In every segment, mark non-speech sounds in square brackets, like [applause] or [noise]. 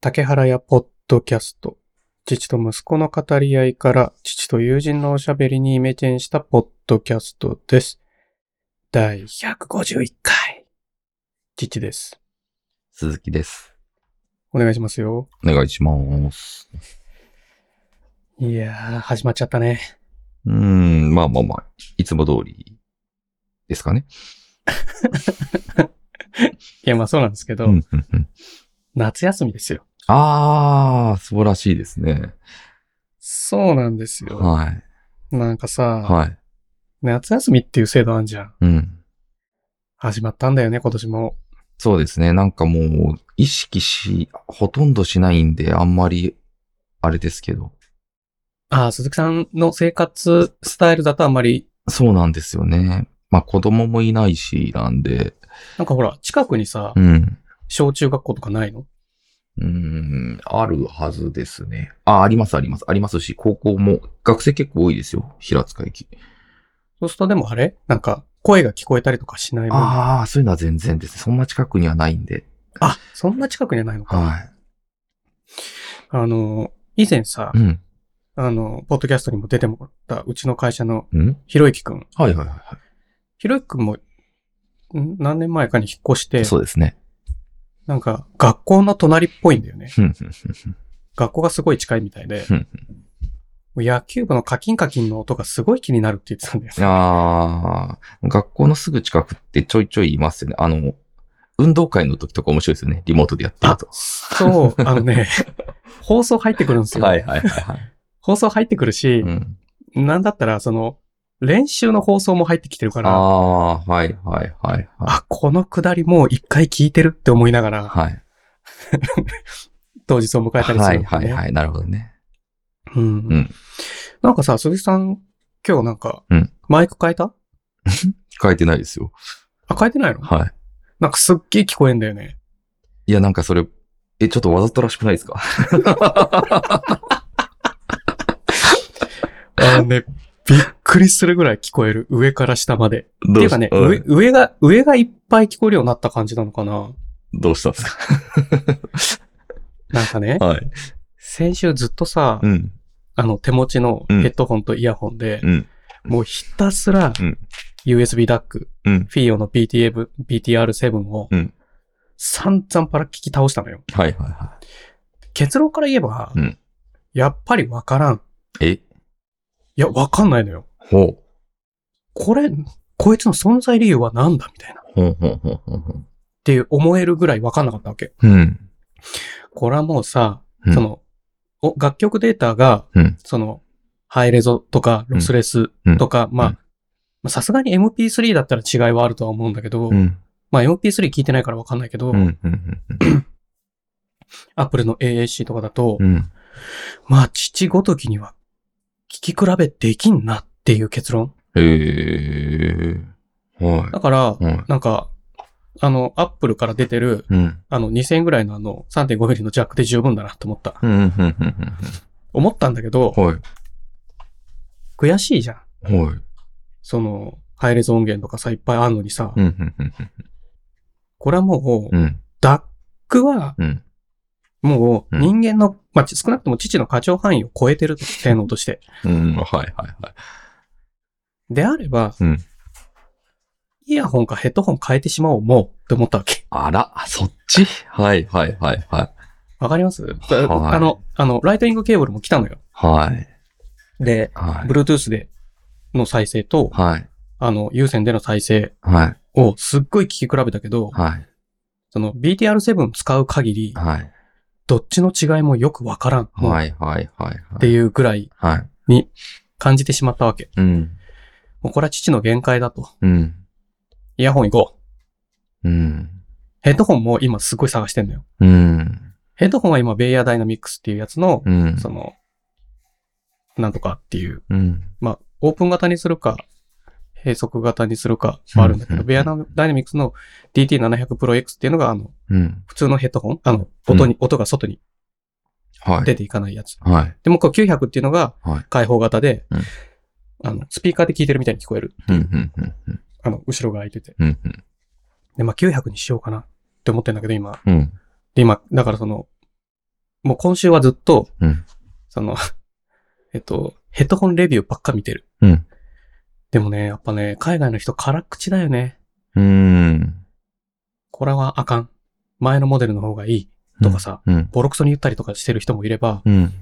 竹原屋ポッドキャスト。父と息子の語り合いから、父と友人のおしゃべりにイメチェンしたポッドキャストです。第151回。父です。鈴木です。お願いしますよ。お願いします。いやー、始まっちゃったね。うーん、まあまあまあ、いつも通りですかね。いや、まあそうなんですけど、うんうんうん夏休みですよ。あー、素晴らしいですね。そうなんですよ。はい。なんかさ、はい。夏休みっていう制度あんじゃん。うん。始まったんだよね、今年も。そうですね。なんかもう、意識し、ほとんどしないんで、あんまり、あれですけど。ああ、鈴木さんの生活スタイルだとあんまり、そうなんですよね。まあ子供もいないし、なんで。なんかほら、近くにさ、うん。小中学校とかないのうーん、あるはずですね。あ、ありますあります。ありますし、高校も、学生結構多いですよ。平塚駅。そうするとでもあれなんか、声が聞こえたりとかしないもん。あああ、そういうのは全然ですね。そんな近くにはないんで。そんな近くにはないのか。はあの、以前さい。、うん。あの、ポッドキャストにも出てもらった、うちの会社のうんひろゆきくん。はいはいはいはひろゆきくんも、ん何年前かに引っ越してい。、そうですね。なんか、学校の隣っぽいんだよね。ふんふんふんふん学校がすごい近いみたいで、ふんもう野球部のカキンカキンの音がすごい気になるって言ってたんだよね。ああ、学校のすぐ近くってちょいちょいいますよね。あの、運動会の時とか面白いですよね。リモートでやってると。そう、あのね、放送入ってくるんですよ。はいはいはいはい。放送入ってくるし、うん、なんだったら、その、練習の放送も入ってきてるかあら、ああ、はいはいはいはい。このくだりもう一回聞いてるって思いながら、はい。当日を迎えたりすはる、いね。はいはい。なるほどね。うん。んなんかさ、鈴木さん、今日なんか、うんマイク変えた書いてないですよ。あ、変えてないのはい。なんかすっげえ聞こえんだよね。いや、なんかそれ、え、ちょっとわざとらしくないですかあのね、びっくりするぐらい聞こえる。上から下まで。どっていうしかね、ん上、上が、上がいっぱい聞こえるようになった感じなのかなどうしたんですなんかねか、はい。先週ずっとさ、うん。あの、手持ちのヘッドホンとイヤホンで、うん。もうひたすらうん、 USB ダック、うん。フィーヨの BTF BTR7 をうん、散々パラ聞き倒したのよ。はいはいは結論から言えば、うんやっぱりわからん。い。えいや、わかんないのよ。ほう。これ、こいつの存在理由は何だみたいな。っほうほうほうほうほう。て思えるぐらいわかんなかったわけ。うん。これはもうさ、うんその、お楽曲データが、うんその、ハイレゾとか、ロスレスとか、まあうんまあ、さすがに MP3 だったら違いはあるとは思うんだけど、うん。まあ MP3 聞いてないからわかんないけど、うん。うんうん。 Apple の AAC とかだと、うん。まあ、父ごときには聞き比べできんなっていう結論。へえ。はだからい。、はなんか、あの、アップルから出てる、い。うん。あの、2000ぐらいのあの、3.5ミリのジャックで十分だなと思った。うん。うん。うん。思ったんだけど、は悔しいじゃん。い。はい。その、ハイレゾ音源とかさ、いっぱいあるのにさ、うん。うん。うん。これはもうう、ん。ダックは、うん。もう、うん人間の、まあ、少なくとも父の課長範囲を超えてると、性能として。うん。はい。はい。はい。であれば、うんイヤホンかヘッドホン変えてしまおう、もう、って思ったわけ。あら、そっちはい。はい。はい。はい。わかります、はいあの、あの、ライトニングケーブルも来たのよ。はい。で、はい。 Bluetooth での再生と、はい。あの、有線での再生はい。をすっごい聞き比べたけど、はい。その BTR7 使う限り、はい。どっちの違いもよくわからん。もうはい。はい。はい。っていうぐらいはい。感じてしまったわけ。うん。もうこれは父の限界だと。うん。イヤホン行こう。うん。ヘッドホンも今すっごい探してんのよ。うん。ヘッドホンは今、ベイヤーダイナミックスっていうやつの、うん。その、なんとかっていう、うん。まあ、オープン型にするか、閉塞型にするかもあるんだけうんど、うんベイヤーダイナミックスの DT700 Pro X っていうのが、あの、うん。普通のヘッドホンあの、音に、音が外にはい。出ていかないやつ。はい。で、もうこれ900っていうのがはい、開放型で、うんあの、スピーカーで聞いてるみたいに聞こえる。うん、うん、うん、うんあの、後ろが開いてて。うん、うんで、まあ900にしようかなって思ってんだけど、今。うん。で、今、だからその、もう今週はずっと、うんその、 [laughs] えっと、ヘッドホンレビューばっか見てる。うんでもね、やっぱね、海外の人辛口だよね。うーん。これはあかん。前のモデルの方がいい。とかさ、うん。ボロクソに言ったりとかしてる人もいれば、うん。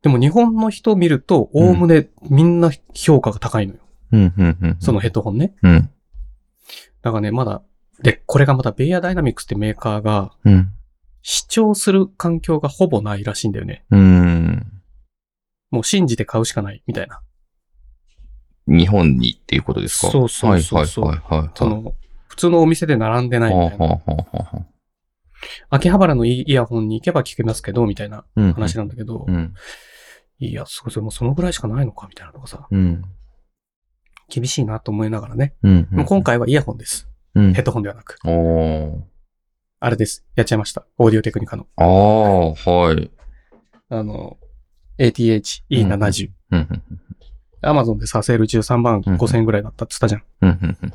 でも日本の人見ると、おおむねみんな評価が高いのよ。うん。うん。うんそのヘッドホンね。うん。だからね、まだ、で、これがまたベイアダイナミクスってメーカーが、うん。視聴する環境がほぼないらしいんだよね。うん。もう信じて買うしかない、みたいな。日本にっていうことですかそうそうそうそうはいはいはいはい。その、普通のお店で並んでないみたいな。はあはあはあはあ秋葉原のイイヤホンに行けば聞けますけど、みたいなうん話なんだけどう、ん。いや、それもうそのぐらいしかないのか、みたいなのがさ、うん。厳しいなと思いながらね。うん。でも今回はイヤホンです。うんヘッドホンではなく。おーあれです。やっちゃいました。オーディオテクニカの。ああ、はい。あの、ATH-E70。うん。アマゾンでさ、セール13万5000円ぐらいだったっつったじゃん。うん。うんうん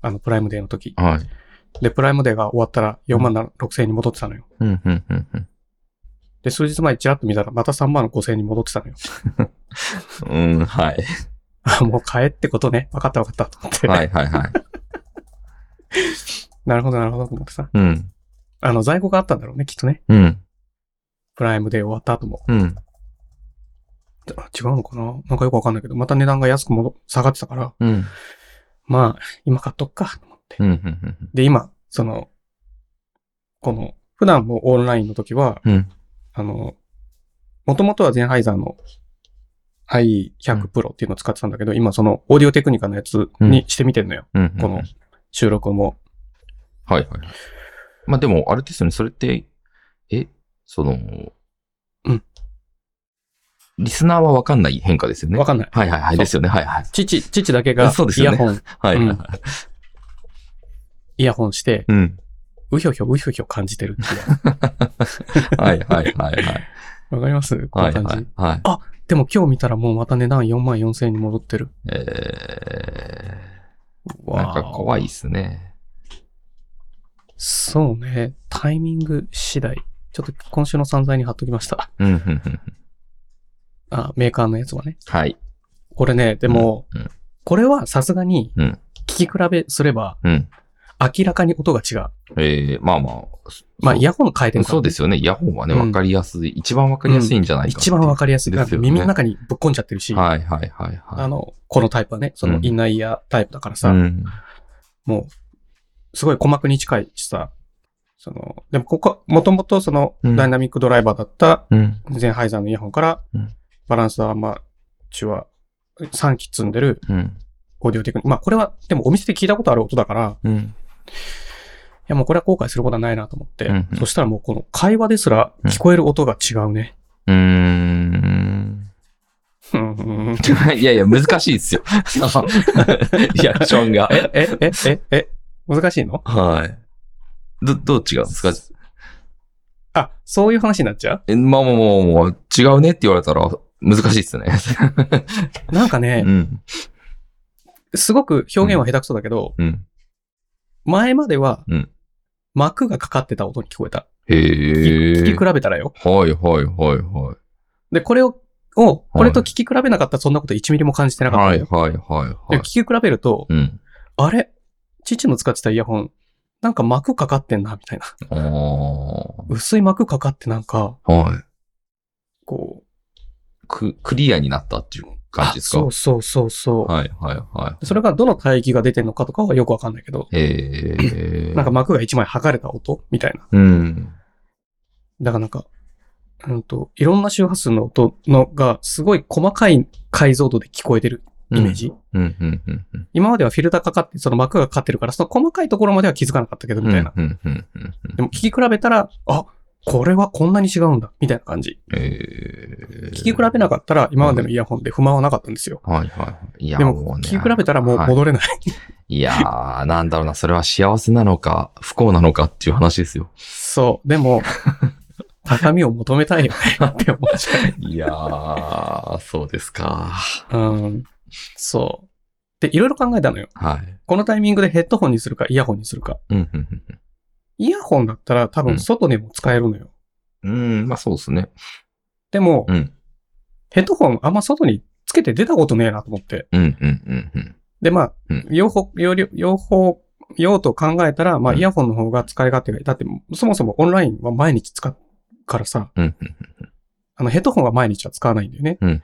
あの、プライムデーの時。はい。で、プライムデーが終わったら4万6000円に戻ってたのよ。うん。うん。うんうん。で、数日前にちらっと見たら、また3万5000円に戻ってたのよ。 [laughs] うん、はい。あ、もう買えってことね。分かった分かったと思って。はい、はい、はい。なるほど、なるほどと思ってさ。うん。あの、在庫があったんだろうね、きっとね。うん。プライムで終わった後も。うん。あ違うのかななんかよくわかんないけど、また値段が安くも下がってたから、うん。うんまあ、今買っとくかと思って。うん。うんで、今、その、この、普段もオンラインの時は、うん。あの、もともとはゼンハイザーの i100 Pro っていうのを使ってたんだけど、今そのオーディオテクニカのやつにしてみてんのよ。うん。この収録も。はいはいはい。まあでも、あれですよね、それって、え、その、うん。リスナーはわかんない変化ですよね。わかんない。はいはいはそいうですよね。はいはい。父、父だけが [laughs] そうですイよヤねホン、はいはいはい。イヤホンして、うん。うひょひょ、うひょひょ感じてるって [laughs] いう。はいはいはいはい。わかりますこはのい感じ。はいはい。でも今日見たらもうまた値段4万4千円に戻ってる。えー、わなんか怖いですね。そうね。タイミング次第。ちょっと今週の散財に貼っときました。うん、うん、うん。あ、メーカーのやつはね。はい。これね、でも、うんうんこれはさすがにうん、聞き比べすれば、うん。明らかに音が違う。えー、まあまあ。まあ、イやヤホンの回転そうですよね。イヤホンはね、うんわかりやすい。一番わかりやすいんじゃないか一番わかりやすい。ですよね耳の中にぶっこんじゃってるし、はいはいはいあはの、このタイプはね、そのうんインナーイヤータイプだからい。さ、うん。もう、すごい鼓膜に近いしさ、その、でもここ、もともとその、うんダイナミックドライバーだったうん。ゼンハイザーのイヤホンからうん、バランスアーマーチュア、3機積んでるうん。オーディオテクニック。まあこれは、でもお店で聞いたことある音だから、うん。いやもうこれは後悔することはないなと思って、うんうんそしたらもうこの会話ですら聞こえる音が違うね。うーん。うんうんうんいやいや、難しいですよ。リアクションが。 [laughs] え、え、え、え、え、難しいのはい。ど、どう違うんですかあ、そういう話になっちゃえまあまあまあまあ、違うねって言われたら難しいですね。うなんかうね、ん。すごく表現は下手くそだけど、うん。前まではうん、膜がかかってた音に聞こえた。へ聞きえ。比べたらよ。はいはいはいはい。で、これを、をこれと聞き比べなかったらそんなこと1ミリも感じてなかったはのいよ。はいはいでは聞い。き比べると、うん。あれ父の使ってたイヤホン、なんか膜かかってんな、みたいな。ああ。薄い膜かかってなんか、はい。こう。く、クリアになったっていう感じですかそうそうそうそう。はいはいはい。それがどの帯域が出てるのかとかはよくわかんないけど、へえ。なんか、膜が1枚剥がれた音みたいな。うん。だからなんか、うんと、いろんな周波数の音のがすごい細かい解像度で聞こえてるイメージ。うんうんうんうん。今まではフィルターかかって、その膜がかかってるから、その細かいところまでは気づかなかったけど、みたいな。うんうんうんうんうん。でも聞き比べたら、あ、これはこんなに違うんだ、みたいな感じ。えー、聞き比べなかったら、今までのイヤホンで不満はなかったんですよ。はいはい。いや、でうも、聞きね比べたらもうはい、戻れない。いやー、なんだろうな、それは幸せなのか、不幸なのかっていう話ですよ。そう。で [laughs] も、高みを求めたいよねって思っちゃいやー、そうですか。う。うん。そう。で、いろいろ考えたのよ。はい。このタイミングでヘッドホンにするか、イヤホンにするか。うん、うん、イヤホンだったら多うん分外でも使えるのよ。うん、まあそうですね。でも、うん。ヘッドホンあんま外につけて出たことねえなと思って。うん、うん、うん、うん。で、まあ、うん両方、両両両方、用途を考えたら、まあ、うんイヤホンの方が使い勝手がいい。だって、そもそもオンラインは毎日使うからさ、うん、あの、ヘッドホンは毎日は使わないんだよね。うん、うん。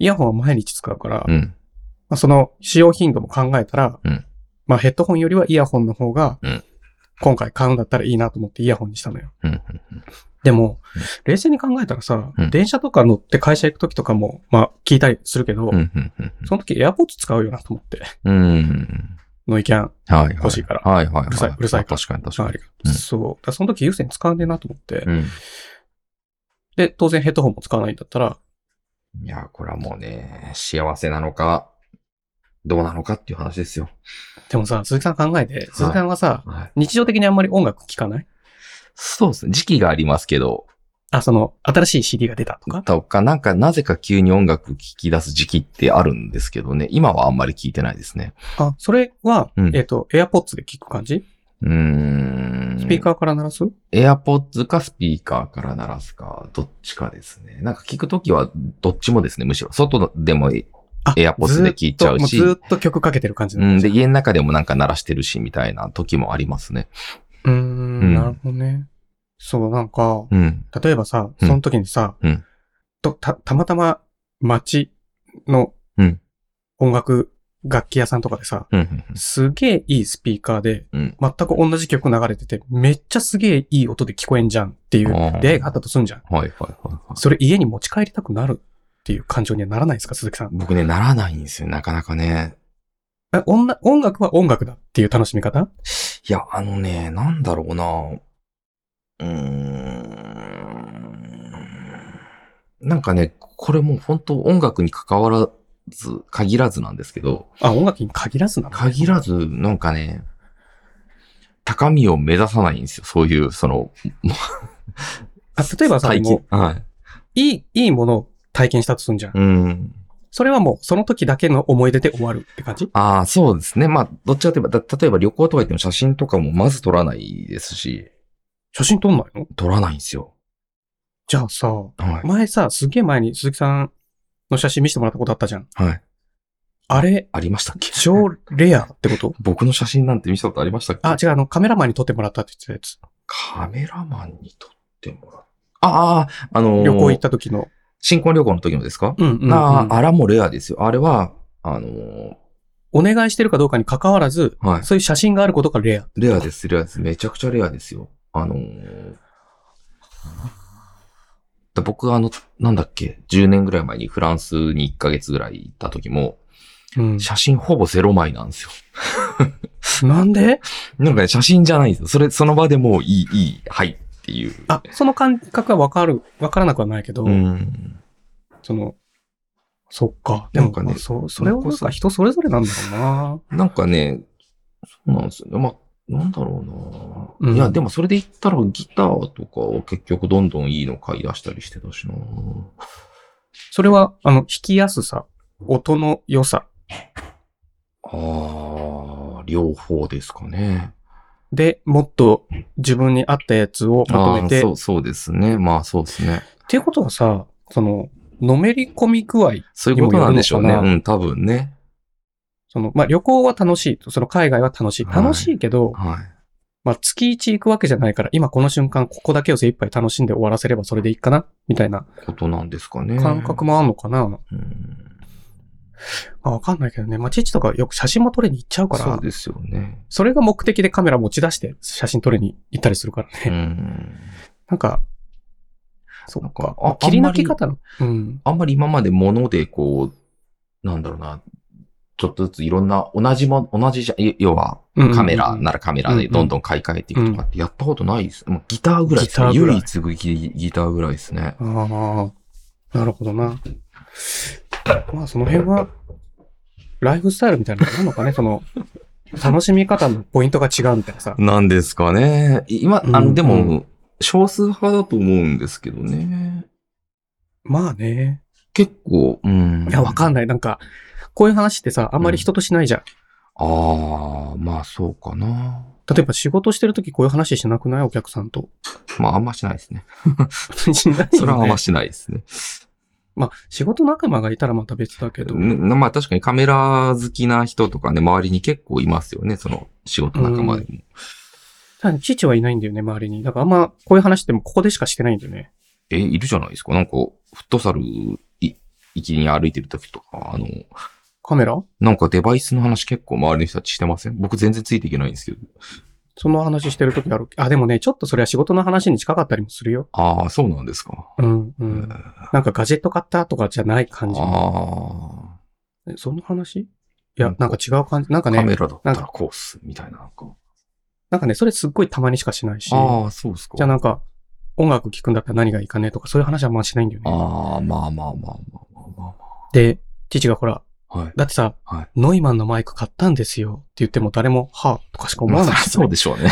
イヤホンは毎日使うから、うん、うんまあ、その使用頻度も考えたら、うんまあヘッドホンよりはイヤホンの方がうん、今回買うんだったらいいなと思ってイヤホンにしたのよ。うん、でもうん、冷静に考えたらさ、うん電車とか乗って会社行く時とかも、まあ聞いたりするけど、うん、うん、うんその時エアポッツ使うよなと思って、うん、うん。ノイキャンはい、はい。欲しいからはい、はい。うるさい、うるさいから。確かに、確まああかにれ。がうんそう。だからその時優先使わねえなと思って、うん。で、当然ヘッドホンも使わないんだったら、いや、これはもうね、幸せなのか、どうなのかっていう話ですよ。でもさ、鈴木さん考えて、鈴木さんはさ、はい。日常的にあんまり音楽聴かないそうですね。時期がありますけど、あ、その、新しい CD が出たとかとか、なんか、なぜか急に音楽聴き出す時期ってあるんですけどね。今はあんまり聞いてないですね。あ、それは、うんえっ、と、AirPods で聞く感じうーん。スピーカーから鳴らす、エアポッツかスピーカーから鳴らすか、どっちかですね。なんか聞くときはどっちもですね、むしろ。外でも、あ AirPods で聞いちゃうしずーっともうずーっと曲かけてる感じうなんん、ですで、よ家の中でもなんか鳴らしてるし、みたいな時もありますね。うーん、うんなるほどね。そう、なんか、うん。例えばさ、うんその時にさ、うんとた、たまたま街のうん音楽楽器屋さんとかでさ、うん。すげえいいスピーカーで、うん全く同じ曲流れてて、めっちゃすげえいい音で聞こえんじゃんっていうあー出会いがあったとすんじゃん。はいはいはいはい。それ家に持ち帰りたくなるっていう感情にはならないですか、鈴木さん。僕ね、ならないんですよ、なかなかね。え女音楽は音楽だっていう楽しみ方いや、あのね、なんだろうな。うーん。なんかね、これもう本当音楽に関わらず、限らずなんですけど、あ、音楽に限らずなの限らず、なんかね、高みを目指さないんですよ。そういう、その、あ例えばさ、最も近う、。はい。いい、いいものを体験したとするんじゃん。うん。それはもう、その時だけの思い出で終わるって感じああ、そうですね。まあ、どっちかといえば、だ例えば旅行とか行っても写真とかもまず撮らないですし、写真撮んないの撮らないんですよ。じゃあさ、はい。前さ、すげえ前に鈴木さんの写真見せてもらったことあったじゃん。はい。あれ、ありましたっけ超レアって [laughs] こと僕の写真なんて見せたことありましたっけあ、違う、あの、カメラマンに撮ってもらったって言ってたやカメラマンに撮ってもらう。ああ、あのーつ。旅行行った時の。新婚旅行の時のですか、うん、うん、うん。ああ、あらもレアですよ。あれは、あのーお願いしてるかどうかに関わらず、はい。そういう写真があることがレア。レアです、レアです。めちゃくちゃレアですよ。あのーだ僕あの、なんだっけ、10年ぐらい前にフランスに1ヶ月ぐらい行った時も、うん。写真ほぼゼロ枚なんですよ。なんでなんかね、写真じゃないんですよ。それ、その場でもういい、いい、はいっていう。あ、その感覚はわかる、わからなくはないけど、うん。その、そっか。でもなんかねまあそう、それはなんか人それぞれなんだろうな。なんかね、そうなんですよね。まあ、なんだろうな、うんいや、でもそれで言ったらギターとかを結局どんどんいいの買い出したりしてたしなそれは、あの、弾きやすさ、音の良さああ、両方ですかね。で、もっと自分に合ったやつをまとめあて、ーっそう、そうですね。まあそうですね。ていうことはさ、その、のめり込み具合、そういうことなんでしょうね。にもよるのう、かなん多分ね。その、まあ、旅行は楽しい、その海外は楽しい。はい楽しいけど、はい。まあ、月1行くわけじゃないから、今この瞬間、ここだけを精一杯楽しんで終わらせればそれでいいかなみたいなことなんですかね。感覚もあんのかな、うん。まあ、わかんないけどね。まあ、父とかよく写真も撮りに行っちゃうから、そうですよ [laughs] ね。それが目的でカメラ持ち出して写真撮りに行ったりするからね。うん。なんか、そなうんかか。あ切り抜きあんま方の。うん。あんまり今まで物でこう、なんだろうな、ちょっとずついろんな、同じも、同じじゃ、い要は、うんカメラならカメラでどんどん買い替えていくとかってやったことないです。もうギターぐらいですね。ギターぐらい唯一ギギターぐらいですね。ああ、なるほどな。まあ、その辺は、ライフスタイルみたいなのがあるのかね、その、楽しみ方のポイントが違うみたいなさ。なんですかね。い今、あうんうの、んでも、少数派だと思うんですけどね。まあね。結構、うん。いや、わかんない。ない。なんか、こういう話ってさ、あんまり人としないじゃん。ああ、まあそうかな。例えば仕事してるときこういう話しなくないお客さんと。 [laughs] まああんましないですね。しないよねそれはあんましないですね。まあ、仕事仲間がいたらまた別だけど。うんまあ確かにカメラ好きな人とかね、周りに結構いますよね、その仕事仲間でも。ただ、父はいないんだよね、周りに。だからあんま、こういう話ってもここでしかしてないんだよね。え、いるじゃないですか。なんか、フットサルい、行きに歩いてる時とか、あの、カメラなんかデバイスの話結構周りの人たちしてません僕全然ついていけないんですけど。その話してるときある。あ、でもね、ちょっとそれは仕事の話に近かったりもするよ。ああ、そうなんですか。うん、う。うんあなんかガジェット買ったとかじゃない感じ。あ、えその話いや、なんか違う感じ。なんかカメね、ラだったらこうっす、みたいな。なんかなんかね、それすっごいたまにしかしないし。ああ、そうですか。じゃあなんか、音楽聴くんだったら何がいいかねとか、そういう話はあんましないんだよね。ああ、まあまあまあまあまあまあまで、父がほら、あ。はい。だってさ、はいノイマンのマイク買ったんですよって言っても誰も、はぁ、とかしか思まあわそなりいゃ。そうでしょうね。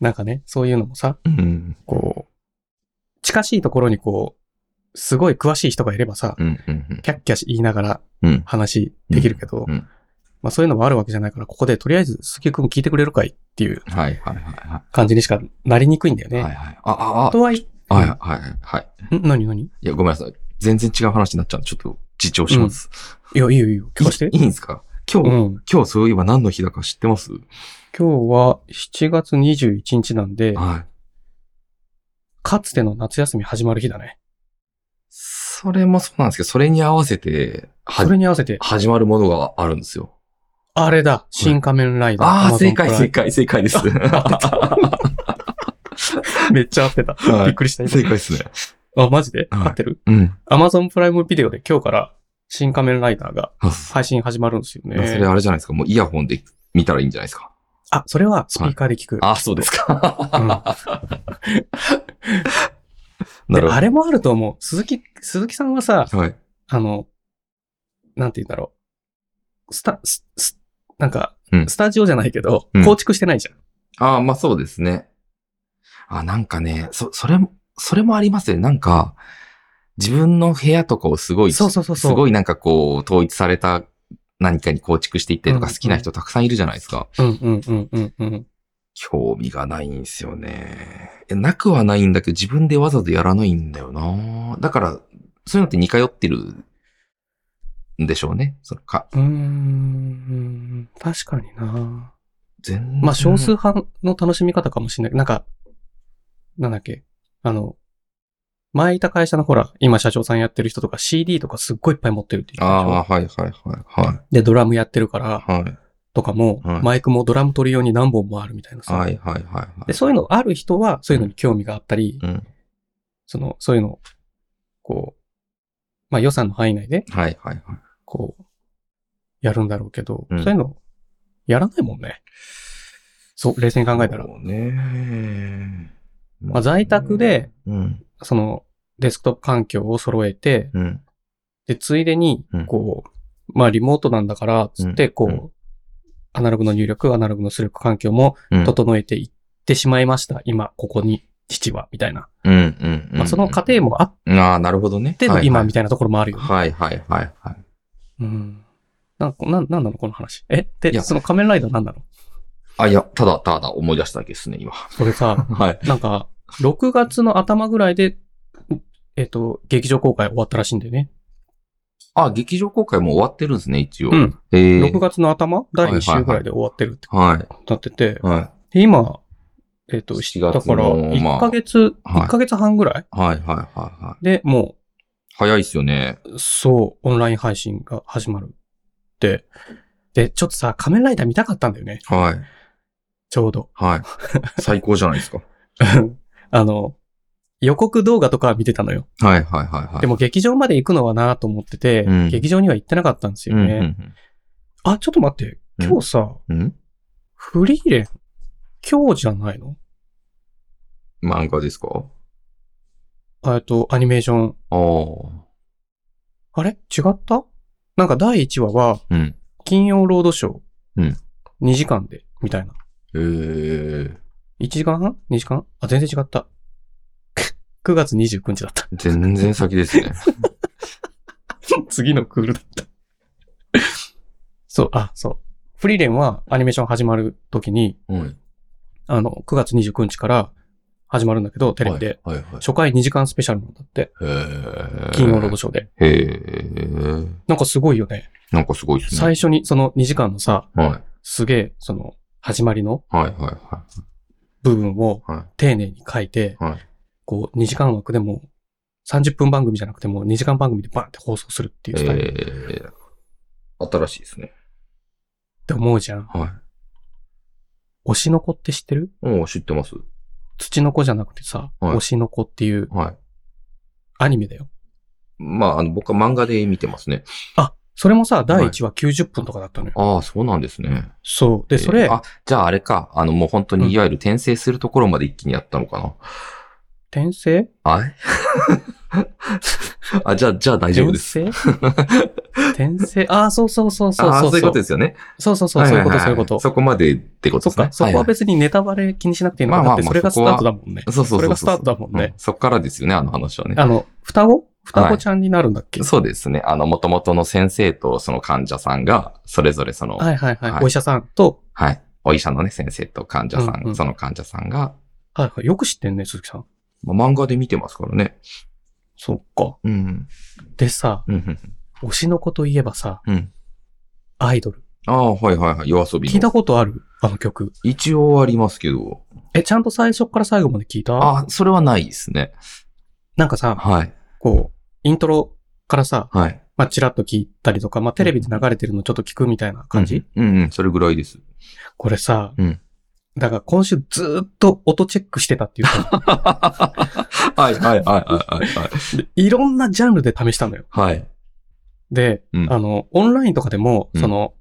なんかね、そういうのもさ、うん。こう、近しいところにこう、すごい詳しい人がいればさ、うん。うん。キャッキャし言いながらうん。話できるけど、うんうんまあそういうのもあるわけじゃないから、ここでとりあえず、すきくん聞いてくれるかいっていうはいはいはいは感じにしかなりにくいんだよい。ね。はいはい。あ、あ、あ、とはいはいはいはいはい。え、ん何何いや、ごめんなさい。全然違う話になっちゃうんで、ちょっと、自重します。いや、いいよいいよ、聞かしてい。いいんですか今う日、ん。今日そういえば何の日だか知ってます今日は7月21日なんで、はい。かつての夏休み始まる日だね。それもそうなんですけど、それに合わせて、はそれに合わせて、始まるものがあるんですよ。あれだ、新仮面ライダー。ああ、 Amazon 正解、プライ正解、 [laughs] 正解です。ム。めっちゃ合ってた。はい [laughs] びっくりした正今。解ですね。あ、マジで、はい合ってるうん。 ?Amazon プライムビデオで今日から新仮面ライダーがあそ配信始まるんですよそれね。あれじゃないですか。もうイヤホンで見たらいいんじゃないですか。あ、それはスピーカーで聞く。ああ、そうですうんか。 [laughs] なでるほあれもあると思う。鈴木、鈴木さんはさ、ど。はい。あの、なんて言うんだろう。スタ、ス、スなんかう、んスタジオじゃないけど、うん構築してないじゃん。ああ、まあそうですね。あなんかね、そ、それも、それもありますよね。なんか、自分の部屋とかをすごい、そうそうそうそうすごいなんかこう、統一された何かに構築していってとかうん好きな人たくさんいるじゃないですか。うんうんうんうんうん。興味がないんですよね。えなくはないんだけど、自分でわざとやらないんだよな。だから、そういうのって似通ってるんでしょうね。そのか、うーん、確かにな全然まあ少数派の楽しみ方かもしれない。なんか、なんだっけ。あの、前いた会社のほら、今社長さんやってる人とか CD とかすっごいいっぱい持ってるって言ってたでしょああ、はいはいはいはで、ドラムやってるから、い。はい。とかも、はいマイクもドラム取り用に何本もあるみたいなさ。はいはいはいはい。で、そういうのある人は、そういうのに興味があったり、うん。その、そういうのを、こう、まあ予算の範囲内で、はいはいはい。こう、やるんだろうけど、うんそういうの、やらないもんね。そう、冷静に考えたら。そうね。ままあ在宅で、うん。その、デスクトップ環境を揃えて、うん。で、ついでにうん、こう、まあリモートなんだから、つって、こうんう、アナログの入力、アナログの出力環境もうん。整えていってしまいました。今、ここに、父は、みたいな。うんうんうん。まあその過程もあっうん。ああ、なるほどね。ての今、みたたいなところもあるよね。はいはいはいはい。うん。なんか、なん、なんなのこの話。えいで、やその仮面ライダーなんなのあ、いや、ただただ思い出しただけですね、今。これさ、 [laughs] はい。なんか、6月の頭ぐらいで、えっ、と、劇場公開終わったらしいんだよね。あ、劇場公開もう終わってるんですね、一応。うん。えー。 6月の頭第2週ぐらいで終わってるってはい。なってて、はい。で今、えっ、と、 7 7月のだから、まあ1ヶ月、はい1ヶ月半ぐらいはいはいはいはい。で、も早いっすよね。う、そう、オンライン配信が始まるって。で、ちょっとさ、仮面ライダー見たかったんだよね。はい。ちょうど。 [laughs] はい。最高じゃないですか。あの、予告動画とかは見てたのよ。はいはいはいはい。でも、も劇場まで行くのはなと思ってて、うん劇場には行ってなかったんですうよんね。あ、ちょっと待って。うん今日さ、うんうん。フリーレン、今日じゃないの漫画ですかああえっと、アニメーション。あ。あれ違ったなんか第1話は、うん。金曜ロードショー。うん2時間で、みたいな。えー。 1時間半 ?2 時間あ、全然違った。9月29日だった。全然先ですね。次のクールだった。 [laughs] そう、あ、そう。フリーレンはアニメーション始まるときに、うん。あの、9月29日から始まるんだけど、テレビで。はい。はいはい。初回2時間スペシャルなんだって。へー金曜ロードショーで。へえ。なんかすごいよね。なんかすごいですね。最初にその2時間のさ、はい。すげえ、その、始まりのはいはいは部分をい。はい。丁寧に書いて、はいこう、2時間枠でも、30分番組じゃなくても、2時間番組でバンって放送するっていうスタイルっえー、新しいですね。て思うじゃん。はい。推しの子って知ってるおう知ってます。土の子じゃなくてさ、はい推しの子っていうはい。アニメだよ。まあ、あの、僕は漫画で見てますね。あ、それもさ、第1話90分とかだったのよ。ああ、そうなんですね。そう。で、えーそれ、あ、じゃああれか。あの、もう本当うんにいわゆる転生するところまで一気にやったのかな。転生あえ [laughs] あ、じゃあ、じゃあ大丈夫転です。生転生ああ、そうそうそうそうああそー、う。そういうことですよね。そうそうそう、そういうこと、そういうこと。そこまでってことそでっすね。か、そこは別にネタバレ気にしなくていいのか。まあだっまあまてあそれがスタートだもんね。そうそうそうそう。それがスタートだもんねう。そこからですよね、あの話はね。あの、双子双子ちゃんになるんだっけ、そうですね。あの、元々の先生とその患者さんが、それぞれその、はいはいはい。はいお医者さんと、はい。お医者のね、先生と患者さん、うんうんその患者さんが、はいはい。よく知ってんね、鈴木さん。まあ、漫画で見てますからね。そっか。うん。でさ、うんうん。推しの子といえばさ、うんアイドル。ああ、はいはいはい。夜遊び聞いの。たことあるあの曲。一応ありますけど。え、ちゃんと最初から最後まで聞いたああ、それはないですね。なんかさ、はい。こう、イントロからさ、はい。まあ、チラッと聞いたりとか、まあ、テレビで流れてるのちょっと聞くみたいな感じ、うんうん、それぐらいです。これさ、うんだから今週ずーっと音チェックしてたっていう [laughs] か、はいはいはいはいはい。でいろんなジャンルで試したのよ。はい。で、うんあの、オンラインとかでも、うんその、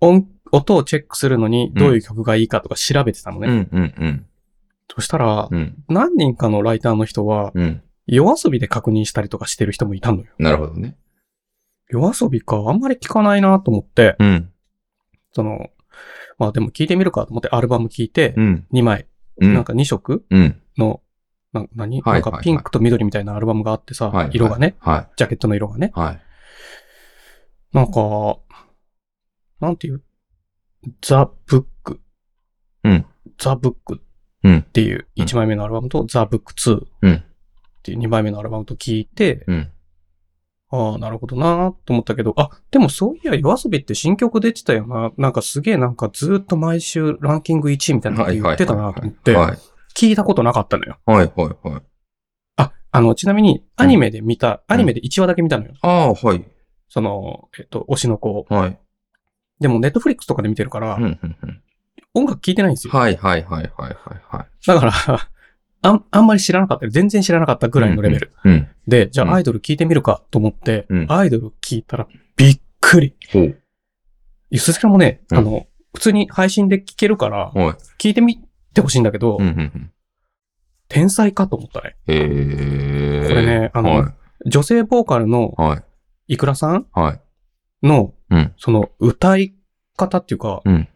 音、音をチェックするのにどういう曲がいいかとか調べてたのね。うんうんうん。そしたら、うん。何人かのライターの人は、うん。夜遊びで確認したりとかしてる人もいたのよ。なるほどね。夜遊びか、あんまり聞かないなと思って、うん。その、まあでも聞いてみるかと思ってアルバム聞いて、うん。 2枚、うん。なんか2色うん。の、な何、はないんはいはかいピンクと緑みたいなアルバムがあってさ、はい。色がね、。はジャケットの色がね。い。はい。なんか、なんていうザ・ブック。うん。ザ・ブックうんっていう1枚目のアルバムと、ザ・ブック2うんっていう2枚目のアルバムと聞いて、うん。ああ、なるほどなーと思ったけど、あ、でもそういや夜遊びって新曲出てたよな。なんかすげえなんかずーっと毎週ランキング1位みたいなこと言ってたなと思って、はい。聞いたことなかったのよ。はいはいはい。あ、あの、ちなみにアニメで見た、アニメで1話だけ見たのよ。ああ、はい。その、えっと、推しの子を。はい。でもネットフリックスとかで見てるから、うんうんうん。音楽聴いてないんですよ。はいはいはいはいはいはい。だから、 [laughs] あん、あんまり知らなかったよ。全然知らなかったぐらいのレベル。うん。で、じゃうんあアイドル聴いてみるかと思って、うんアイドル聴いたらびっくり。ほう。ゆすすさんもね、うんあの、普通に配信で聴けるから、はい。聴いてみてほしいんだけど、うんうんうん。天才かと思ったね。へえー。これねあのはい女性ボーカルのはい。いくらさんはい。の、うんその歌い方っていうか、うん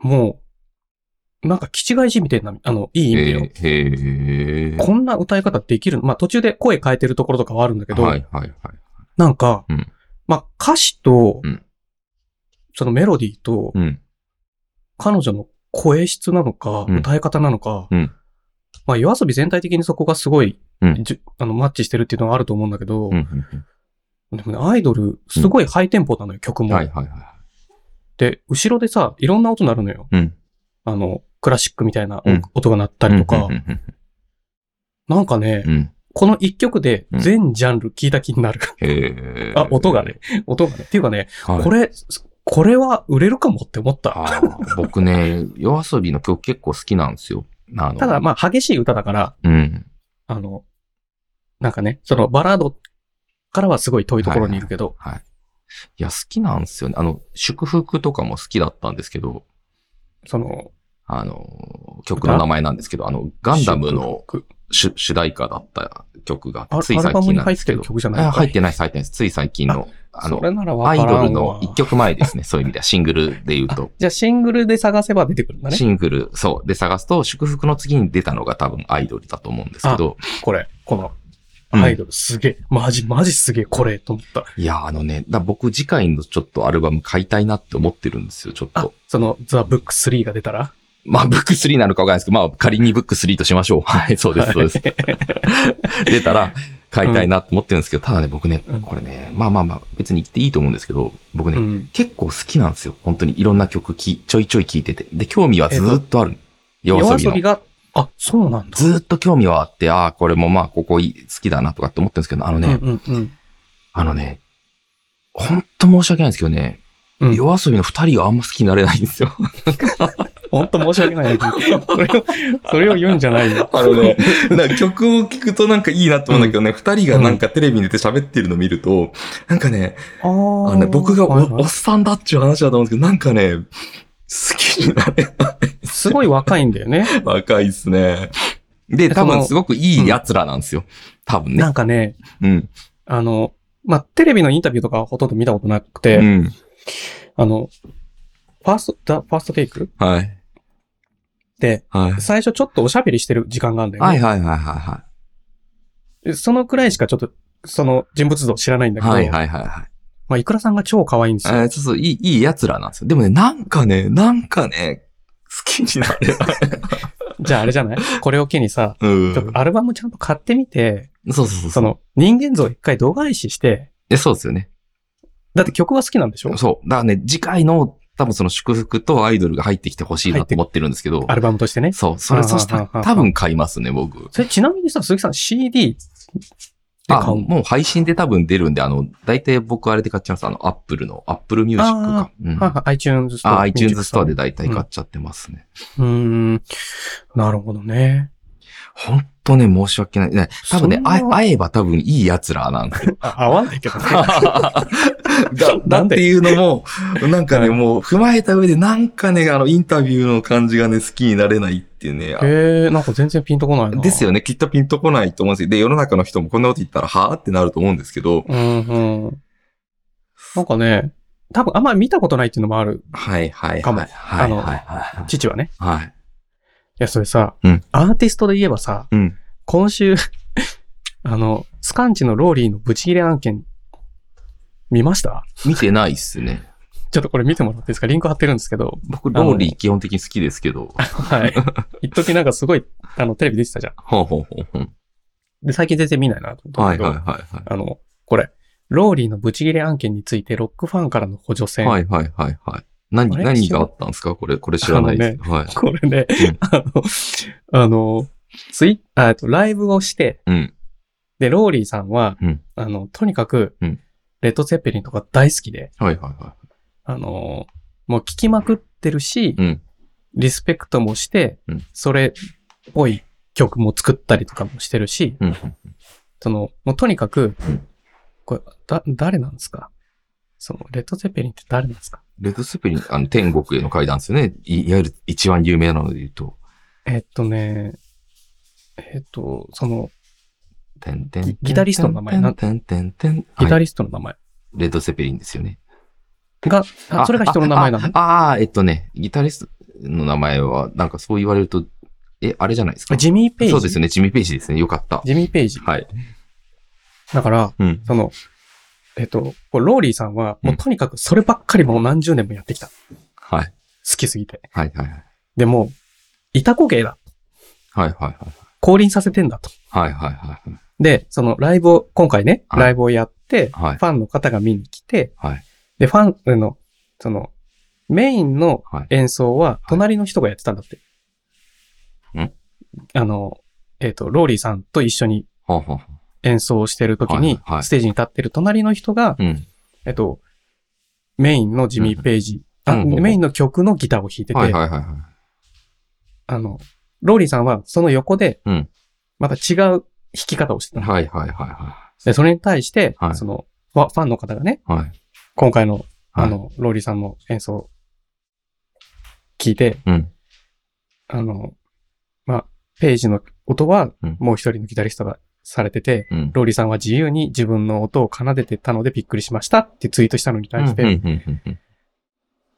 もう、なんか、気違いじみてんな、あの、いい意味でよ。へえー。こんな歌い方できるのまあ、途中で声変えてるところとかはあるんだけど、はいはいはい。なんか、うんまあ歌詞と、うんそのメロディーと、うん。彼女の声質なのか、うん歌い方なのか、うんまあ夜遊び全体的にそこがすごい、うんじゅあのマッチしてるっていうのはあると思うんだけど、うんうんうんでもね、アイドル、すごいハイテンポなのよ、曲も。はいはいはで、後ろでさ、いろんな音鳴るのよ。い。うん。あの、クラシックみたいなうん音が鳴ったりとか、うんうんなんかね、うんうん。この一曲でうん全ジャンル聞いた気 [laughs] になる。へえ。あ、音がね。、音がね。っていうかね、はい、これ、これは売れるかもって思った。あー僕ね、夜遊びの曲結構好きなんですよ。あのただ、、まあ、激しい歌だから、うん。あの、なんかね、そのバラードからはすごい遠いところにいるけど、はい。いや、好きなんですよね。あの、祝福とかも好きだったんですけど、その、あの、曲の名前なんですけど、あの、ガンダムの祝福主主題歌だった曲がああって、ついアル最バム近になん入でっすてけるど。曲じゃないあ入ってない。ないです、入ってないです。つい最近の、あその、れならアわイからんわドルの一。曲前ですね。そう [laughs] いう意味では、シングルで言うと。じゃあシングルで探せば出てくるんだね。シングル、そう。で探すと、祝福の次に出たのが多分アイドルだと思うんですけど、これ、この、アイドルすげえ、マジ、マジすげえ、これ、と思った。いや、あのね、だ僕次回のちょっとアルバム買いたいなって思ってるんですよ、ちょっあと。、その、ザ・ブック3が出たらまあ、ブック3なのかわかんないですけど、まあ、仮にブック3としましょう。 [laughs] はい、そうです、そうです。出たら、買いたいなと思ってるんですけど、ただね、僕ねうん、これね、まあまあまあ、別に言っていいと思うんですけど、僕ね、うん。結構好きなんですよ。本当にいろんな曲き、ちょいちょい聴いてて。で、興味はずーっとある。夜遊夜び遊のび。が、あ、そうなんだ。ずーっと興味はあって、ああ、これもまあ、ここいい好きだなとかって思ってるんですけど、あのね、うんうんあのね、本当申し訳ないんですけどね、うん。うん、夜遊びの二人があんま好きになれないんですよ。ほんと申し訳ない。 [laughs] それを、それを言うんじゃないよ。あのね、なんか曲を聴くとなんかいいなと思うんだけどね、二、人がなんかテレビに出て喋ってるの見ると、なんかね、ああーのね僕がお,、はいはいおっさんだっていう話だと思うんですけど、なんかね、好きになれすごい若いんだよね。 [laughs] 若いっすね。で、多そ分のすごくいい奴らなんですよ。多分ねな。んかね、うん。あの、まあ、テレビのインタビューとかはほとんど見たことなくて、うん。あの、ファースト、ザ・ファーストテイクはい。で、はい。最初ちょっとおしゃべりしてる時間があるんだよはいね。はいはいはいはそのくらいしかちょっと、その人物像知らないんい。だけど、はいはいはいはい。まあ、イクラさんが超可愛いんですよ。えーそうそう、いい、いい奴らなんですよ。でもね、なんかね、なんかね、好きになれない。じゃああれじゃないこれを機にさ、う [laughs] んちょっとアルバムちゃんと買ってみて、そうそうそ。そうの人間像一回度外視して、えそうですよね。だって曲は好きなんでしょそう。だからね、次回の、多分その祝福とアイドルが入ってきてほしいなと思ってるんですけどア、ルバムとしてね。そう、それ、あーそしたあらーあー多分買いますね、僕。それちなみにさ、鈴木さん CD で買あ、うのもう配信で多分出るんで、あの、大体僕あれで買っちゃいます。あの、Apple の、Apple Music か。うんはいはい iTunes ストア。あ、iTunes ストアで。大体うん買っちゃってますね。うーん。なるほどね。ほんとね、申し訳ない。ね多分ねそん、なあ会えば多分いい奴 [laughs] らなんですよ。あ合わないけどね。だだなんっでていうのも、なんかね、うんもう踏まえた上で、なんかね、あの、インタビューの感じがね、好きになれないっていうね。 [laughs] へえ、なんか全然ピンとこないな。ですよ。よね。きっとピンとこないと思うんですよ。で、世の中の人もこんなこと言ったら、はぁってなると思うんですけど。うんうん。なんかね、多分あんまり見たことないっていうのもある。はいはいかはもい。はあいのはいはい。父はね。はい。いや、それさ、うんアーティストで言えばさ、うん。今週、 [laughs] あの、スカンチのローリーのブチ切れ案件、見ました見てないっすね。ちょっとこれ見てもらっていいですかリンク貼ってるんですけど、僕、ローリー基本的に好きですけど。はい。 [laughs] 一時なんかすごい、あの、テレビ出てたじゃん。ほうほうほうほう。で、最近全然見ないなと思ったんはだいけど、はいはいはい。あの、これ、ローリーのブチ切れ案件についてロックファンからの補助線。はいはいはいはい。何、あれ何があったんですかこれ、これ知らないです。はい。これねうん、あの、あの、ツイあえっと、ライブをして、うん。で、ローリーさんは、うんあの、とにかく、うんレッド・ツェッペリンとか大好きで、はいはいはあのもう聞きまくってるし、い。うん。リスペクトもして、うんそれっぽい曲も作ったりとかもしてるし、うん。その、もうとにかくうん、これ、だ、誰なんですかその、レッド・ゼッペリンって誰なんですかレッドスペリン、あの、天国への階段ですよね。いいわゆる一番有名なので言うと、えっとね、えっと、その、てんてんギギタリストの名前なんてんてんてんてん。ギはタいリストの名前レッドセペリンですよね。が、あそれが人の名前なのあああ、えっとね、ギタリストの名前は、なんかそう言われると、え、あれじゃないですか。あジミー・ペイジ。そうですよね。ね、ジミー・ペイジですね。よかった。ジミー・ペイジ。はい。だから、うん。その、えっと、これローリーさんは、もうとにかくそればっかりもう何十年もやってきた。好はい。きすぎて。はいはいはい。でも、いたこ芸だ。はいはい降臨させてんだと。はい。はいはいはいはい。で、そのライブを、今回ね、はいライブをやって、はいファンの方が見に来て、はいで、ファンあの、その、メインのはい。演奏は、隣の人がやってたんだって。んあの、えっ、と、ローリーさんと一緒にほうほうほ演奏をしてる時にはいは、いステージに立ってる隣の人が、う。うん。えっ、と、メインのジミー・ページ、あうんメインの曲のギターを弾いてて、はいはいはいはい。あの、ローリーさんはその横でうん、また違う弾き方をしてたの。はいはいはいはで、それに対して、はいその、ファファンの方がね、い。はい。今回の、はいあの、ローリーさんの演奏、聞いて、うん。あの、まあ、ページの音はうん、もう一人のギタリストがされてて、うん。ローリーさんは自由に自分の音を奏でてたのでびっくりしましたってツイートしたのに対して、うんうんうんうんうん [laughs]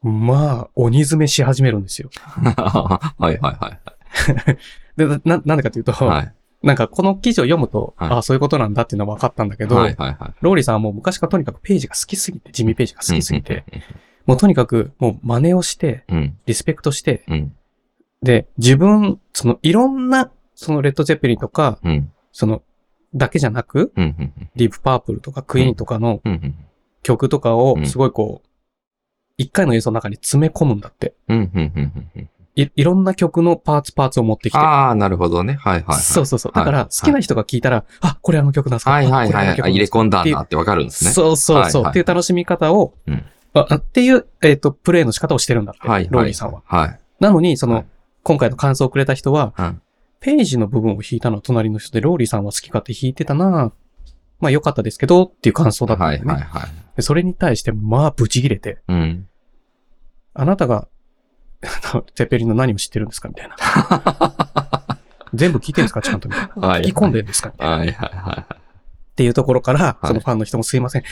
まあ、鬼詰めし始めるんですよ。はいはいはいはい。で、な、なんでかというと、はい。なんかこの記事を読むと、はいああ、そういうことなんだっていうのは分かったんだけど、はいはいはい。ローリーさんはもう昔からとにかくページが好きすぎて、ジミーページが好きすぎて、うんもうとにかくもう真似をして、うんうん。リスペクトして、うん。で、自分、そのいろんな、そのレッド・ゼッペリンとか、うん。うん。その、だけじゃなく、うん。うんディープ・パープルとかクイーンとかのうん。うん。曲とかを、すごいこう、一回の映像の中に詰め込むんだって。うん。うん。うんうん。うん。いいろんな曲のパーツパーツを持ってきて。ああ、なるほどね。はいはいはい。そうそうそう。だかはら、い好きな人が聞いたら、あ、これあの曲なんすかはいはいはいあこれあの曲は。ないん入れですか込んだんだってわかるんですね。そうそうそう。はいはいっていう楽しみ方を、うんああっていう、えっ、と、プレイの仕方をしてるんだって、はいはい。ローリーさんは。。はい。なのに、その、はい今回の感想をくれた人は、うんページの部分を弾いたのは隣の人で、ローリーさんは好き勝手弾いてたなぁまあ良かったですけど、っていう感想だったんはだいよね。はいはい。でそれに対して、まあ、ブチ切れて、うん。あなたが、 [laughs] あのゼペリンの何を知ってるんですかみ [laughs] たいな。全部聞いてるんですかちゃんとみたいな。はい聞き込んでるんですかみたいな。はいはいはっていうところから、いそのファンの人もすいません。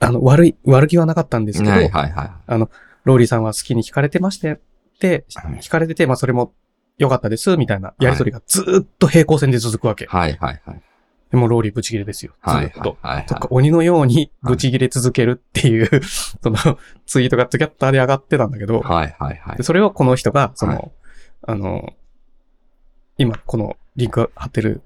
あの、悪い、悪気はなかったんですい。けど、はいはいはローリーさんは好きに惹かれてまして、って、い。惹かれてて、まあそれも良かったです、みたいなやりとりがずーっと平行線で続くわけ。はいはいはい。でもローリーブチギレですよ。ずはいーっと。はいはいとか、鬼のようにブチギレ続けるっていう、そのツイートがツキャッターで上がってたんだけど、はいはいはいで。それをこの人が、その、はあの、今このリンク貼ってる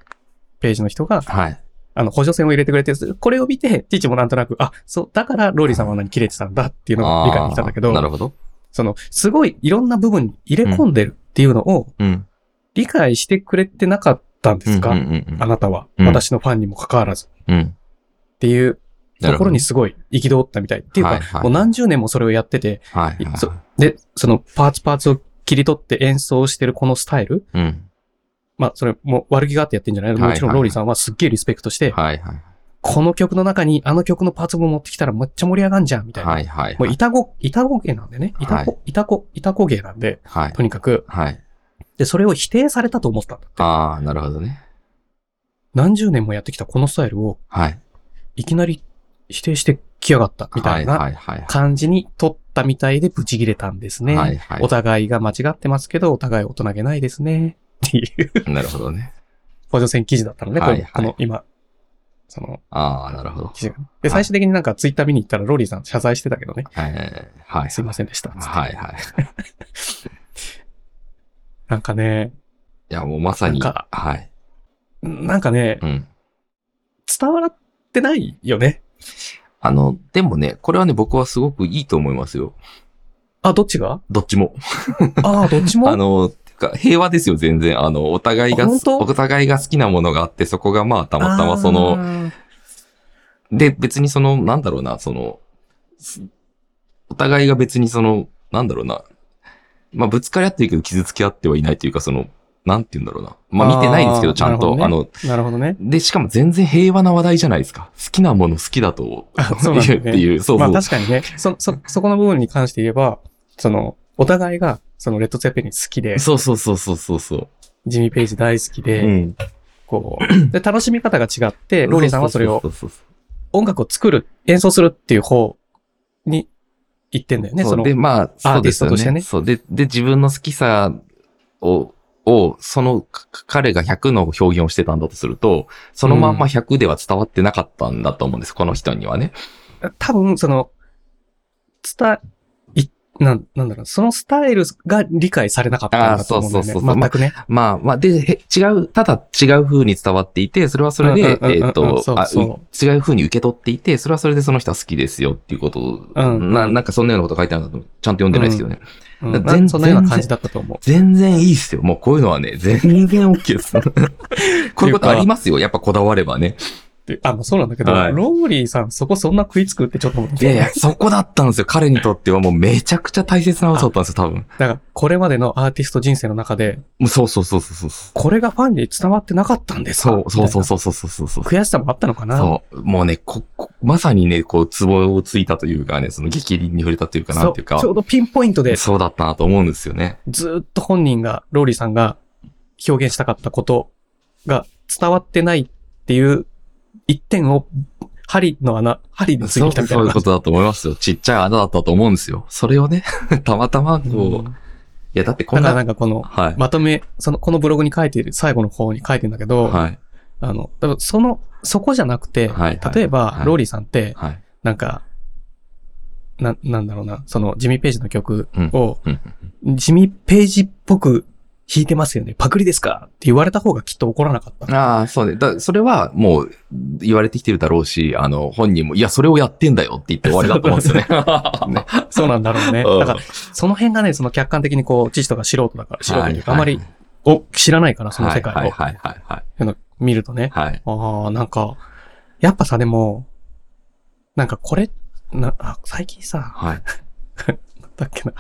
ページの人が、はい。あの、補助線を入れてくれて、これを見て、父もなんとなく、あ、そう、だからローリーさんはあんなに切れてたんだっていうのが理解できたんだけあどー、なるほど。その、すごいいろんな部分に入れ込んでるっていうのをうん。理解してくれてなかったんですか、うんうんうんあなたは、うん私のファンにも関わらずうん。うん。っていうなとこるほろどに。すごい憤ったみたい。っていうか、はいはいもう何十年もそれをやってて、はいはいはい。そで、そのパーツパーツを切り取って演奏してるこのスタイル、うん。まあ、それも悪気があってやってんじゃないのもちろんはいはいはいローリーさんはすっげえリスペクトして、はいはい。この曲の中にあの曲のパーツも持ってきたらめっちゃ盛り上がんじゃん、みたいな。はいはいもうはい。イタゴ、イタゴ芸なんでね。イタはコ、イタコ、イタコ芸なんで、はい。とにかく。はい。で、それを否定されたと思ったんだって。ああ、なるほどね。何十年もやってきたこのスタイルをはい。いきなり否定してきやがったみたいはないはいは感じに取ったみたいでブチギレたんですい。ね。はいはお互いが間違ってますけど、お互い大人げないですね。っていうい。なるほどね。補助線記事だったのね、このはいはいこの今。そのああ、なるほど。記事が。で、最終的になんかツイッター見に行ったらローリーさん謝罪してたけどね。えーはい。すいませんでした。はいはい。なんかね、いや、もうまさに。なんかはい。なんかねう、ん。伝わってないよね。あの、でもね、これはね、僕はすごくいいと思いますよ。あ、どっち [laughs] がどっちも。ああ、どっちもあの、てか平和ですよ、全然。あの、お互いが本、当お互いが好きなものがあって、そこがまあ、たまたまその、の、で、別にその、なんだろうな、その、すお互いが別にその、なんだろうな、まあ、ぶつかり合ってるけど傷つき合ってはいないというか、その、なんて言うんだろうな。まあ、見てないんですけあーど、ちゃんと、なあるの、なるほどね。で、しかも全然平和な話題じゃないですか。好きなもの好きだとあそうなんだ [laughs] 言ねうっていう、そうまそあう。確かにね、そ、そ、そこの部分に関して言えば、その、お互いが、その、レッド・ゼッペリン好きで、そうそうそうそうそうそう。ジミー・ペイジ大好きで、ん。こう、で、楽しみ方が違って、ローリーさんはそれを、うそうそうそう音楽を作る、演奏するっていう方に行ってんだよね、そうその、で、まあ、アそーうティでスすトよとしてねね。そう。で、で、自分の好きさを、を、その、か彼が100の表現をしてたんだとすると、そのまんま100では伝わってなかったんだと思うんです、この人にはね。多分、その、伝え、いなん、なんだろう、そのスタイルが理解されなかったんだと思うんだよね。あーそうそうそうそう全くね。まあまあ、で、へ違う、ただ違う風に伝わっていて、それはそれで、うんうんうんうんえっとそうあそう違う風に受け取っていて、それはそれでその人は好きですよっていうことを、うんななんかそんなようなこと書いてあるんだと思う、ちゃんと読んでないですけどね。うん全然そんなような感じだったと思う。全然いいっすよ。もうこういうのはね、全然 [laughs] OK です。こういうことありますよ。やっぱこだわればね。ってあ、まあそうなんだけど、はいローリーさんそこそんな食いつくってちょっと思っいて。やいや、そこだったんですよ。彼にとってはもうめちゃくちゃ大切なことだったんですよ、多分。だから、これまでのアーティスト人生の中で、もうそうそうそうそうそう。これがファンに伝わってなかったんですかそうそうそうみそうそうそうそう。たいな悔しさもあったのかなそう。もうね、こ、こまさにね、こう、ツボをついたというかね、その激鱗に触れたというかなそんていうかち、ょうどピンポイントで、そうだったなと思うんですよね。ずーっと本人が、ローリーさんが表現したかったことが伝わってないっていう一点を、針の穴、針についそてうきたみたいそうないうことだと思いますよ。ちっちゃい穴だったと思うんですよ。それをね、 [laughs] たまたまこう、うんいや、だってこだんからなな、んかこの、はい。まとめ、その、このブログに書いている、最後の方に書いてるんだけど、はい。あの、だからその、そこじゃなくて、はいはい例えば、はいローリーさんって、はい。なんか、な、なんだろうな、その、ジミー・ページの曲を、うん。ジミー・ページっぽく弾いてますよね。パクリですかって言われた方がきっと怒らなかった。ああ、そうね。だ、それはもう言われてきてるだろうし、あの、本人も、いや、それをやってんだよって言って終わりだと思うんですよね。 [laughs] ねそうなんだろうね。うんだから、その辺がね、その客観的にこう、父とか素人だから、素人というか、あはいまり、お、知らないから、その世界を、はいはいはいはいあの見るとね。はい。はい。ああ、なんか、やっぱさ、でも、なんかこれ、な、あ、最近さ、はい。なんだっけな。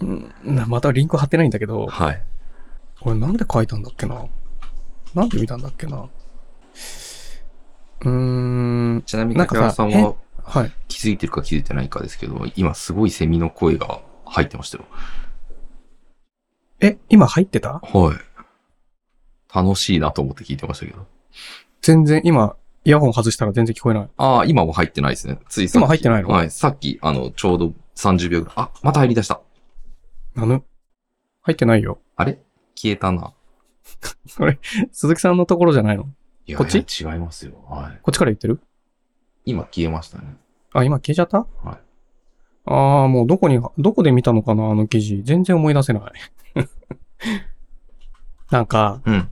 うんな、またリンク貼ってないんだけど、はい。これなんで書いたんだっけななんで見たんだっけなうーん、ちなみに、なんか竹さ原さん変ははい。気づいてるか気づいてないかですけど、今すごいセミの声が入ってましたよ。え、今入ってたはい。楽しいなと思って聞いてましたけど。全然、今、イヤホン外したら全然聞こえない。ああ、今は入ってないですね。ついさっき。今入ってないのはい。さっき、あの、ちょうど30秒ぐらい。あ、また入り出した。なぬ入ってないよ。 [laughs] あれ消えたな。鈴木さんのところじゃないのいやこっちいや違いますよ。はい。こっちから言ってる今消えましたね。あ、今消えちゃったはい。ああ、もうどこに、どこで見たのかな、あの記事。全然思い出せない。 [laughs] なんか、うん。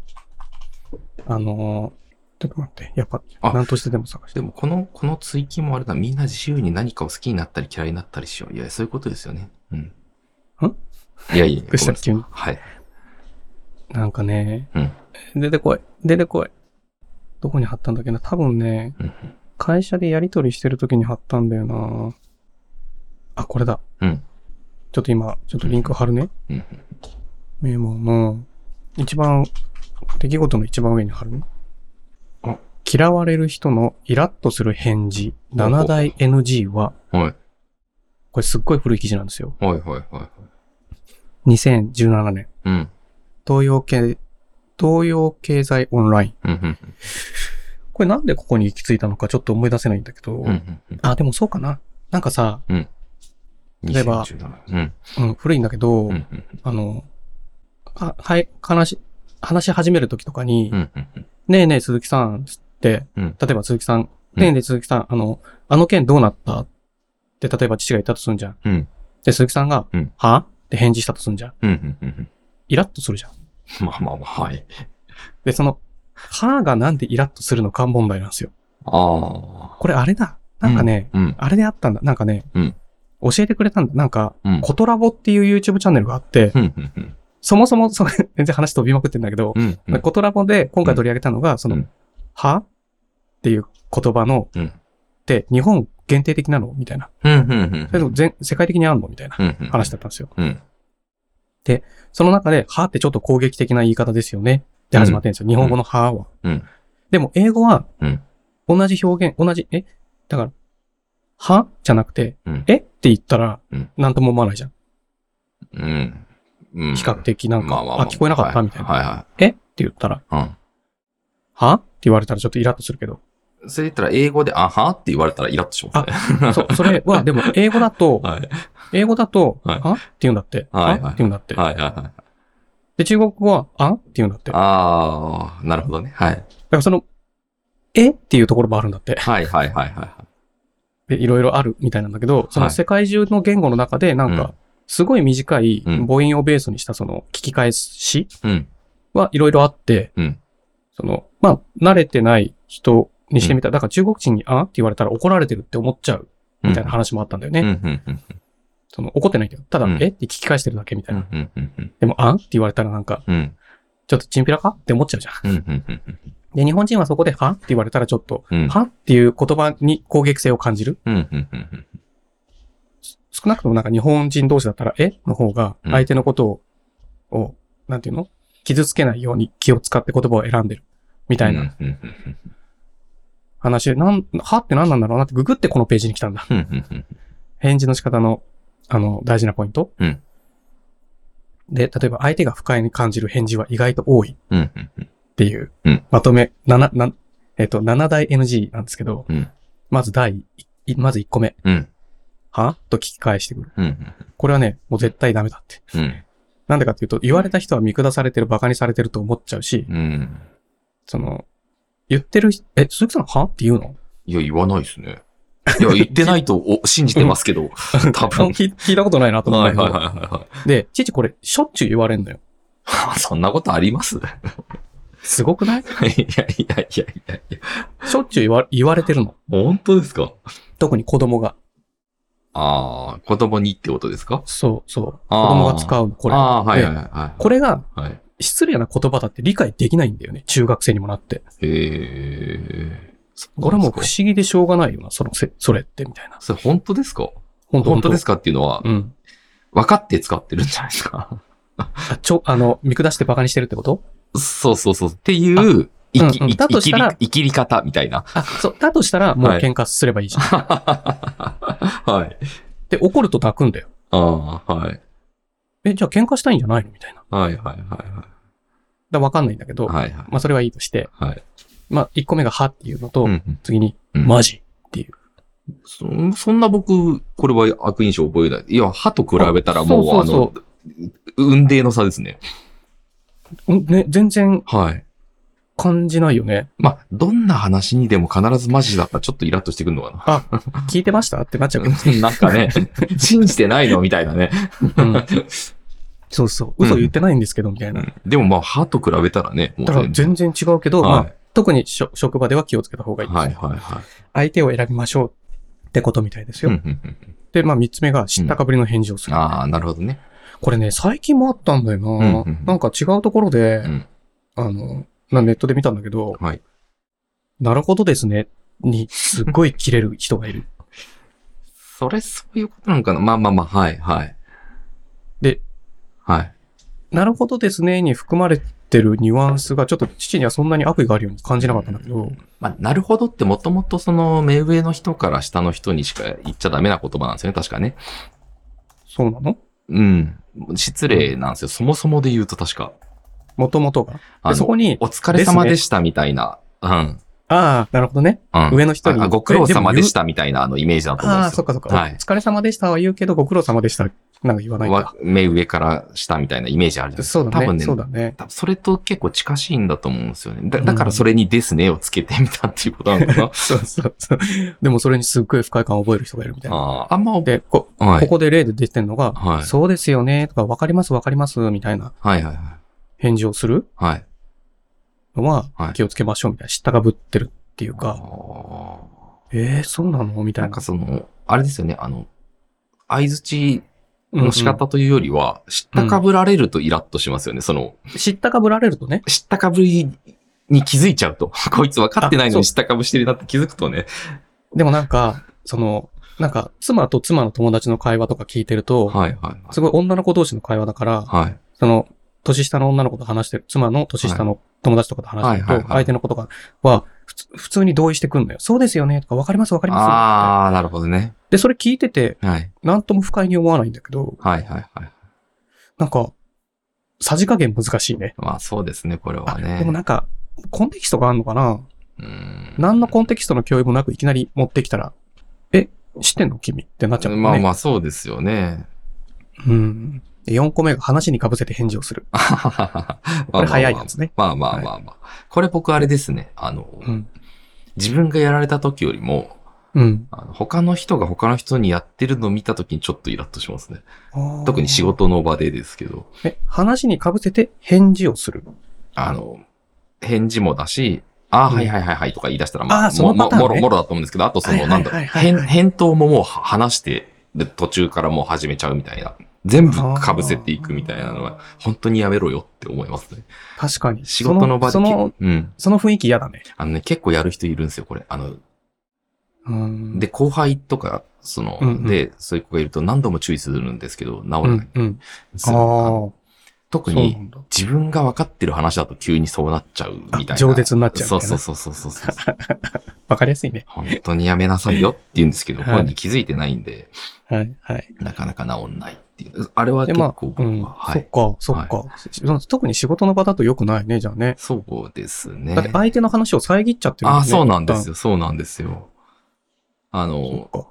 あのーちょっと待って。やっぱ、あ何としてでも探して。でも、この、この追記もあれだ。みんな自由に何かを好きになったり嫌いになったりしよう。いや、そういうことですよね。うん。んい [laughs] やいやいや。どうしたごめんなさい急にはい。なんかね、うん出てこい。出てこい。どこに貼ったんだっけな。多分ね、うん会社でやり取りしてる時に貼ったんだよな。あ、これだ。うんちょっと今、ちょっとリンク貼るね。うんメモの、一番、出来事の一番上に貼るねあ。嫌われる人のイラッとする返事、7大 NG は、うん。はい。これすっごい古い記事なんですよ。はいはいはいはい。 2017年。うん。東洋経、東洋経済オンライン。うんうんこれなんでここに行き着いたのかちょっと思い出せないんだけど。うん。うんうんあ、でもそうかな。なんかさ、うん。例えば2017うん。うん、古いんだけど、うんうんうん。あの、は、はい、話し、話し始める時とかに、うんうんうん。ねえねえ鈴木さん、つって、うん例えば鈴木さん、うんねえねえ鈴木さん、あの、あの件どうなったって、例えば父が言ったとすんじゃん。うんで、鈴木さんが、うんはって返事したとすんじゃん。うんうんうんイラッとするじゃん。うん。まあまあまあ、はい。で、その、はがなんでイラッとするのか問題なんですよ。ああ。これあれだ。なんかね、うん。あれであったんだ。なんかね、うん教えてくれたんだ。なんか、うん。コトラボっていう YouTube チャンネルがあって、うんうんうん。そもそも、そう [laughs] 全然話飛びまくってんだけど、うんうん。コトラボで今回取り上げたのが、その、うんはっていう言葉の、うんで、日本限定的なのみたいな。うんうんうん。それとも全、世界的にあんのみたいなうんうん。話だったんですよ。うん。その中で、はってちょっと攻撃的な言い方ですよね。って始まってるんですよ。日本語のはは。うんでも、英語はうん、同じ表現、同じ、えだから、はじゃなくて、うんえって言ったらうん、なんとも思わないじゃん。うん。うん。比較的なんか、まあまあまあ、聞こえなかったみたいな。はいはえって言ったら、いはい。はって言われたらちょっとイラッとするけ [laughs] ど。うん。それ言ったら、英語で、あはって言われたらイラッとしますね。そう、それは、でも、英語だと、はい。英語だと、はいあって言うんだって。はいはいあって言うんだって。はいはいはい。で、中国語は、あって言うんだって。だかああ、なるほどね。はい。らその、えっていうところもあるんだって。はいはいはいはで、いろいろあるみたいなんだけど、そのはい世界中の言語の中で、なんうんか、すごい短いうん母音をベースにしたその聞き返しい。うん。はいろいろあって、うんその、まあ、慣れてない人にしてみたら、だから中国人にあって言われたら怒られてるって思っちゃうみたいな話もあったんだよね。うんうんうんその怒ってないけど、ただ、うんえって聞き返してるだけみたういんな。うんうんうんでも、あって言われたらなんか、うんちょっとチンピラかって思っちゃうじゃん。うんうんうんで、日本人はそこで、はって言われたらちょっと、うんはっていう言葉に攻撃性を感じる。うんうんうんうん少なくともなんか日本人同士だったら、えの方が、うん相手のことを、をなんていうの傷つけないように気を使って言葉を選んでる。みたいなうんうん話で、なん、はって何なんだろうなってググってこのページに来たんだ。うんうんうん返事の仕方の、あの、大事なポイント。うんで、例えば相手が不快に感じる返事は意外と多いっうんうんうんていううん、まとめ、7、な、えっと、7大 NG なんですけど、うんまず第一、まず1個目。うんはと聞き返してくる。うんこれはね、もう絶対ダメだって。うんなんでかっていうと、言われた人は見下されてる、馬鹿にされてると思っちゃうし、うんその、言ってる人、え、鈴木さんはって言うのいや、言わないですね。いや、言ってないとお信じてますけど、多分。 [laughs] 聞聞いたことないなと思っはたいけはいはいど。はで、父これ、しょっちゅう言われんのよ。いはい。そんなことありますいすごくないやいやいやいやいや。しょっちゅう言わ言われてるの。本当ですか特に子供が。ああ、子供にってことですかそうそう。子あー供が使うの、これ。ああー、はいはいではい。これがはい。失礼な言葉だって理解できないんだよね。中学生にもなって。ええー。これはもう不そうですか思議でしょうがないよな、そのせ、それって、みたいな。それ本当ですか本本当ですかかっていうのは、うん。分かって使ってるんじゃないですか。あ、ちょ、あの、見下して馬鹿にしてるってことそうそうそう。っていう、いき、うんうんだとしたら生きり生きり方みたいな。あ、そう。だとしたら、もうはい喧嘩すればいいじゃん。はい。で、怒ると泣くんだよ。ああ、はい。え、じゃあ喧嘩したいんじゃないのみたいな。だかはいはいはらわかんないんだけど、いはい。はいはい。まあそれはいいとして、はい。まあ1個目がはっていうのと、うんうん次に、うんマジ。そそんな僕、これは悪印象覚えない。いや、歯と比べたらもう、そうそうあの、運泥の差ですね。うん、ね、全然はい。感じないよね。まあ、どんな話にでも必ずマジだったらちょっとイラッとしてくるのかな。 [laughs] 聞いてましたってなっちゃうけなんかね、信じてないのみたいなね。ど。うんそうそう。嘘言ってないんですけど、みたいな。でもまあ、歯と比べたらね、もうだから全然違うけど、はいまあ、特にしょ職場では気をつけた方がいいです、はいはいはい。相手を選びましょうってことみたいですうよ。んうんうんで、まあ三つ目が知ったかぶりの返事をする。ああ、なるほどね。これね、最近もあったんだよな、んうんうんなんか違うところで、うんあの、なネットで見たんだけど、はいなるほどですね。に、すっごい切れる人がいる。 [laughs] それ、そういうことなのかなまあまあまあ、はいはい。で、はい。なるほどですね。に含まれてるニュアンスが、ちょっと父にはそんなに悪意があるように感じなかったんだけど、まあ、なるほどってもともとその目上の人から下の人にしか言っちゃダメな言葉なんですよね、確かね。そうなのうん。失礼なんですよ。そもそもで言うと確か。もともとが。あで、のそこに、お疲れ様でしたみたいな。ああ、なるほどね。うん。うん。上の人にあご苦労様でしたみたいなあのイメージだと思うんああ、ですそよ。っかそっか。はいお疲れ様でしたは言うけど、ご苦労様でした。なんか言わないかわ目上から下みたいなイメージあるじゃないですか。そうだ多分ね。ね、そうだね。。多分それと結構近しいんだと思うんですよね。だだからそれにですねをつけてみたっていうことなのかな [laughs] そうそうそう。でもそれにすっごい不快感を覚える人がいるみたいな。ああ、あんま、はい。で、こ、はこいこで例で出てるのが、はいそうですよね、とか、わかりますわかります、みたいなはいはい。返事をするはい。のははい、気をつけましょう、みたいな。知ったかぶってるっていうあか、ーえー、そうなのみたないんなか。その、あれですよね、あの、相槌うんうんの仕方というよりは、知ったかぶられるとイラッとしますよね。その、知ったかぶられるとね。知ったかぶりに気づいちゃうと。 [laughs] こいつ分かってないのあに知ったかぶしてるなって気づくとね。でもなんか、その、なんか、妻と妻の友達の会話とか聞いてると、はいはい。すごい女の子同士の会話だから、はい。その、年下の女の子と話してる、妻の年下の友達とかと話してはいるはいと、はいはい相手の子とかは、普通普通に同意してくんのよ。そうですよねとか、わかりますわかりますああ、なるほどね。で、それ聞いてて、はい。なんとも不快に思わないんだけど、はいはいはい。なんか、さじ加減難しいね。まあそうですね、これはあ、ね。でもなんか、コンテキストがあるのかなうん何のコンテキストの共有もなくいきなり持ってきたら、え、知ってんの君ってなっちゃうもんね。まあまあそうですよね。うん。で、4個目が話に被せて返事をする。これ早いやつね。まあまあまあまあまあ。これ僕あれですね。あの、うん。自分がやられた時よりも、うん。あの他の人が他の人にやってるのを見た時にちょっとイラッとしますね。特に仕。事の場でですけど、え、話に被せて返事をする。あの、返事もだし、ああ、うんはいはいはいはいとか言い出したら、まああ、ーそのもパもターンねもろもろだと思うんですけど、あとそはいの、はないんだはろう、いはいはい返返答ももうは話してる途中からもう始めちゃうみたいな。全部被せていくみたいなのは、本当にやめろよって思いますね。確かに。仕事の場で。その、そのうん。その雰囲気嫌だね。あのね、結構やる人いるんですよ、これ。あの、うん。で、後輩とか、その、うんうんで、そういう子がいると何度も注意するんですけど、治らうない。ん、うん。すああ、るそ特うなに、んだ。自分が分かってる話だと急にそうなっちゃうみたいな。あ饒舌になっちゃうみたそいうなそうそうそうそうそう。わかりやすいね。本当にやめなさいよって言うんですけど、はい本人気づいてないんで、はい、はい。なかなか治んないっていう。あれはで、結まあ構、僕うは、ん。はそい。っか、そっか、その特に仕事の場だと良くないね、じゃあね。そうですね。だって相手の話を遮っちゃってるもあね。あ、そうなんですよ。よ。そうなんですよ。あそっの、か。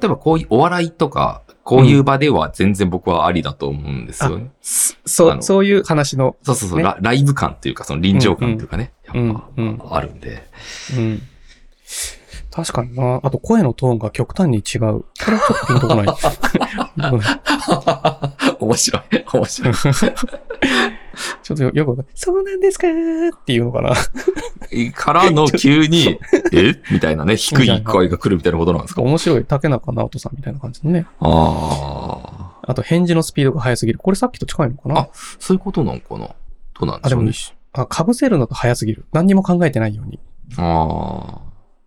例えばこういうお笑いとか、こういう場では全然僕はありだと思うんですよね。そあう、のそういう話の。そうそうそう、ねラ、ライブ感というか、その臨場感というかね。やっぱ、うんうんあるんで。 [laughs] うん。確かにな。あと声のトーンが極端に違う。これはちょっとピンとこない。 [laughs] うん面 [laughs] 白い、面白い。ちょっとよよくわかんないそうなんですかーっていうのかな。からの急に、えみたいなね、低い声が来るみたいなことなんですか面白い竹中直人さんみたいな感じのね。ああ。あと返事のスピードが速すぎる。これさっきと近いのかなそういうことなんかなどうなんでしょうね。あ、かぶせるのと速すぎる。何にも考えてないように。あ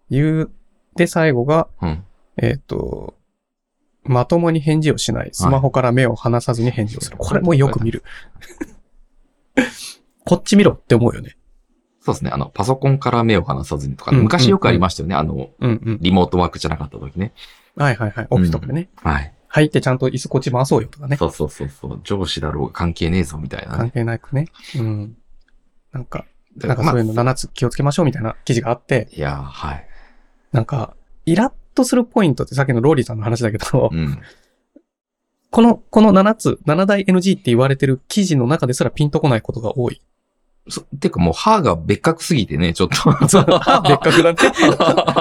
言う。で、最後が、あ。うん。えっ、と、まともに返事をしない。スマホから目を離さずに返事をする。はいこれもよく見る。 [laughs] こっち見ろって思うよね。そうですね。あの、パソコンから目を離さずにとか、うん昔よくありましたよね。あの、うんうん。リモートワークじゃなかった時ね。はいはいはい。オフィスとかでね。はい。入ってちゃんと椅子こっち回そうよとかね。そうそうそうそう。上司だろうが関係ねえぞ、みたいな関ね。係なくね。うん。なんか、なんかまそあういうの7つ気をつけましょうみたいな記事があって、いやー、はい。なんか、イラッとするポイントってさっきのローリーさんの話だけど、うん。この、この7つ、7大 NG って言われてる記事の中ですらピンとこないことが多 [laughs] い。そてかもう歯が別格すぎてね、ちょっと。 [laughs] 歯別格だね。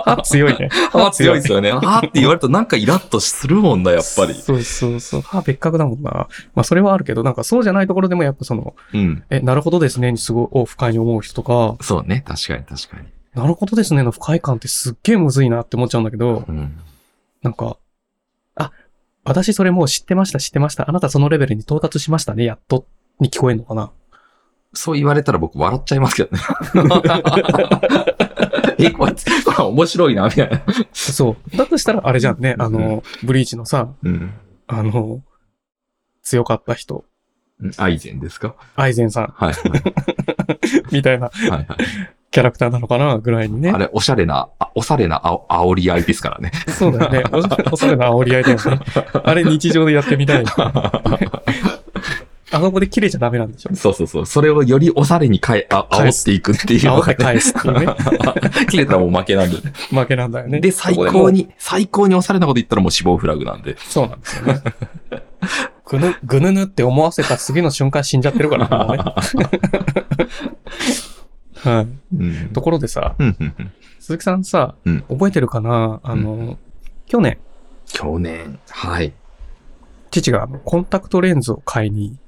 歯強いね。歯強いですよね。歯って言われるとなんかイラッとするもんだ、やっぱり。そうそうそう。歯別格だもんな。まあそれはあるけど、なんかそうじゃないところでもやっぱその、うん。え、なるほどですねにすごい、お、不快に思う人とか、そうね。確かに確かに。なるほどですねの不快感ってすっげえむずいなって思っちゃうんだけど、うん。なんか、あ、私それもう知ってました、知ってました。あなたそのレベルに到達しましたね、やっと。に聞こえんのかな。そう言われたら僕笑っちゃいますけどね。 [laughs] え、こいつ、これ面白いな、みたいな。そう。だとしたら、あれじゃんね、あの、ブリーチのさ、うん。あの、強かった人、アイゼンですかアイゼンさん、はいはい。みたいなはいはキャラクターなのかな、ぐらいにい、ね [laughs] あ。れ、おしゃれな、あおしゃれなあお煽り合いですからね。そうだよね。おしゃれおしゃれな煽り合いだよね。あれ日常でやってみた [laughs] い。あそこで切れちゃダメなんでしょ [laughs] そうそうそう。それをよりおしゃれにかえ、あ煽っていくっていうの煽っがてね。返すっていう [laughs] ね。切れたらもう負けなんで。負けなんだよね。で、最高に。に、最高におしゃれなこと言ったらもう死亡フラグなんで。そうなんですよね。ぐぬ、ぐぬぬって思わせた次の瞬間死んじゃってるから [laughs] もうね。はい。うんところでさ、うんうんうん鈴木さんさ、うん覚えてるかなあの、うん去年、去年。はい。父があのコンタクトレンズを買いに、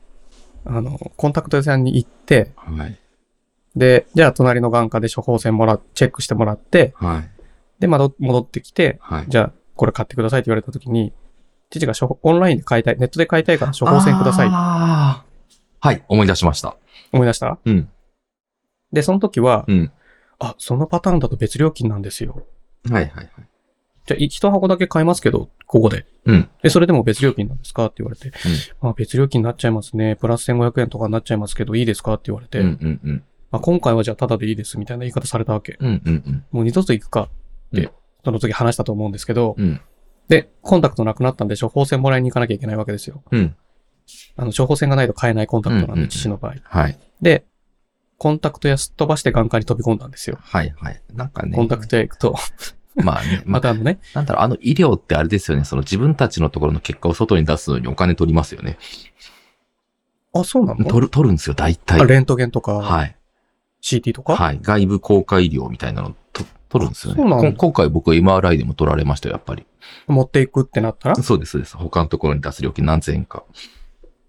あの、コンタクト屋さんに行って、はい。で、じゃあ隣の眼科で処方箋もら、チェックしてもらって、はい。で、まど戻ってきて、はい。じゃあ、これ買ってくださいって言われたときに、父が処方オンラインで買いたい、ネットで買いたいから処方箋ください。あーはい、思い出しました。思い出したうん。で、その時は、うん。あ、そのパターンだと別料金なんですよ。はいはいはい。じゃあ、い一箱だけ買いますけど、ここで。うん。え、それでも別料金なんですかって言われて、まあ別料金になっちゃいますね。プラス1500円とかになっちゃいますけど、いいですかって言われて、うんうんうん。まあ、今回はじゃあタダでいいですみたいな言い方されたわけ。うんうんもう二度と行くかって、うんその時話したと思うんですけど、うん。で、コンタクトなくなったんで処方箋もらいに行かなきゃいけないわけですよ。うん。あの、処方箋がないと買えないコンタクトうなんうんんで、うん父の場合。はい。で、コンタクト屋すっ飛ばして眼科に飛び込んだんですよ。はいはい。なんかね。コンタクト屋行くと、まあね。ままた、たあのね、なんだろう、あの医療ってあれですよね。その自分たちのところの結果を外に出すのにお金取りますよね。あ、そうなの取る、取るんですよ、大体あ。レントゲンとか、はい。 CT とか。はい。外部公開医療みたいなのと取るんですよね。そうなんだこ今回僕 MRI でも取られましたよ、やっぱり。持っていくってなったら、そうです、そうです。他のところに出す料金何千円か。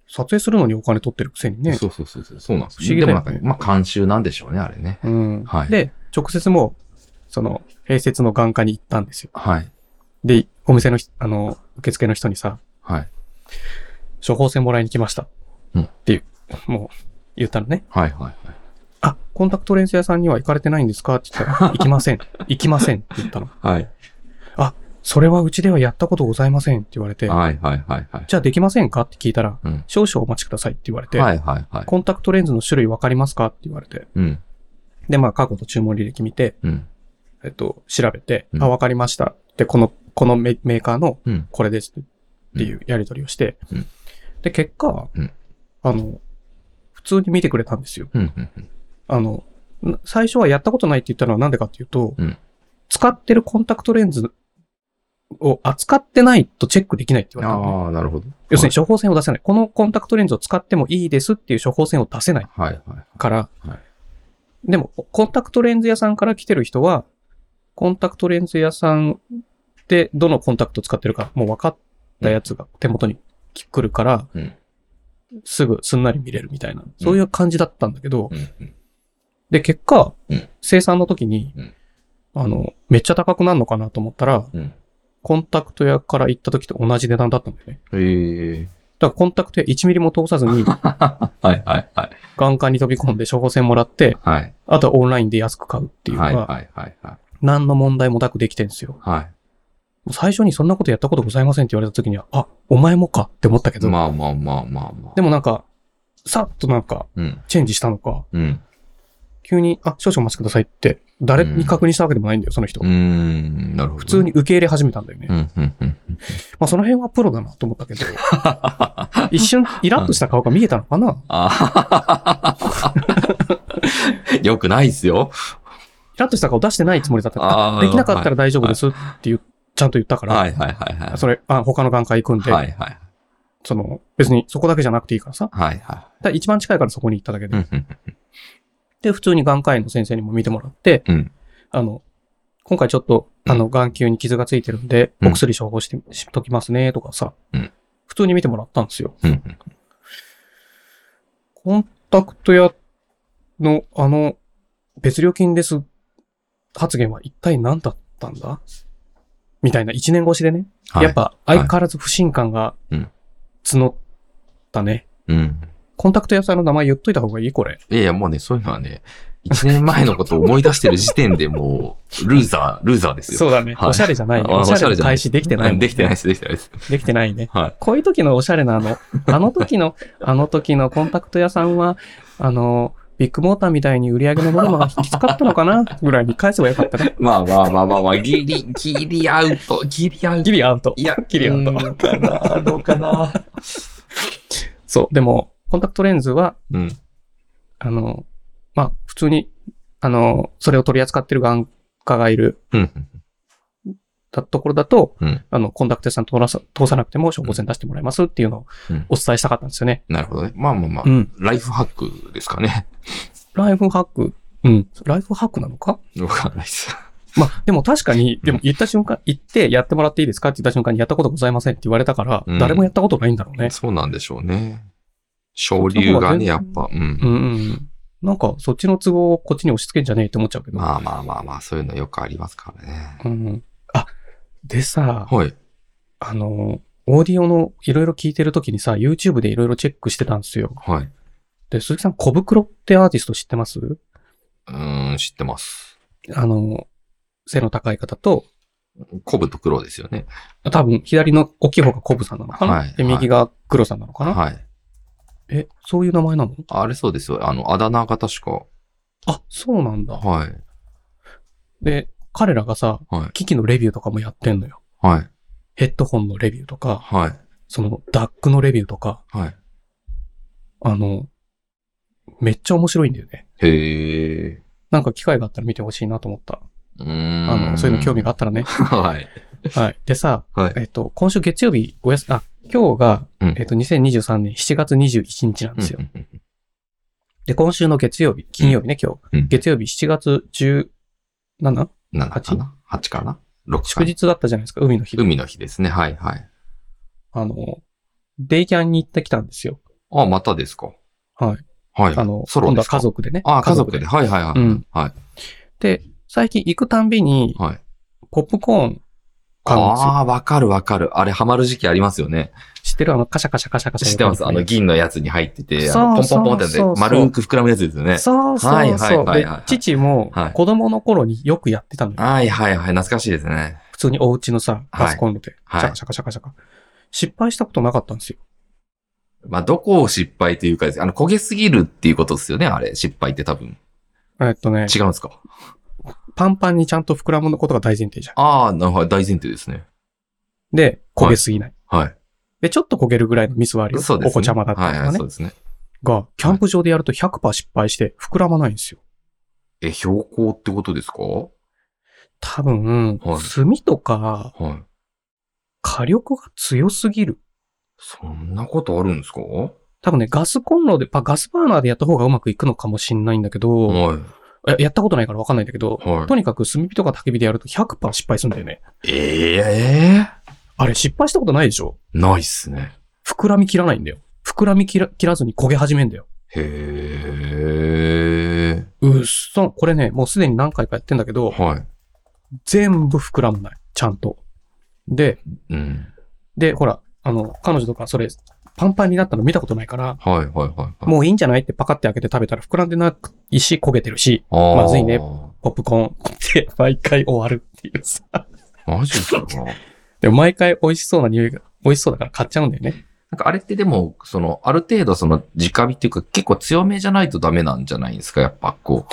撮影するのにお金取ってるくせにね。そうそうそうそう。そうなんです不思よ。議だでもよなねんか、まあ、監修なんでしょうね、あれね。うん。はいで、直接もう、その、併設の眼科に行ったんですよ。はい。で、お店のひ、あの、受付の人にさ、はい。処方箋もらいに来ました。うんっていう、もう、言ったのね。はい、はい、あ、コンタクトレンズ屋さんには行かれてないんですかって言った [laughs] ら、行きません。行きませんって言ったの。はい。はい、それはうちではやったことございませんって言われて、はい、はい、はい。はいじゃあできませんかって聞いたら、うん。少々お待ちくださいって言われて、はい、はい、はい。コンタクトレンズの種類わかりますかって言われて、うん、で、まあ過去と注文履歴見て、うん、えっと、調べて、うんあ、わかりました。で、この、このメメーカーのうん。これですっていうやり取りをして、うんで、結果、うんあの、普通に見てくれたんですよ。うん、うん、うん。あの、な最初はやったことないって言ったのはなんでかっていうと、うん使ってるコンタクトレンズを扱ってないとチェックできないって言われたのね、ああ、なるほど。要するに処方箋を出せない。このコンタクトレンズを使ってもいいですっていう処方箋を出せないはい、はい、はい。から、はいでも、コンタクトレンズ屋さんから来てる人は、コンタクトレンズ屋さんでどのコンタクト使ってるかもう分かったやつが手元に来るから、うんすぐすんなり見れるみたいな、そういう感じだったんだけど、うんうん。で、結果、うん生産の時に、うんあの、めっちゃ高くなるのかなと思ったら、うん。コンタクト屋から行った時と同じ値段だったんだよね。へえ。だからコンタクト屋1ミリも通さずに、 [laughs] はいはいはい。眼科に飛び込んで処方箋もらって、はい。あとはオンラインで安く買うっていうのはいが、はいはいはい。何の問題もなくできてんすよ。は最初にそんなことやったことございませんって言われた時には、あ、お前もかって思ったけい。ど、まあまあまあまあまあ。でもなんか、さっとなんかうん。チェンジしたのか、うん。急に、あ、少々お待ちくださいって、誰に確認したわけでもないんだよ、その人うー。ん。なるほど。普通に。受け入れ始めたんだよねう。んうんうん。まあその辺はプロだなと思ったけ [laughs] ど、一瞬イラッとした顔が見えたのかなあははは [laughs] よくないっすよ。イラッとした顔出してないつもりだったからああーできなかったら大丈夫ですって言うちゃんと言ったから、はいはいはいはい。それ、あ、他の眼科行くんで、はいはい。その、別にそこだけじゃなくていいからさ。はいはだから一番近いからそこに行っただけい。で。うんうんで、普通に眼科医の先生にも見てもらって、うんあの、今回ちょっと、あの、眼球に傷がついてるんで、うんお薬処方して、しときますね、とかさ、うん普通に見てもらったんですよ。うんうん。コンタクト屋の、あの、別料金です発言は一体何だったんだみたいな、一年越しでね、はいやっ、ぱ相変わらず不信感がうん募ったね。うん。コンタクト屋さんの名前言っといた方がいいこれ。いやいや、もうね、そういうのはね、1年前のことを思い出してる時点でもう、ルーザ [laughs] ー、ルーザーですよ。うだねはいおしゃれじゃない。あおしゃれじのゃない開始できてないもん。できてないです、できてないです。できてないね。はい。こういう時のおしゃれなあ [laughs] の、あの時の、あの時のコンタクト屋さんは、あの、ビッグモーターみたいに売り上げのノルマがきつかったのかなぐらいに返せばよかったね。まあまあまあまあまあ、ギリ、ギリアウト、ギリアウト。ギリアウト。いや、ギリアウトうーんかな、どうかな。そう。でも、コンタクトレンズは、うん。あの、まあ、普通に、あの、それを取り扱ってる眼科がいる、うん。たところだと、うんあの、コンタクト屋さん通らさ通さなくても処方箋出してもらいますっていうのをうんお伝えしたかったんですよね。なるほどね。まあまあまあ、うん。ライフハックですかね。 [laughs] ライフハック。うん。ライフハックなのかわかんないです。まあ、でも確かに、でも言った瞬間、言ってやってもらっていいですかって言った瞬間にやったことございませんって言われたから、うん誰もやったことないんだろうね。そうなんでしょうね。昇流がね、そやっっちのぱ、ううんん。うん。なんか、そっちの都合をこっちに押し付けんじゃねえって思っちゃうけど。まあまあまあまあ、そういうのよくありますからね。うん。あ、でさ、はい。あの、オーディオのいろいろ聞いてるときにさ、YouTube でいろいろチェックしてたんですよ。はい。で、鈴木さん、小袋ってアーティスト知ってますうーん、知ってます。あの、背の高い方と、コブと黒ですよね。多分左の大きい方がコブさんなのかな、はいで、はい右が黒さんなのかな、はい。え、そういう名前なのあれそうですよ。あの、あだ名が確か。あ、そうなんだ。はい。で、彼らがさ、はい機器のレビューとかもやってんのよ。はい。ヘッドホンのレビューとか、はい。そのダックのレビューとか、はい。あの、めっちゃ面白いんだよね。へえ。なんか機会があったら見てほしいなと思った。うーん。あの、そういうの興味があったらね。が。はい。はい。でさ、はい。えっと、今週月曜日、おやす、あ、今日が、うんえっと、2023年7月21日なんですよ。うんうんうんで、今週の月曜日、金曜日ね、今日。うん月曜日7月 17? 7かな ?8 かな ?6 祝かな日だったじゃないですか、海の日で。海の日ですね。はいはい。あの、デイキャンに行ってきたんですよ。あ、またですか。はい。はい。あの、ソロ今度ではすか家族でね。あ、家族で。。はいはいはい。うんはい。で、最近行くたんびに、はい。ポップコーン買うんですよ。ああ、わかるわかる。あれ、ハマる時期ありますよね。知ってるあの、カシャカシャカシャカシャ。知ってます。あの、銀のやつに入ってて、あのポそうンポンポンってそうやそっうて、丸く膨らむやつですよね。そうそうそう。はいはいはいはいはいで父もはい、子供の頃によくやってたのよ。はいはいはい。懐かしいですね。普通にお家のさ、はいパソコンで、はいシャカシャカシャカシャカ。失敗したことなかったんですよ。まあ、どこを失敗というかです、あの、焦げすぎるっていうことですよね、あれ。失敗って多分。えっとね、違うんですかパンパンにちゃんと膨らむことが大前提じゃん。ああ、なるほど。大前提ですね。で、焦げすぎない。はい。で、ちょっと焦げるぐらいのミスはあるよ。そうですね。お子ちゃまだったはいとはかい、ねそう。ですね。が、キャンプ場でやると100%失敗して膨らまないんですよ。え、標高ってことですか多分、はい炭とかはい。火力が強すぎる。そんなことあるんですか多分ね、ガスコンロで、まあガスバーナーでやった方がうまくいくのかもしんないんだけど、はい。ややったことないからわかんないんだけど、はいとにかく炭火とか焚き火でやると100%失敗するんだよね。ええあれ失敗したことないでしょないっすね。膨らみ切らないんだよ。膨らみ切ら切らずに焦げ始めんだよ。へえ。うっそ、これね、もうすでに何回かやってんだけど、は全部膨らまない。ちゃんと。で、い。うん。で、ほら、あの、彼女とかそれ、パンパンになったの見たことないから、はいはいはい、はい。もういいんじゃないってパカって開けて食べたら膨らんでないし、焦げてるし、もまずいね。ポップコーン [laughs] って毎回終わるっていうさ。マジかな。でも毎回美味しそうな匂いが、美味しそうだから買っちゃうんだよね。なんかあれってでも、その、ある程度その、直火っていうか、結構強めじゃないとダメなんじゃないんですか、やっぱこ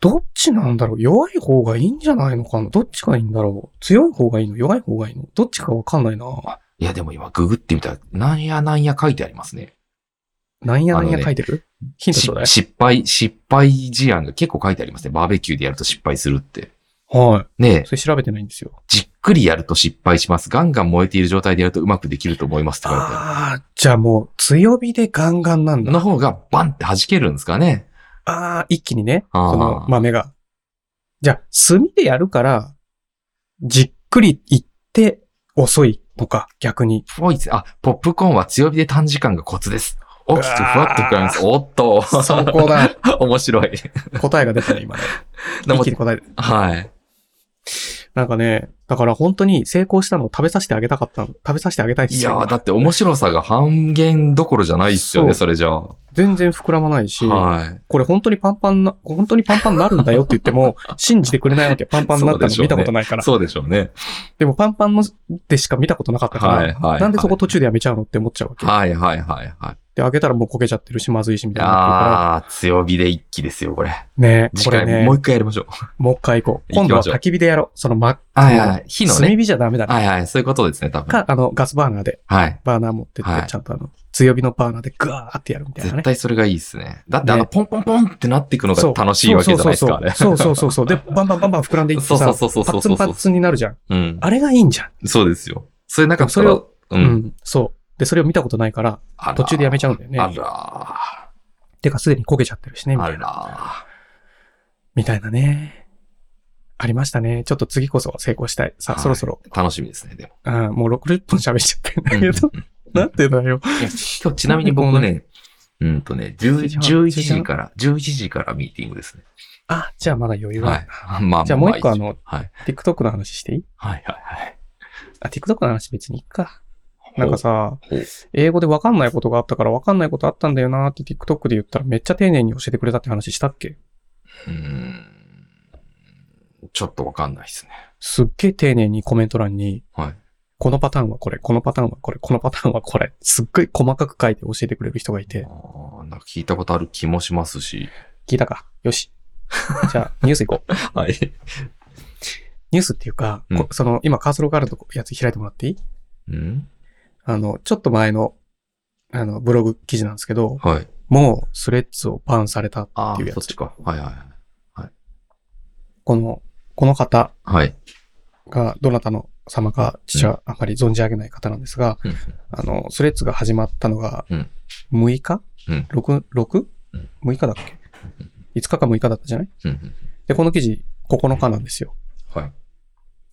どっちなんだろう弱い方がいいんじゃないのかなどっちがいいんだろう強い方がいいの弱い方がいいのどっちかわかんないなう。あ、いやでも今ググってみたら、なんやなんや書いてありますね。なんやなんあのやね書いてる、ヒントちょうだいし。失敗、失敗事案が結構書いてありますね。バーベキューでやると失敗するって。はねい。え、それ調べてないんですよ。じっくりやると失敗します。ガンガン燃えている状態でやるとうまくできると思いますって書いてあああ、じゃあもう強火でガンガンなんる。だ。の方がバンって弾けるんですかね。ああ、一気にね。あーその豆が。じゃあ、炭でやるから、じっくりいって遅いとか、逆 [laughs] に。ポイズンあ、ポップコーンは強火で短時間がコツです。大きくふわっと膨らみます。おっと。そこだ。 [laughs] 面白い。答えが出たね、 [laughs] 今ね。でも一気に答え。はい。なんかね、だから本当に成功したのを食べさせてあげたかったの。食べさせてあげたいんでいすやよ。ー、だって面白さが半減どころじゃないっすよね、そそれじゃあ。全然膨らまないし、はい。これ本当にパンパンな、本当にパンパンになるんだよって言って [laughs] も、信じてくれないわけ。パンパンになったの見たことないから。そうでしょうね。でもパンパンのでしか見たことなかったから、はい、はい。なんでそこ途中でやめちゃうのって思っちゃうわけ。はい、はい、はい、はい。で、開けたらもう焦げちゃってるし、まずいし、みたいになってあー、強火で一気ですよ、これ。るから。ね次これ回もねう、一回やりましょう。もう一回行こう。行今き度はましょう焚き火でやろう。その、ま、はい、はい。火のね。炭火じゃダメだな。はい、はい。そういうことですね、多分。か、あの、ガスバーナーで、はい。バーナー持ってっはいて、ちゃんとあの、強火のバーナーでガーってやるみたいなね絶。対それがいいですね。だってあの、ねポンポンポンってなっていくのがそう楽しいわけじゃないですか、あれ。そうそうそうそう。そうそうそうそうで、バンバンバンバン膨らんでいってそうさそう、そうそパうそッうツそンうパッツンになるじゃん。うん。あれがいいんじゃん。そうですよ。それなんか、それを、う。うんん。そう。で、それを見たことないから、あらー途中でやめちゃうんだよねあらてかすでに焦げちゃってるしね、ー。みたあいな。らみたいなね。ありましたね。ちょっと次こそは成功したい。さあ、はいそろそろ。ー。楽しみですね、でも。あーもう60分喋っちゃってんだうんけど。 [laughs] なんてだよ。いや今日ちなみに僕ね、うんとね、10 11時から、11時からミーティングですね。あ、じゃあまだ余裕はは。い。 [laughs] まあまあ、じゃあもう一個まあの、はい。 TikTok の話していいはいはいはい。あ、TikTok の話別にいいか。なんかさほう、英語でわかんないことがあったからわかんないことあったんだよなーって TikTok で言ったらめっちゃ丁寧に教えてくれたって話したっけうーん。ちょっとわかんないですね。すっげえ丁寧にコメント欄に、はい。このパターンはこれ、このパターンはこれ、このパターンはこれ、すっごい細かく書いて教えてくれる人がいてあ、ーなんか聞いたことある気もしますし。聞いたか。よ [laughs] し。じゃあ、ニュース行こう。はい。ニュースっていうか、うんこその、今カーソルがあるとこやつ開いてもらっていいうんあの、ちょっと前の、あの、ブログ記事なんですけど、はい。もうスレッズをバンされたっあていうあ、やそっつち。か。はいはい。この、この方、はい。が、どなたの様か、父はあまり存じ上げない方なんですが、うんあの、スレッズが始まったのがうん、 6日、うん ?6、6?6 うん日だっけ ?5 日か6日だったじゃないうんうんで、この記事、9日なんですよ。はい。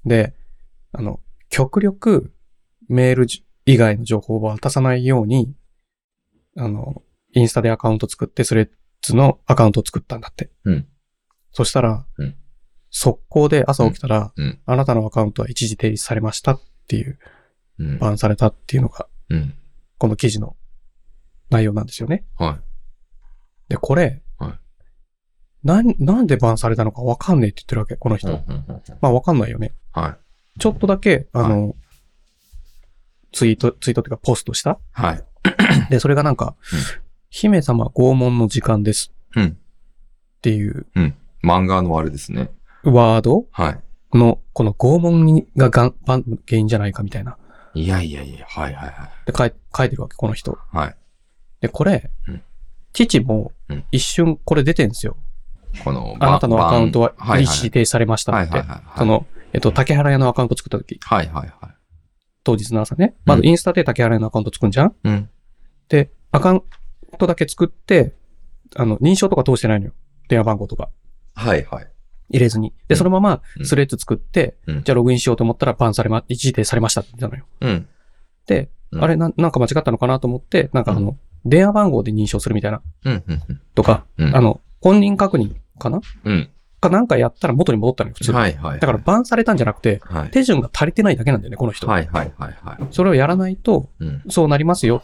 で、あの、極力、メールじ以外の情報を渡さないように、あの、インスタでアカウント作って、スレッズのアカウントを作ったんだって。うんそしたら、うん速攻で朝起きたら、うんうんあなたのアカウントは一時停止されましたっていう、うんバンされたっていうのが、うん。この記事の内容なんですよね。はで、これ、はいなん、なんでバンされたのかわかんねえって言ってるわけ、このい。人。うんうんうんまあわかんないよね。はい。ちょっとだけ、あの、ツイート、ツイートっていうかポストした。はい。で、それがなんか、姫様拷問の時間ですうん。っていう漫画のあれですね。ワードはい。のの、この拷問にががんばん原因じゃないかみたいな。いやいやいや、はいはいはい。で、書い書いてるわけ、この人。はい。で、これ、うん父もうん一瞬これ出てんですよ。この、あなたのアカウントはバンはい一時停止されましたはいっはいてはい。。はいそ、の、えっと、竹原屋のアカウント作った時、はいはいはい。当日の朝ね。まずインスタで竹原屋のアカウント作るじゃんうん。で、アカウントだけ作って、あの、認証とか通してないのよ。電話番号とか。はいはい。入れずに。うで、んそのままうんスレッド作って、うんじゃあログインしようと思ったらバンされま、一時停止されましたって言ったのよ。うん。で、うんあれなん、なんか間違ったのかなと思って、なんかあの、電話番号で認証するみたいな、うん。うんとか、うん。あの、本人確認かなうん。かなんかやったら元に戻ったのよ、普通。はいはい。だから、バンされたんじゃなくて、はい。手順が足りてないだけなんだよね、この人。はいはいはいはい。それをやらないと、うん。そうなりますよ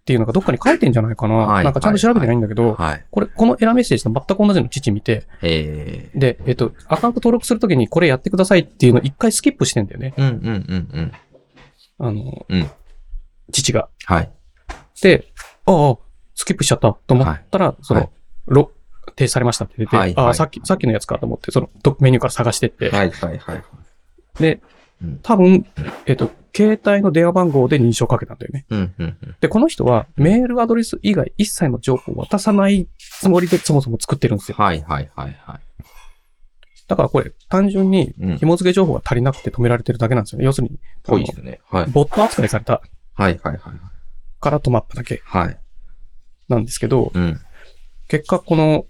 っていうのがどっかに書いてんじゃないかな。はいなんかちゃんと調べてないんだけど、はい。これ、このエラーメッセージと全く同じの父見て、ええ。で、えっと、アカウント登録するときにこれやってくださいっていうのを一回スキップしてんだよね。うんうんうんうん。あの、うん父が。はい。で、ああ、スキップしちゃったと思ったら、その、はいロ、停止されましたって出て、はいあはあ、いさっき、さっきのやつかと思って、その、どメニューから探してって、はいはいはい。でうん、多分、えっと、携帯の電話番号で認証かけたんだよね。うんうんうん。で、この人はメールアドレス以外一切の情報を渡さないつもりでそもそも作ってるんですよ。はいはいはいはだからこれ単純にい。うん。紐付け情報が足りなくて止められてるだけなんですよね。要するに、ぽいですね。はい。ボット扱いされたはいはいはい。から止まっただけはい。なんですけど、うん。結果この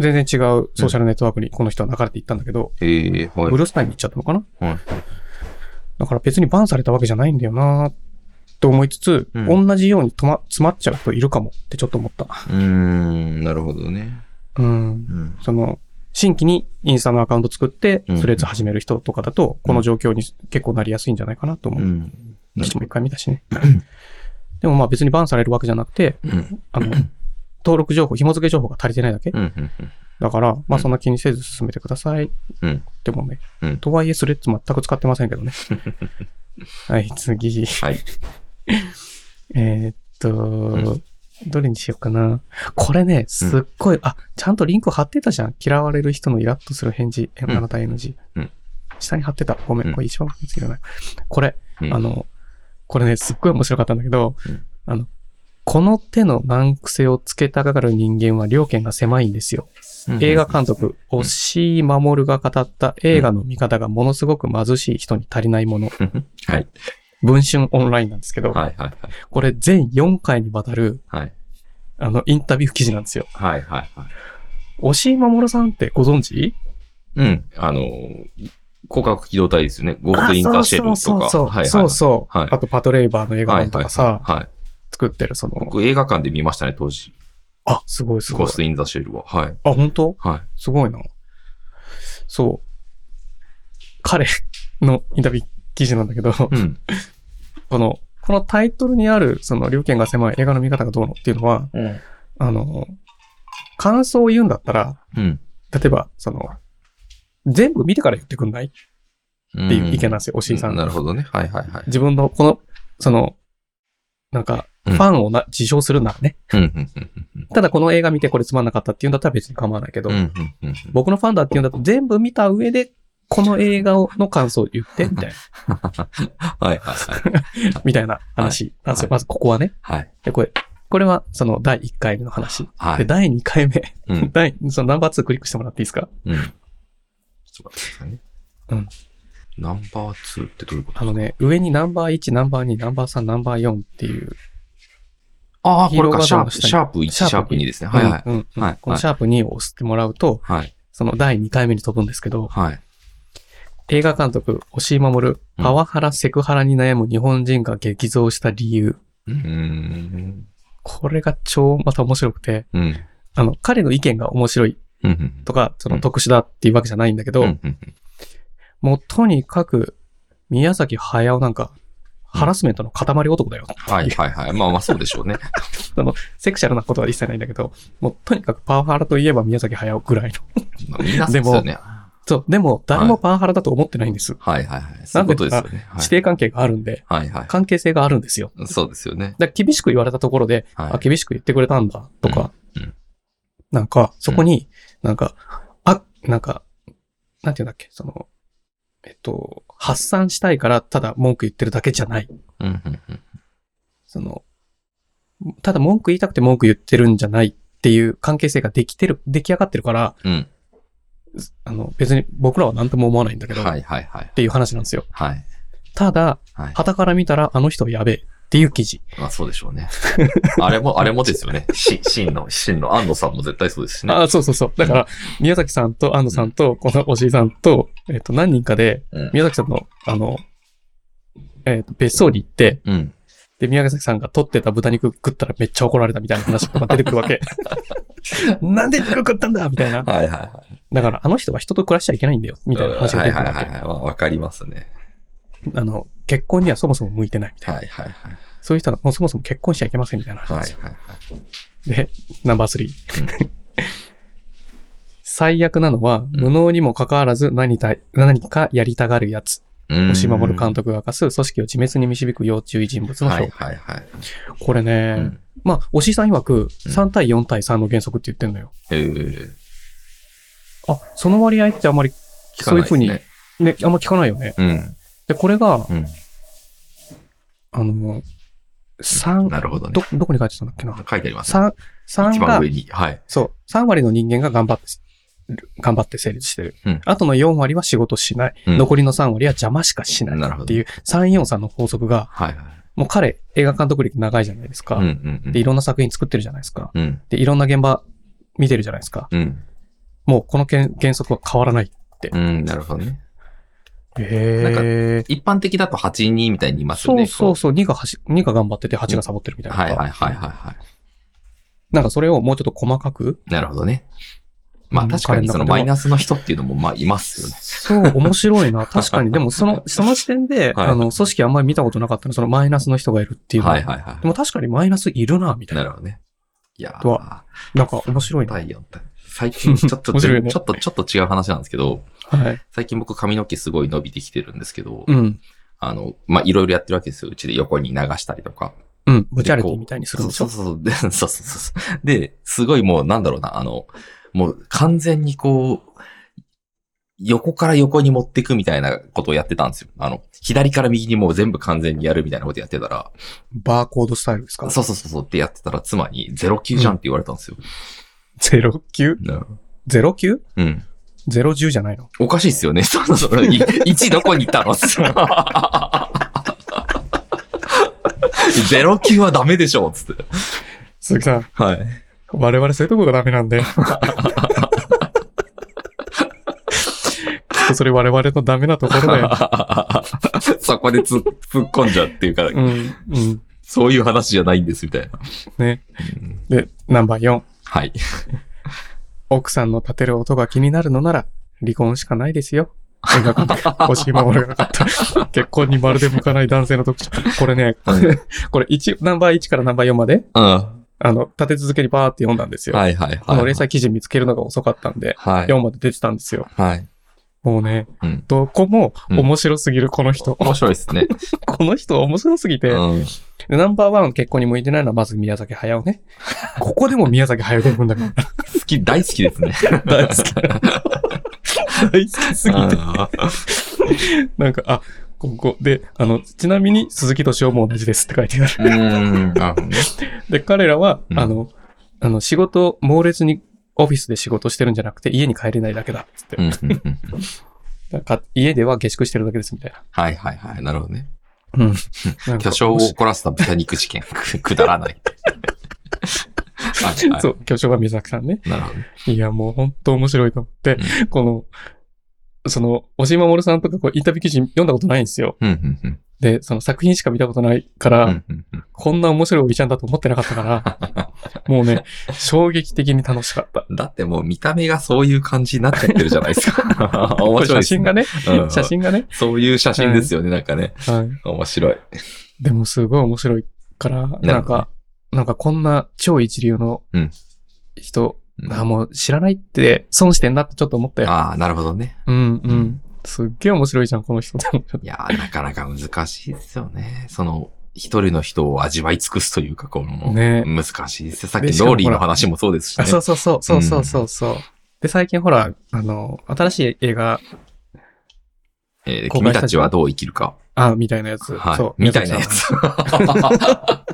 全然違うソーシャルネットワークにこの人は流れていったんだけど、ええ、はブルースタインに行っちゃったのかな、はいだから別にバンされたわけじゃないんだよなと思いつつ、うん同じように止ま、詰まっちゃう人いるかもってちょっと思った。い。うーん、なるほどね。うん。うん。その、新規にインスタのアカウント作ってう、んスレッズ始める人とかだと、この状況に結構なりやすいんじゃないかなと思うう。ん。なる私も一回見たしね。でもまあ別にバンされるわけじゃなくて、うん。あ [laughs] の、登録情報、紐付け情報が足りてないだけ。うん。うん。だから、まうあんそんな気にせず進めてください。うんでもねうん。とはいえスレッズ全く使ってませんけど [laughs] ね。はい、次。はい。 [laughs] えーっと、んどれにしようかな。これね、すっごい、あ、ちゃんとリンク貼ってたじゃん。嫌われる人のイラッとする返事。えんあなた NG。うん下に貼ってた。ごめうんん。これ一番ついてない。これ、うんあ、の、これね、すっごい面白かったんだけど、うんあの、この手の難癖をつけたがる人間は両権が狭いんですよ。映画監督、押井守が語った映画の見方がものすごく貧しい人に足りないもの。うん。 [laughs] はい。文春オンラインなんですけど、はいはいこれ全4回にわたる、はい。あの、インタビュー記事なんですよ。はいはいはいはい。押井守さんってご存知うん。あの、広角機動隊ですよね。ゴールドインターシェルとか。そうそうはいそはう。そい。うそう。はいあと、パトレイバーの映画はい版とかさ、はいはい。作ってる、その、僕映画館で見ましたね、当時。あ、すごいすゴごーいス。ト・イン・ザ・シェルは。はい。あ、本当はすごいな。そう。彼のインタビュー記事なんだけど、い。うん。この、このタイトルにある、その、両権が狭い映画の見方がどうのっていうのは、うん。あの、感想を言うんだったら、うん。例えば、その、全部見てから言ってくんないっていう意見なんですよ、おし井さん。なるほどね。はいはいはい。自分の、この、その、なんか、うフんァンをな、自称するならね。うんうんうんうんただこの映画見てこれつまんなかったっていうんだったら別に構わないけど、うんうんうんうん。僕のファンだっていうんだと全部見た上で、この映画をの感想を言って、みたいな、はいはいはい。みたいな話なんですよ。はいまずここはね。はい。で、これ、これはその第1回目の話。はで、い。第2回目、うん。第、そのナンバー2クリックしてもらっていいですかうん。ちょっと待ってくださいね。うん。ナンバー2ってどういうことあのね、上にナンバー1、ナンバー2、ナンバー3、ナンバー4っていう、ああ、こ黄色れか、がシャープ、下にシャープ1、シシャープャープ2ですね。はいはい。うんうんうんはいこのシャープ2を押してもらうと、はい。その第2回目に飛ぶんですけど、はい。映画監督、押井守、パワハラ、セクハラに悩む日本人が激増した理由。うーん。これが超また面白くて、うん。あの、彼の意見が面白いうんうんとか、そうのん特殊だっていうわけじゃないんだけうど、んうんうん。もうとにかく、宮崎駿なんか、うんハラスメントの塊男だよ。はいはいはい。まあまあそうでしょうね。セクシャルなことは一切ないんだけど、もうとにかくパワハラといえば宮崎駿ぐらいの。 [laughs] まあ [laughs] みんなそうですよね。そう、でも誰もパワハラだと思ってないんです。はいはいはい。そういうことですよね。はい指定関係があるんで、はいは関係性があるんですよ。い。そうですよね。だから厳しく言われたところで、はいあ、厳しく言ってくれたんだ、とか、うんうんなんか、そこに、なんか、あ、なんか、なんていうんだっけ、その、えっと、発散したいから、ただ文句言ってるだけじゃない。うんうんうん。その、ただ文句言いたくて文句言ってるんじゃないっていう関係性ができてる、出来上がってるから、うん。あの、別に僕らは何とも思わないんだけど、はっいはいはい。ていう話なんですよ。はい。ただ、はい。旗から見たら、あの人はやべえっっていう記事。あ、そうでしょう [laughs] ね。あれも、あれもですよね。し、真の、真の安野さんも絶対そうですしね。あ、そうそうそう。だから、宮崎さんと安野さんと、このおじいさんと、えっ、と、何人かで、うん。宮崎さんの、あの、えっ、と、別荘に行って、うん。で、宮崎さんが取ってた豚肉食ったらめっちゃ怒られたみたいな話とか出てくるわ [laughs] け。なんで肉食ったんだみたいな。はいはいはい。だから、あの人は人と暮らしちゃいけないんだよ、みたいな話がは出ていくるはいはわいはいけ。はい。わわかりますね。あの、結婚にはそもそも向いてないみたいな。はいはいはい。そういう人はもうそもそも結婚しちゃいけませんみたいな話はいではいすよ。はい。で、ナンバースリー。最悪なのは、無能にもかかわらず何た何かやりたがるやつ。うん押井守監督が明かす組織を自滅に導く要注意人物の評価。はいはいはい。これね、うんまあ、押井さん曰く、うん3対4対3の原則って言ってんのよ。えーあ、その割合ってあんまり、聞かそうないいうでふすうにね。ね、あんま聞かないよね。うん。で、これが、うん。あの、三なるほどね。ど、どこに書いてたんだっけな。書いてありますね。三三一が番上、に。はい。そう、3割の人間が頑張って、頑張って成立してる。うんあとの4割は仕事しない。うん残りの3割は邪魔しかしない。なるほどっていう、3、4、3の法則が、はいはい。もう彼、映画監督歴長いじゃないですか。うんうんうん。で、いろんな作品作ってるじゃないですか。うん。で、いろんな現場見てるじゃないですか。うん。もうこの原原則は変わらない。うん、なるほどね。へえ。一般的だと8、2みたいに言いますよそね。うそうそう、2がはし2が頑張ってて8がサボってるみたいな。はいはいはいはいはなんかそれをもうちょっと細かく、い。なるほどね。まあうん確かにそ彼の中ではのマイナスの人っていうのもまあいますよね。そう、面白いな。確かに。でも、その、その時点で、 [laughs] はいあの、組織あんまり見たことなかったの、そのマイナスの人がいるっていうのは。はいはいはでも確かにマイナスいるな、みい。たいなな。るほどね。いやとー、なんか面白いな。太陽って。最近ちょっと、 [laughs] 面ち白いょねっと、ちょっと違う話なんですけど、はい。最近僕髪の毛すごい伸びてきてるんですけど、うん。あの、まあ、いろいろやってるわけですよ。うちで横に流したりとか。うん。ブチャレティみたいにするんでしそうょそうそう。で、そうそうそう。で、すごいもう、なんだろうな、あの、もう完全にこう、横から横に持ってくみたいなことをやってたんですよ。あの、左から右にもう全部完全にやるみたいなことやってたら、バーコードスタイルですかそうそうそうそうってやってたら、妻に09じゃんって言われたんですよ。 ?09?09?010 うん。うん。じゃないのおかしいっすよね。 [laughs] そうそうそう。い1どこに行ったの ?09 はダメでしょつって。鈴木さん、はい。我々そういうとこがダメ [laughs] なんで。きっとそれ我々のダメなところだ [laughs] よ。 [laughs] そこでつ突っ込んじゃうっていうか、うん。うん。そういう話じゃないんですみたいな。ね。で、ナンバー4。はい。奥さんの立てる音が気になるのなら、離婚しかないです [laughs] よ。映画監督、星井守が語った。結婚にまるで向かない男性の特徴。これね、 [laughs] うんこれ一ナンバー1からナンバー4まで、うん。はあの、立て続けにバーって読んだんですいよ。はいはい。この連載記事見つけるのが遅かったんで、はい。 4まで出てたんですよ。はい。もうね、うん。どこも面白すぎる、この人。面白いですね。 [laughs] この人面白すぎて、うん。でナンバー1結婚に向いてないのはまず宮崎駿 [laughs] ね。ここでも宮崎駿出てくるんだから。好き、大好きですね。大好き。 [laughs] 大好きすぎて。なんか、あ、ここで、あの、ちなみに鈴木敏夫も同じですって書いてあ [laughs] る。うん。なるほどねで、彼らは、うんあの、あの、仕事を猛烈にオフィスで仕事してるんじゃなくて、家に帰れないだけだ、つってう。んうんうんなんか、家では下宿してるだけです、みたいな。はいはいはい。なるほどね。うん。なん巨か匠を怒らせた豚 [laughs] 肉事件。くくだらない。はいはいそう、巨匠が宮崎さんね。なるほどね。いや、もう本当面白いと思って、この、その、押井守さんとかこうインタビュー記事読んだことないんですよ。うんうんうんで、その作品しか見たことないから、うんうんうん [laughs] こんな面白いおじちゃんだと思ってなかったから、もうね、衝撃的に楽しかった。だってもう見た目がそういう感じになっちゃってるじゃないで [laughs] すか。面白いです写真ね [laughs] がね、うん写真がね、そういう写真ですよね、なんかね。はい。面白い。でもすごい面白いから、どねなんか、なんかこんな超一流のうん人、あ、もう知らないって損してんなってちょっと思った [laughs] よ。ああ、なるほどね。うんうん。すっげえ面白いじゃん、この人。いやー、なかなか難しいですよね。その、一人の人を味わい尽くすというか、この、ね難しいですよさっできしかもローリーほのら話もそうですしあね。そうそうそう、そうそうそうそう。で、最近ほら、あの、新しい映画、えー公君開したたちはどう生きるか。あ、みたいなやつ。はそう。い。みたいなや宮崎つ。は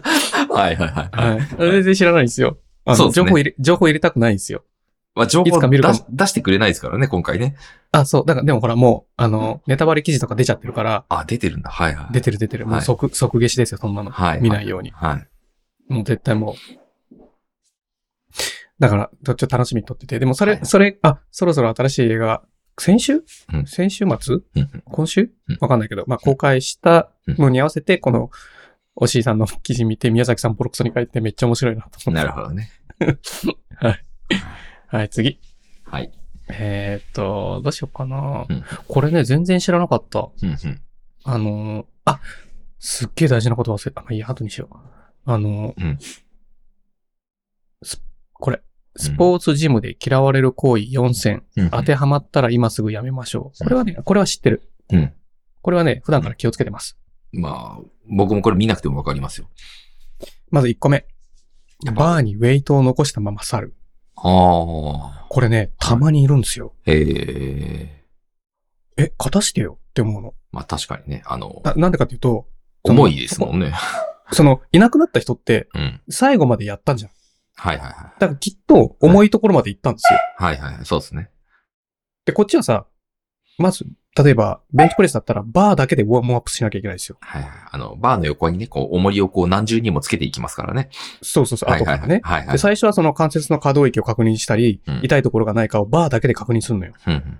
いはいはいさん。ははい。全然知らないんですよ。あのそうですね情報入れ、情報入れたくないんですよ。まあ、情いつ報か見るか出もし出してくれないですからね、今回ね。あ、そう。だから、でもほら、もう、あの、ネタバレ記事とか出ちゃってるから、あ、出てるんだ。はいはい。出てる出てる。もう即、即消しですよ、そんなの。はい。見ないように。はい。もう絶対もう。だから、ちょっと楽しみに撮ってて。でもそれ、はいそれ、あ、そろそろ新しい映画、先週、うん先週末うんうん今週うんわかんないけど、まあ公開したのに合わせて、この、おしいさんの記事見て、宮崎さんボロクソに書いてめっちゃ面白いなと思っなて。るほどね。はい、次。はい。えーっと、どうしようかな、うんこれね、全然知らなかった。うんうんあのーあ、すっげえ大事なこと忘れた。まあ、いいや、後にしよう。あのーうんすこれ、スポーツジムで嫌われる行為4選、うんうん当てはまったら今すぐやめましょう。うんこれはね、これは知ってる。うん。これはね、普段から気をつけてます。まあ、僕もこれ見なくてもわかりますよ。まず1個目。やっぱバーにウェイトを残したまま去る。ああ。これね、たまにいるんですよ。へえ。え、勝たしてよって思うの。まあ確かにね、あの、ななんでかっていうと、重いですもんね。その、いなくなった人って、うん。最後までやったんじゃん。はいはいはだからきっと、重いところまで行ったんですよ。い。はいはいはい。そうですね。で、こっちはさ、まず、例えば、ベンチプレスだったら、バーだけでウォームアップしなきゃいけないですよ。はいはい。あの、バーの横にね、こう、重りをこう何重にもつけていきますから [laughs] ね。そうそうそう、は後いかはらいはい。ね。はいはで、い。最初はその関節の可動域を確認したり、うん痛いところがないかをバーだけで確認するのよ。うんうん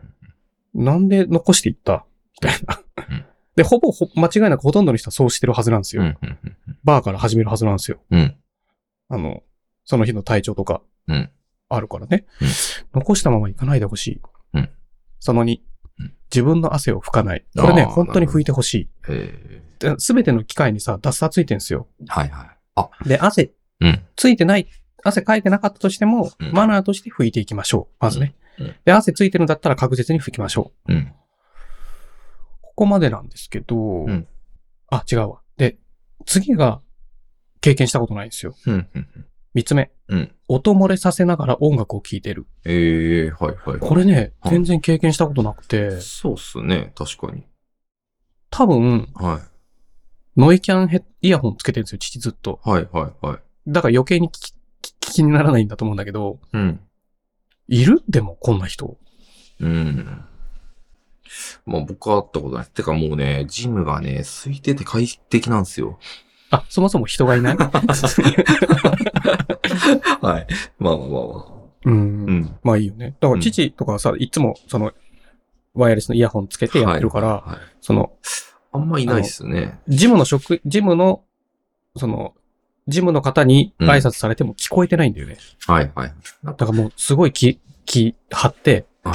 なんで残していったみたいなうん。 [laughs] で、ほぼほ、間違いなくほとんどの人はそうしてるはずなんですうよ。んうんうんバーから始めるはずなんですよ。うん。あの、その日の体調とかうん、あるからね。うん残したまま行かないでほしい。うんその2うん、自分の汗を拭かない。これね、あー本当に拭いてほしい。えすべての機械にさ、ダッサーついてんすよ。ーはいはい。あ、で、汗うん。ついてない、汗かいてなかったとしても、うんマナーとして拭いていきましょう。まずね。うんで、汗ついてるんだったら確実に拭きましょう。うん。ここまでなんですけど、んあ、違うわ。で、次が経験したことないんですよ。うんうん三つ目。うん。音漏れさせながら音楽を聴いてる。ええー、はいはいはい。これね、はい全然経験したことなくて、そうっすね。確かに。多分、はノイキャンヘッイヤホンつけてるんですよ、父ずっと。い。はいはいはい。だから余計に聞き聞き気にならないんだと思うんだけど、うん。いるでも、こんな人。うん。まあ僕は会ったことない。てかもうね、ジムがね、空いてて快適なんですよ。あ、そもそも人がいないはい。まあまあまあま [laughs] うんあ。うん。まあいいよね。だから、父とかはさ、いつも、その、ワイヤレスのイヤホンつけてやってるから、はいはいその、あんまいないっすね。ジムの職、ジムの、その、ジムの方に挨拶されても聞こえてないんだよね。はいはい。なんだか、からもう、すごい気、気張って、は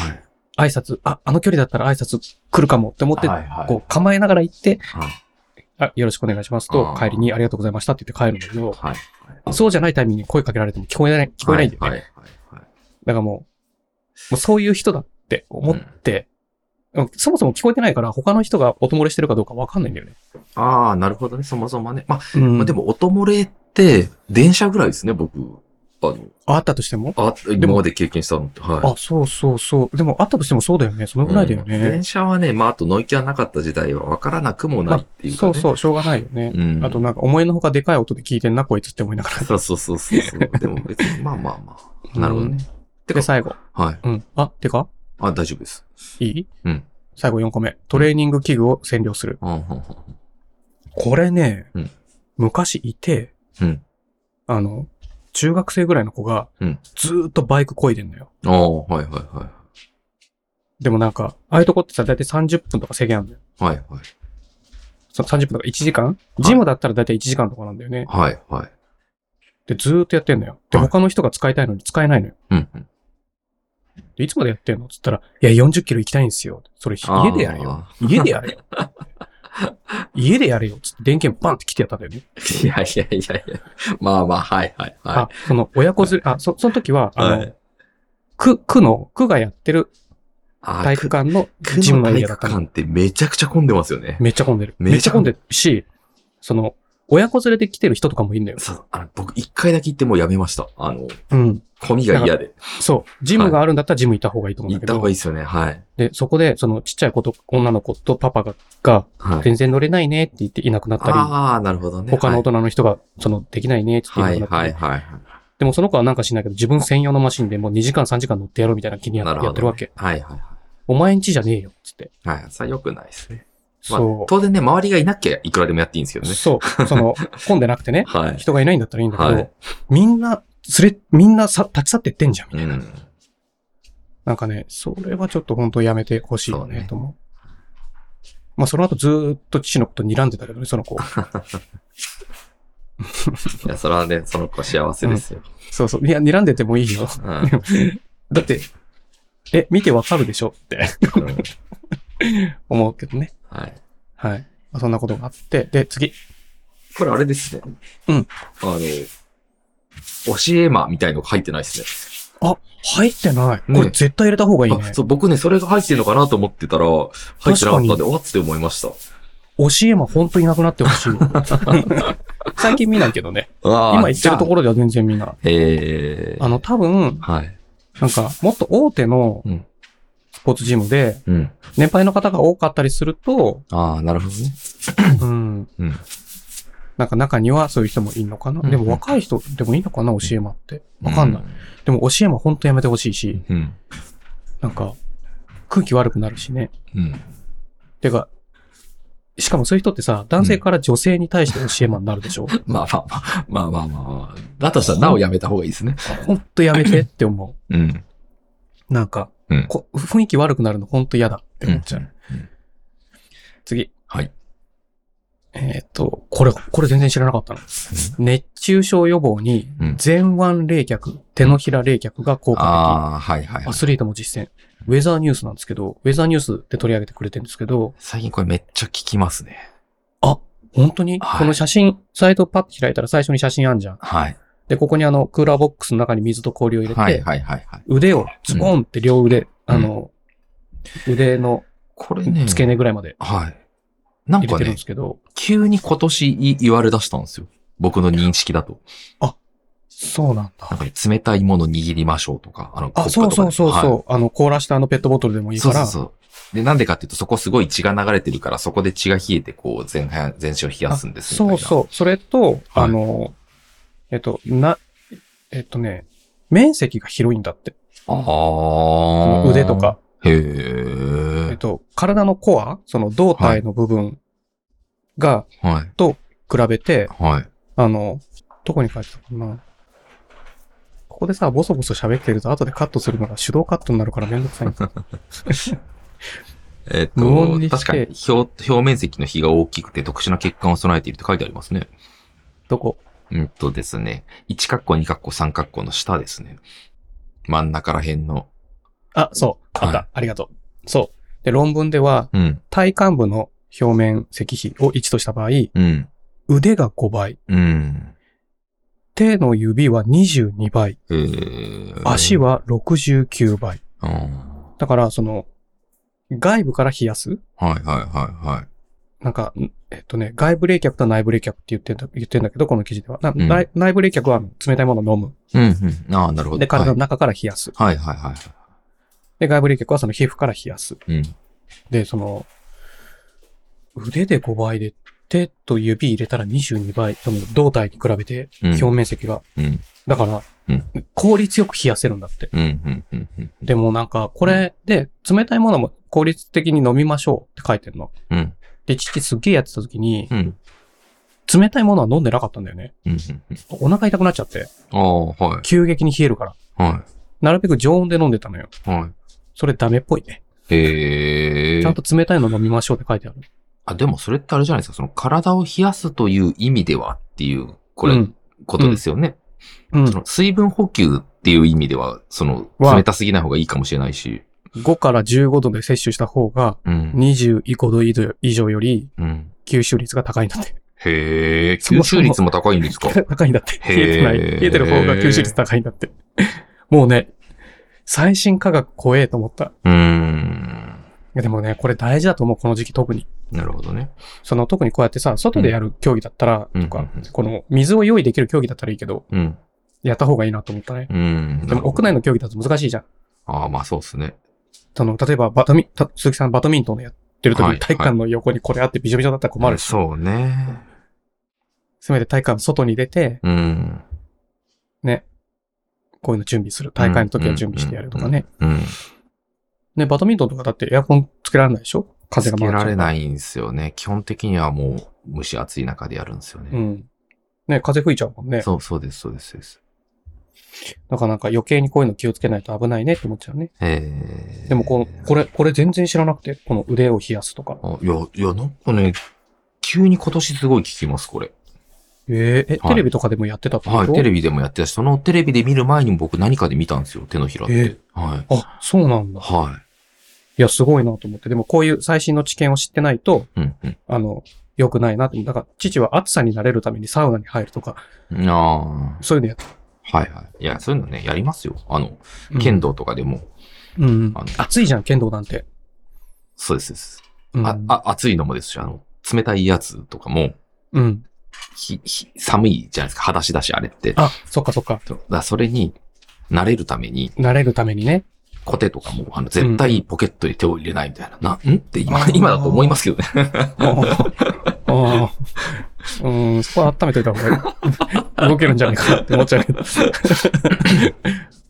い。挨拶、あ、あの距離だったら挨拶来るかもって思って、はいはいこう構えながら行って、はいあ、よろしくお願いしますとあ、ー帰りにありがとうございましたって言って帰るんだけど、はい。そうじゃないタイミングに声かけられても聞こえない、聞こえないんだよね。はいはいはだい。からもう、もうそういう人だって思って、そもそも聞こえてないから他の人が音漏れしてるかどうかわかんないんだよね。ああ、なるほどね。そもそもね。まあ、まあ、でも、も、音漏れって、電車ぐらいですね、僕。あの、あったとしてもあ、今まで経験したのって。はい。あ、そうそうそう。でも、あったとしてもそうだよね。そのぐらいだようんね。電車はね、まあ、あとノイキャンなかった時代は分からなくもないっていうか、そねうそう、しょうがないよね。うん。あと、なんか、思いのほかでかい音で聞いてんな、こいつって思いながそうそうそうそ [laughs] うそう。でも別に、まあまあまあ。ら。なるほどね。うん。で、最後。はい。うん。あ、てかあ、大丈夫です。いいうん。最後4個目。トレーニング器具を占領する。うん、うん、うん。これね、うん昔いて、うんあの、中学生ぐらいの子がうん、ずーっとバイク漕いでんのよ。ああ、はいはいはでもなんか、ああいうとこってさ、だいたい30分とか制限あるんだよ。い。はいはい。その30分とか1時間ジムだったらだいたい1時間とかなんだよね。はいはい。で、ずーっとやってんのよ。で、はい他の人が使いたいのに使えないのよ。うん、うん。で、いつまでやってんのつったら、いや、40キロ行きたいんですよ。それ、あー家でやれよ。家でや [laughs] れよ。家でやれよ。つって電源バンって来てやったんだよね。 [laughs] いやいやいやいや。まあまあ、はいはいあは、その、親子連れ、あ、そ、その時は、い。はあのい、。区、区の、区がやってるあ体育館の区ジムのの体エリアだっ育たの。館ってめちゃくちゃ混んでますよね。めっちゃ混んでる。めめっちゃっちゃ混んでるし、その、親子連れで来てる人とかもいるんだよ。そう、あの、僕一回だけ行ってもうやめました。あの、うん。混みが嫌で。そう。ジムがあるんだったらジム行った方がいいと思う行んっだけたど。方がいいですよね。はい。で、そこで、その、ちっちゃい子と、女の子とパパが、が、はい。全然乗れないねって言っていなくなったり、ああ、なるほどね。他の大人の人が、その、できないねって言ってはいいなくなったり、はいはいはい。でもその子はなんかしないけど、自分専用のマシンでもう2時間3時間乗ってやろうみたいな気にやなるほやどねってるわけ。はいはいお前んちじゃねえよ、つって。はい。はい。それは良くないですね。まあそ、当然ね、周りがいなきゃいくらでもやっていいんですけう。どね。そう。そ [laughs] の、混んでなくてね、はい。人がいないんだったらいいんだけど、はいみんな、すれ、みんなさ、立ち去ってってんじゃん、みうたいな。ん。なんかね、それはちょっと本当やめてほしいよそうねね、と思う。まあ、その後ずーっと父のこと睨んでたけどね、その [laughs] 子。いや、それはね、その子幸せですよ。そうそう。いや、睨んでてもいい [laughs] よ。うん。だって、え、見てわかるでしょってうん思うけどね。はい。はい。まあそんなことがあって、で、次。これあれですね。うん。あの、教え魔みたいのが入ってないですね。あ、入ってない。こねれ絶対入れた方がいいねあ。そう、僕ね、それが入ってるのかなと思ってたら、入ってなかったん確で、おっつって思いました。教えも本当いなくなってほ [laughs] しい。最近見ないけどね。あ今言ってるところでは全然見ない。ろ。えー。あの、多分、はい。なんか、もっと大手のうんスポーツジムで、うん。年配の方が多かったりすると、ああ、なるほどね。うん。うん。なんか中にはそういう人もいるのかな。うんでも若い人でもいいのかな、教えもって。わかんない。でも教えも本当やめてほしいし、うん。なんか、空気悪くなるしね。うん。てか、しかもそういう人ってさ、男性から女性に対して教え魔になるでしょ、まあまあまあ、まあまあまあまあ。だとしたら、なおやめた方がいいですね。ほんとやめてって思うん。う。なんか、うんこ雰囲気悪くなるのほんと嫌だって思っちゃう。うん次。はい。えっ、と、これ、これ全然知らなかったの。熱中症予防にうん、前腕冷却、手のひら冷却が効果ああ、はいはい的。はアい。スリートも実践。ウェザーニュースなんですけど、ウェザーニュースで取り上げてくれてるんですけど、最近これめっちゃ効きますね。本当に、はいこの写真、サイトパッと開いたら最初に写真あんじゃん。はい。で、ここにあの、クーラーボックスの中に水と氷を入れて、はいはいはいはい。腕をズボンって両腕、あの、腕のこれね。付け根ぐらいまではい。なん入れかてるんねで、すけど、急に今年い言われ出したんですよ。僕の認識だと。そうなんなんだ。か冷たいもの握りましょうとか、あの、コッあ、プそうとかそうでそうそう、はいあの、凍らしたあのペットボトルでもいいそかうそうら、そう。で、なんでかっていうと、そこすごい血が流れてるから、そこで血が冷えて、こう、全半全身を冷やすんですみたそいうな。そう、それと、あの、えっと、な、えっとね、面積が広いんだって。ああ。腕とか。、へえっえ。と、体のコア、その胴体の部分が、はい。比べて、はい。あの、どこに書いてたかな。ここでさ、ボソボソ喋ってると、後でカットするのが手動カットになるからめんどくさ [laughs] いんだえっ無音にしてと、確かに表、表面積の比が大きくて特殊な血管を備えていると書いてありますね。どこうんとですね、1カッコ、2カッコ、3カッコの下ですね。真ん中ら辺の。あ、そう。あった。はいありがとう。そう。で、論文では、うん、体幹部の表面積比を1とした場合、うん、腕が5倍、うん。手の指は22倍、えー、足は69倍。うん。だから、その、外部から冷やすはいはいはいはい。なんか、んえっとね、外部冷却と内部冷却って言ってんだ言ってんだけど、この記事では。なうん内内部冷却は冷たいものを飲む。うん、うん。ああ、なるほど。で、体の中から冷やす。はいはいはいはで、外部冷却はその皮膚から冷やす。い。うん。で、その、腕で5倍で、手と指入れたら22倍。その胴体に比べて、うん表面積が。うん。だから、う効率よく冷やせるんだって。うん。うん。うん。うん。でもなんか、これで、冷たいものも効率的に飲みましょうって書いてるの。うん。で、父すっげえやってた時に、うん。冷たいものは飲んでなかったんだよね。うん。お腹痛くなっちゃって、ああ、は急激に冷えるから。い。はなるべく常温で飲んでたのよ。い。はそれダメっぽいね。い。へえ。ちゃんと冷たいの飲みましょうって書いてある。あ、でもそれってあれじゃないですか。その体を冷やすという意味ではっていう、こうれ、ん。ことですよね。うんその水分補給っていう意味では、その、わ冷たすぎない方がいいかもしれないし。 5から15度で摂取した方が、うん。 25度以上以上よりうん。吸収率が高いんだって。へえ。そも吸そも収率も高いんですか [laughs] 高いんだって。へー冷えてない。冷えてる方が吸収率高いんだって。もうね、最新科学怖えと思った。いうーん。やでもね、これ大事だと思う、この時期特に。なるほどね。その特にこうやってさ、外でやる競技だったら、うんとか、うんうんこの水を用意できる競技だったらいいけど、うん。やった方がいいなと思ったね。うん。でも屋内の競技だと難しいじゃん。ああ、まあそうですね。その、例えばバドミ、た鈴木さんバドミントンのやってる時はにい体育館の横にこれあってびしょびしょだったら困るし、そうね。せめて体育館の外に出て、うん。ね、こういうの準備する。大会の時は準備してやるとかね。。うん。ね、バドミントンとかだってエアコンつけられないでしょ風がつけ回っらちゃれうから。ないんですよね。基本的にはもう蒸し暑い中でやるんですようね。ん。ね、風吹いちゃうもんね。そう、そうです、そうです、そうです。だからなんか余計にこういうの気をつけないと危ないねって思っちゃうね。えー、でもこの、これ、これ全然知らなくて、この腕を冷やすとか。あいや、いや、なんかね、急に今年すごい聞きます、これ。えーえ、はいテレビとかでもやってたってことはい、テレビでもやってたし、そのテレビで見る前にも僕何かで見たんですよ、手のひらって。えはい。あ、そうなんだ。はいや、すごいなと思って。でもこういう最新の知見を知ってないと、い。うん、うん。あの、良くないなって。だから、父は暑さに慣れるためにサウナに入るとか、ああそういうのやって。ー。はいはい。いや、そういうのね、やりますよ。あの、うん剣。道とかでも、うんうんあの。暑いじゃん、剣道なんて。そうですです。うんあ、あ、暑いのもですし、あの、冷たいやつとかも、うん。ひ、ひ、寒いじゃないですか、裸足だし、あれって。あ、そっかそっか。そうだからそれに、慣れるために、慣れるためにね。コテとかも、あの、絶対ポケットに手を入れないみたいな。な、んって今あ、ー今だと思いますけどね。ああ。うん、そこは温めといた方が動けるんじゃない [laughs] かなって思っちゃうけど。 [laughs]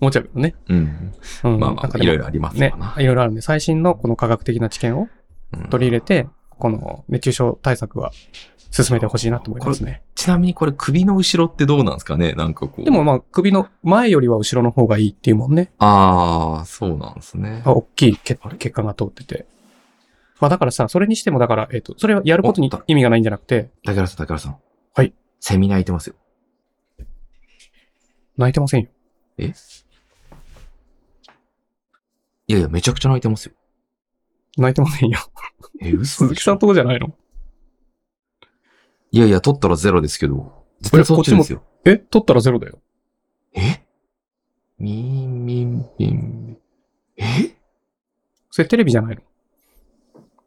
思っちゃうけどね。うん。うん。まあまなんあか、でもいろいろありますねわな。、いろいろあるんで、最新のこの科学的な知見をうん取り入れて、この熱中症対策は進めてほしいなと思いますね。ちなみにこれ首の後ろってどうなんですかねなんかこう。でも、まあ、首の前よりは後ろの方がいいっていうもんね。ああ、そうなんですね。あ大きい血血管が通ってて。まあ、だからさ、それにしても、だから、えっ、と、それはやることにおっと意味がないんじゃなくて、竹原さん、竹原さん。はい。セミ鳴いてますよ。泣いてませんよ。いやいや、めちゃくちゃ鳴いてますよ。泣いてませんよ。え、嘘 [laughs] 鈴で木しさんょとこじゃないのいやいや、取ったらゼロですけど。絶対そっちですよ。え取ったらゼロだよ。えみんみんみん。えそれテレビじゃない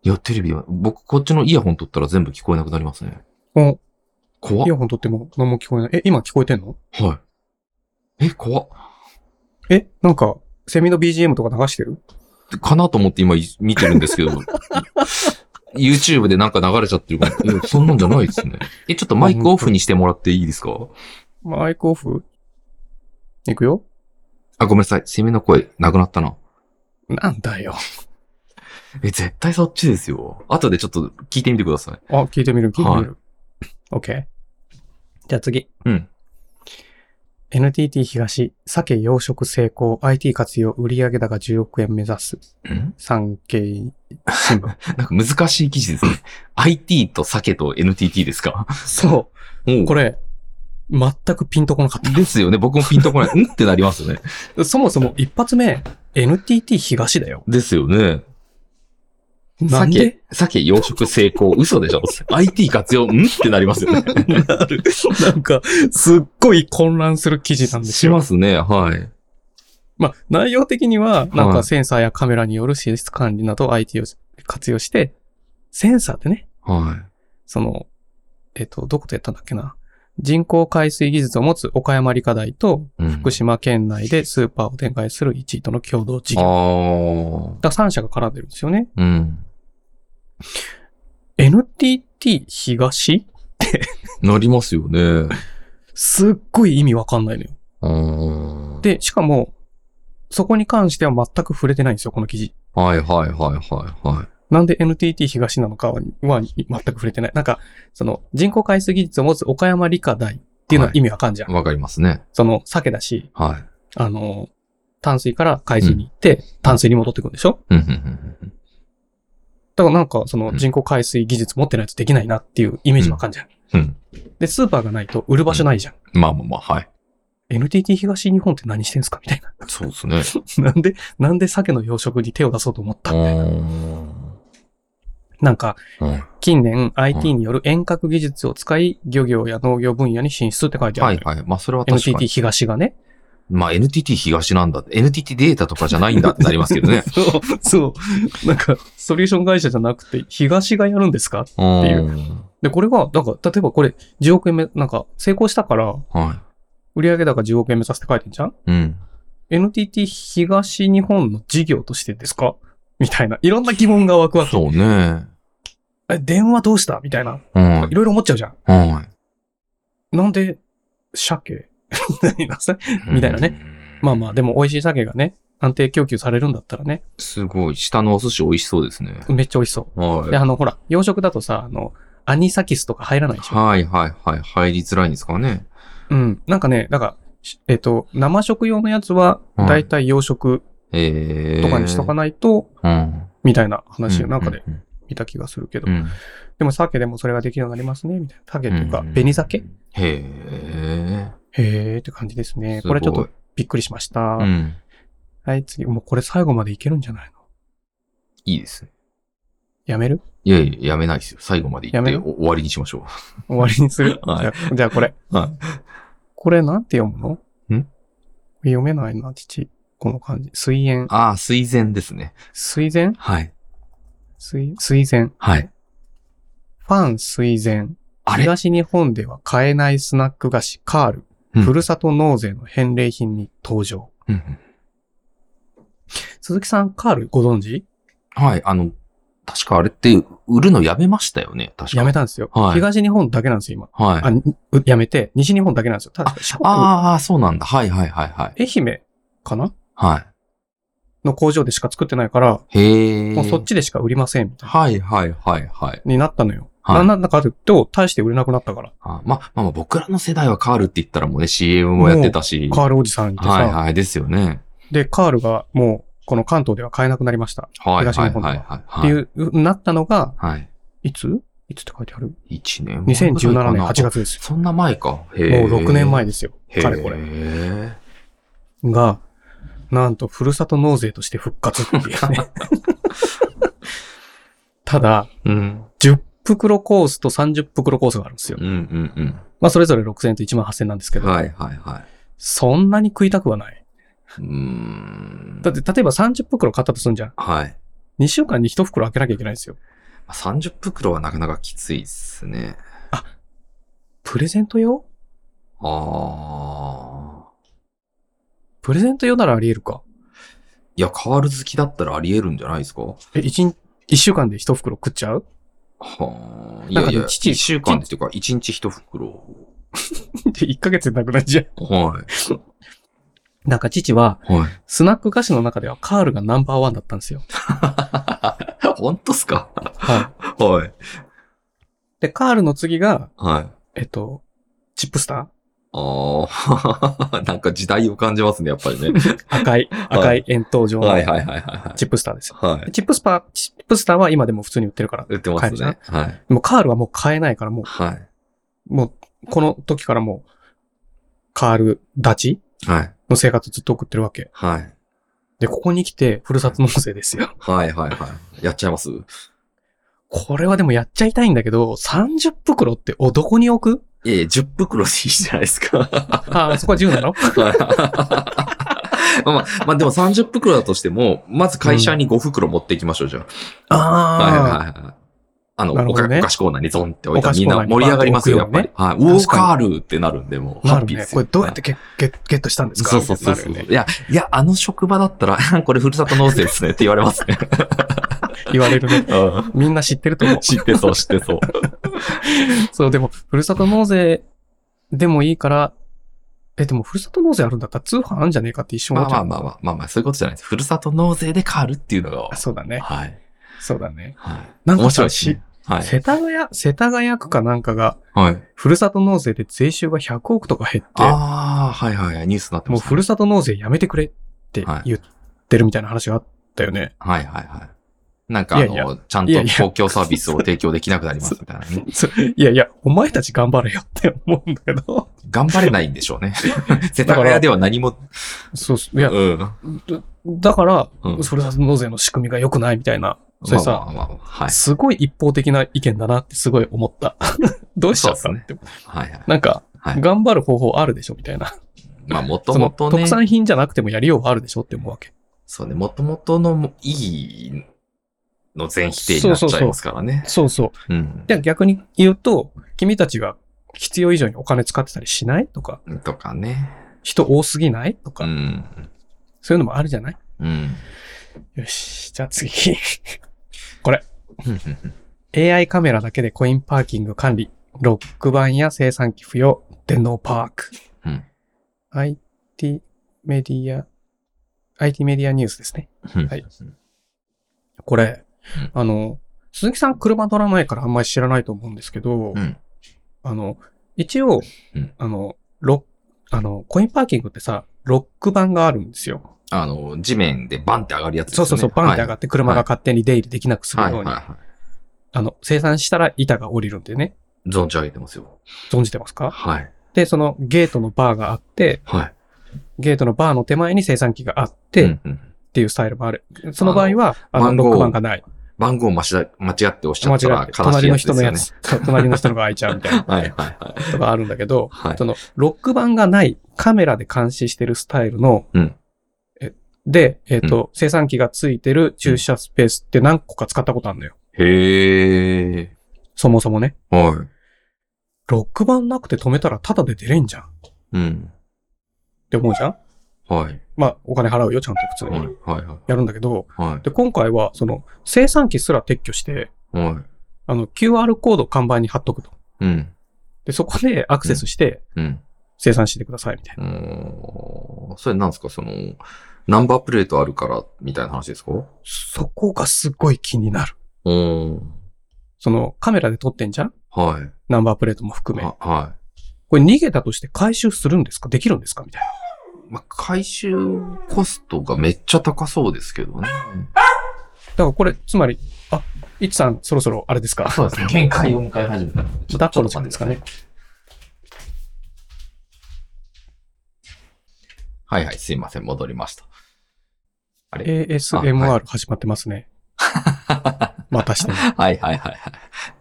いや、テレビは、僕、こっちのイヤホン取ったら全部聞こえなくなりますね。のお怖っイヤホン取っても何も聞こえない。え、今聞こえてんのはい。え、怖っえなんか、セミの BGM とか流してるかなと思って今い見てるんですけど、YouTube でなんか流れちゃってるから、えそんなんじゃないですね。え、ちょっとマイクオフにしてもらっていいですかマイクオフいくよあ、ごめんなさい。セミの声なくなったな。なんだよ。え、絶対そっちですよ。後でちょっと聞いてみてください。あ、聞いてみる、聞いてみる。OK。じゃあ次。うん。 NTT 東、鮭養殖成功、IT 活用、売上高10億円目指す、ん産経新 [laughs] 聞。なんか難しい記事ですね。IT と酒と NTT ですかそもう。う、ここれ。れ、全くピンとこなかっですよね。僕もピンとこ [laughs] ない。うんってなりますよね。た。そもそも一発目、NTT 東だよ。ですよね。なんで [laughs] 鮭、鮭養殖成功。嘘でしょ ?IT 活用、んってなりますよね。なる。なんか、すっごい混乱する記事なん [laughs] ですしよ。ますね。はい。まあ、内容的には、なんはかいセンサーやカメラによる性質管理など IT を活用して、センサーってね、はい。その、えっと、どことやったんだっけな。人工海水技術を持つ岡山理科大と福島県内でスーパーを展開する一位との共同事あ業。あ。だ3社が絡んでるんですよね。うん。 NTT 東なりますよね。うすっごい意味わかんないのよ。ーん。で、しかも、そこに関しては全く触れてないんですよ、この記事。はいはいはいはいはい。なんで NTT 東なのかはは全く触れてない。なんか、その人工海水技術を持つ岡山理科大っていうのは意味わかんじゃん。わかりますね。その、鮭だし、はい。あの、淡水から海水に行って、淡水に戻ってくるんでしょうんうんうんうんだからなんか、そのうん人工海水技術持ってないとできないなっていうイメージわかんじゃん。うん。で、スーパーがないと売る場所ないじゃん。まあまあまあ、はい。 NTT 東日本って何してんすかみたいそうです [laughs] ね。な。な [laughs] んで、なんで鮭の養殖に手を出そうと思ったうみたいな。ーなんか、んはい近年 IT による遠隔技術を使い、漁業や農業分野に進出って書いてあはいる。はい。まあそれは確か NTT に。東がね。。まあ NTT 東なんだ。NTT データとかじゃないんだってなりますけどね [laughs] そう、そう。なんか、ソリューション会社じゃなくて、東がやるんですかうーんで、これが、なんか、例えばこれ、10億円目、なんか、成功したから、は売上高10億円目指して書いてんじゃんい。うん。 ?NTT 東日本の事業としてですかみたいな。いろんな疑問が湧くわけ。そうね。え、電話どうしたみたいな。はいろいろ思っちゃうじゃん。い。はなんで、鮭 [laughs] 何なさいい。みたいなねうん。まあまあ、でも美味しい酒がね、安定供給されるんだったらね、すごい。下のお寿司美味しそうですね。めっちゃ美味しそう。で、はい。あの、ほら、洋食だとさ、あの、アニサキスとか入らないでしょ。はいはいはい。入りづらいんですかね。うん。なんかね、だから、しえっ、と、生食用のやつは、はいだいたい洋食えー。とかにしとかなないと、うん。みたいな話をなんかでうん。見た気がするけど、うん。でも鮭でもそれができるようになりますね、みたいな。鮭というか、ん紅鮭へへえ。ーって感じですね。すこごれいちょっとびっくりしました。うん。はい、次。もうこれ最後までいけるんじゃないのいいですね。やめるいやいや、やめないですよ。最後まで行っやめてるお終わりにしましょ。終わりにする [laughs] はいじゃあじゃあこれ。う。はい。これなんて読むのん読めないな、父。この感じ。水煙。ああ、水前ですね。水前はい。水、水前。はい。ファン水前。あれ東日本では買えないスナック菓子カール、うんふるさと納税の返礼品に登場。うんうん鈴木さん、カールご存知はい。あの、確かあれって、売るのやめましたよね。確か。やめたんですよ、はい東日本だけなんですよ、今。はい。あ、にうやめて、西日本だけなんですよ。ただ、四国ああ、そうなんだ。はいはいはいはい。愛媛かなはの工場でしか作ってないから、い。へえ。もうそっ。ちでしか売りません、みたいはいはいはいはい。な、になったのよ。はいなんなんだかというと、大して売れなくなったから。あまあまあまあ、僕らの世代はカールって言ったらもうね、CM もやってたし。カールおじさんってさ、はいはい。ですよね。で、カールがもう、この関東では買えなくなりました。はいはい東はい日本はい。ってはいい。う、うなったのが、はい。いついつって書いてある1年前ぐらいかな ?2017 年8。月ですよ。そんな前か。もうもう6年前ですよ。かかれれここれ。れ。へが、なんと、ふるさと納税として復活って [laughs] いうね。ただ、ーうん。 10袋コースと30袋コースがあるんですよう。んうんまあ、それぞれ6000円と1万8000円なんですけうん。ど、はいはいはい。そんなに食いたくはない。うーん。だって、例えば30袋買ったとすんじゃん。はい。 2週間に1袋開けなきゃいけないんですよ。まあ30袋はなかなかきついっすね。プレゼント用ああ。プレゼント用ならあり得るか。いや、カール好きだったらあり得るんじゃないですかはえ、1日、一週間で1袋食っちゃうあ。いなんやかねいや、父一週間っていうか、一日一袋。で、1ヶ月でなくなっちゃはう。なんか父は、い。はい。 [laughs] スナック菓子の中ではカールがナンバーワンだったんですよ。本当っすかはい。はい。で、カールの次が、はい。えっと、チップスタああ、 [laughs] なんか時代を感じますね、やっぱ [laughs] りね。ー赤い、赤い円筒状のはいはいはいはいはチップスターですよ。い。はい。チップスパ、チップスターは今でも普通に売ってるから。売ってます買えるじゃんね。はい。もうカールはもう買えないから、もはい。う、もう、この時からもう、カール立ちはい。の生活ずっと送ってるわけ。はい。で、ここに来て、ふるさと納税ですよ。はいはいはい。やっちゃいますこれはでもやっちゃいたいんだけど、30袋ってお、どこに置くいやいや、10袋でいいじゃないですか。ああ、そこは10なの [laughs] はいまあ、まあでも30袋だとしても、まず会社に5袋持っていきましょう、じゃあ。はいはいああ、はいはい。あの、なるおほどかねお菓子コーナーにゾンって置いたお菓子らみんコーナーなに盛り上がりますよ、やっぱり。はい。ウォー確かカールってなるんで、もう、ハなッるピーでね。すこよ。れどうやってゲ,、ゲゲットしたんですかそうそうそうそう、みたいにいや、いや、あの職場だったら、 [laughs] これふるさと納税ですねって言われます [laughs] なね。るよね言われるね。うんみんな知ってると思う。知ってそう、知ってそう。そう、でも、ふるさと納税でもいいから、え、でも、ふるさと納税あるんだったら通販あるんじゃねえかって一瞬 [laughs] ま思あっちゃまう。あまあまあ、まあまあ、そういうことじゃないです。ふるさと納税でカールっていうのがあ、そうだね。はい。そうだね。はい。なんか面白いし、はい。世田谷、世田谷区かなんかが、はい。ふるさと納税で税収が100億とか減って、ああ、はいはいはい。ニュースになってまもうす、ふるさと納税やめてくれってはい言ってるみたいな話があったよね。はいはいはい。なんかあの、いやいちゃんいとやいや公共サービスを提供できなくなりますみたいなね。そう [laughs] いやいや、お前たち頑張れよって思うんだけど。頑張れないんでしょ [laughs] うね。世田谷では何も、そうっす、いや、うん。まだだから、うんふるさと納税の仕組みが良くないみたいな。それあまさ、あまあ、はい。すごい一方的な意見だなってすごい思った。 [laughs] どうしちゃったそうっっすて。はいはい。なんか、はい頑張る方法あるでしょみたいな。まあ、もとそもの、とね特、産品じゃなくてもやりようはあるでしょって思うわけ。そうね、もともとのいいの全否定になっちゃいますからね。そうそう。うん。で、逆に言うと、君たちが必要以上にお金使ってたりしないとか、とかね。人多すぎないとうか、ん。そういうのもあるじゃないうん。よし、じゃあ次。AI カメラだけでコインパーキング管理、ロック板や生産機不要、電脳パーク。うん IT、メディア、IT メディアニュースですね。うんはいこれ、あの、鈴木さん車乗らないからあんまり知らないと思うんですけど、うん。あの、一応、うんあの、ロッあの、コインパーキングってさ、ロック板があるんですよ。あの、地面でバンって上がるやつですそようね。そうそう、バンって上がって車が勝手に出入りできなくするようはいに、はいはいはい。あの、生産したら板が降りるんでね、存じ上げてますよ。存じてますかはい。で、そのゲートのバーがあって、はい。ゲートのバーの手前に生産機があっうて、っんうん、ていうスタイルもある。その場合は、ああの、のロック番号板がない。番号を間違え間違って押しちゃ間った違らって、悲し隣いのやつで人すのよやね。つ、そう隣の人のが開いちゃうみたいな [laughs] はいはいはい。とかあるんだけど、はいその、ロック板がないカメラで監視してるスタイルの、うんえで、えっ、と、生産機がついてる駐車スペースって何個か使ったことあるんだよ。へえ。そもそもね。はロック板なくて止めたらタダで出れんじゃんっい。うん。て思うじゃんはい。まあ、お金払うよ、ちゃんと普通はいに。はいはやるんだけど、い。はい。で、今回は、その、生産機すら撤去して、はあの、QR コード看板に貼っとくと。い。うん。で、そこでアクセスしてうん。生産してください、みたいな。うーんそれなんですかその、ナンバープレートあるから、みたいな話ですかうそこがすごい気になる。ーん。その、カメラで撮ってんじゃんはい。ナンバープレートも含め。ははこれ逃げたとして回収するんですかできるんですかみたいな。い。まあ、回収コストがめっちゃ高そうですけどだね。からこれ、つまり、あ、いちさん、そろそろあれですかそうですね。限界を迎え始めた。ち抱っこの時間ですかね。はいはい、すいません。戻りました。あれあは ?ASMR 始まってます [laughs] ね。またしても。はいはいはいはい。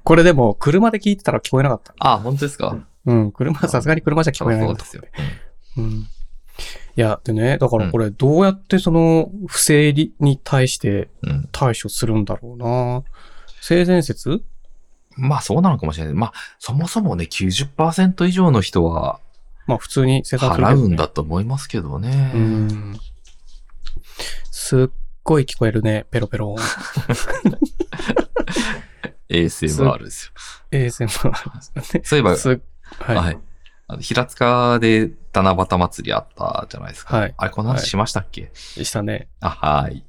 これでも、車で聞いてたら聞こえなかった。あ、本当ですかうん、車、さすがに車じゃ聞こえないなそうとで思っすよて。。うん。いや、でね、だからこれ、どうやってその、不正に対してうんうん対処するんだろうな。性善説まあそうなのかもしれない。まあそもそもね、90%以上の人はまあ、普通に生産するけ払どねうんだと思いますけどね。うん。すっごい聞こえるね、ペロペロ。 ASMR ですよ。 ASMR ね。そういえば、すっはい。はい。あの平塚で七夕祭りあったじゃないですか。はいあれ、この話しましたっけ、したね。あ、はい。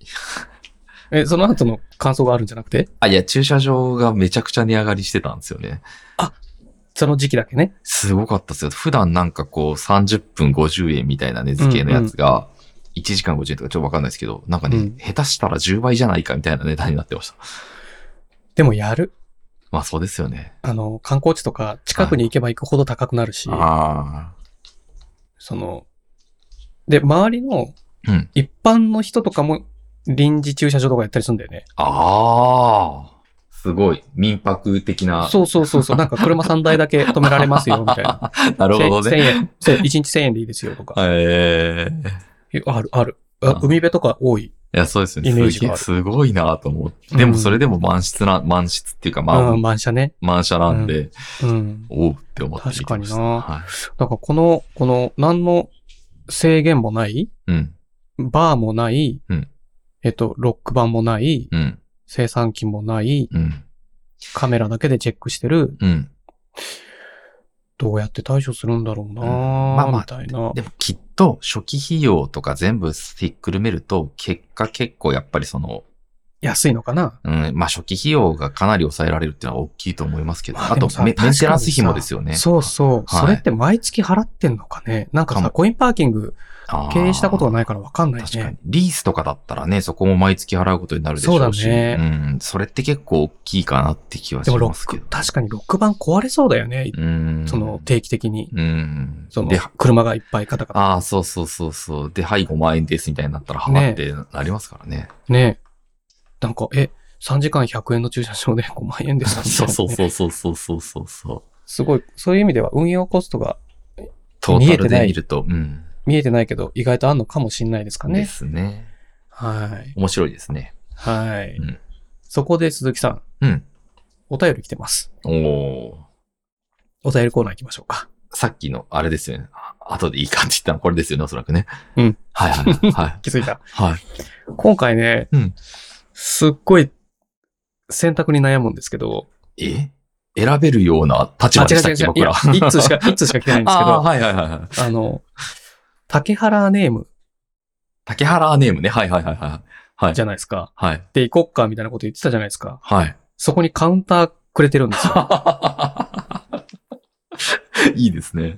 え、その後の感想があるんじゃなくてあ、いや、駐車場がめちゃくちゃ値上がりしてたんですよね。その時期だけね。すごかったですよ。普段なんかこう30分50円みたいな値付けのやつが、1時間50円とかちょっとわかんないですけど、なんかね、うん下手したら10倍じゃないかみたいな値段になってました。でもやる。まあそうですよね。あの、観光地とか近くに行けば行くほど高くなるし、あその、で、周りのあ。うん。一般の人とかも臨時駐車場とかやったりするんだよね。ああ。すごい。民泊的な。そうそうそうそう。なんか車3台だけ止められますよ、みたいな。 [laughs] なるほどせんね。 1000円。せ1日1000円でいいですよ、とか。えええある、ある。ああ海辺とか多い。いや、そうですよね。イメージがすげあえるすごいなと思って。でうも、んそれでも満室な、満室っていうか、まあ、うん、満車ね。満車なんで、うん。おうって思って見てまし確た。かになはだい。からこの、この、何の制限もない、うん、バーもない、うんえっと、ロック板もない、うん、生産機もない、うん、カメラだけでチェックしてる、うん。どうやって対処するんだろうなぁ、うんまあまあみたいな。でも、きっと、初期費用とか全部ひっくるめると、結果結構やっぱりその、安いのかなうん、まあ、初期費用がかなり抑えられるっていうのは大きいと思いますけど、まああでともさメ、メンテナンス費確かにもさですよね。そうそう。はいそれって毎月払ってんのかねなんかかさ、もコインパーキングあー経営したことがないからわかんない確かねに。。リースとかだったらね、そこも毎月払うことになるでしょうし。そうだねうん。それって結構大きいかなって気はでしもロまッすけクど、。確かにロック板壊れそうだよね。うん。その、定期的に。うん。そので、、車がいっぱいカタカタ。ああ、そうそうそうそう。で、はい、5万円ですみたいになったら、はねまってなりますからね。ねなんか、え、3時間100円の駐車場で5万円です。 [laughs] そうそうそうそうそうそうそうそう。すごい、そういう意味では運用コストがトータル見えてなでい見ると、うん。見えてないけど、意外とあんのかもしんないですかでね。すね。はい。面白いですね。はい、うんそこで鈴木さん、うん。お便り来てます。おおお便りコーナー行きましょうか。ー。さっきの、あれですよね。あ後でいい感じって言ったのこれですよね、おそらくね。うん。はいはいはい。気づい [laughs] た。はい。今回ね、うんすっごい選択に悩むんですけど、 [laughs] え選べるような立場でしたっけ、い僕やら。 [laughs] 一通しか、一通しか来てないんですけど、ああ、あはいはいはい。の、竹原ネーム、竹原ネームね。はいはいはいはい。はい。じゃないですか。はい。で、行こっか、みたいなこと言ってたじゃないですか。はい。 [laughs] そこにカウンターくれてるんですよ。いいですね。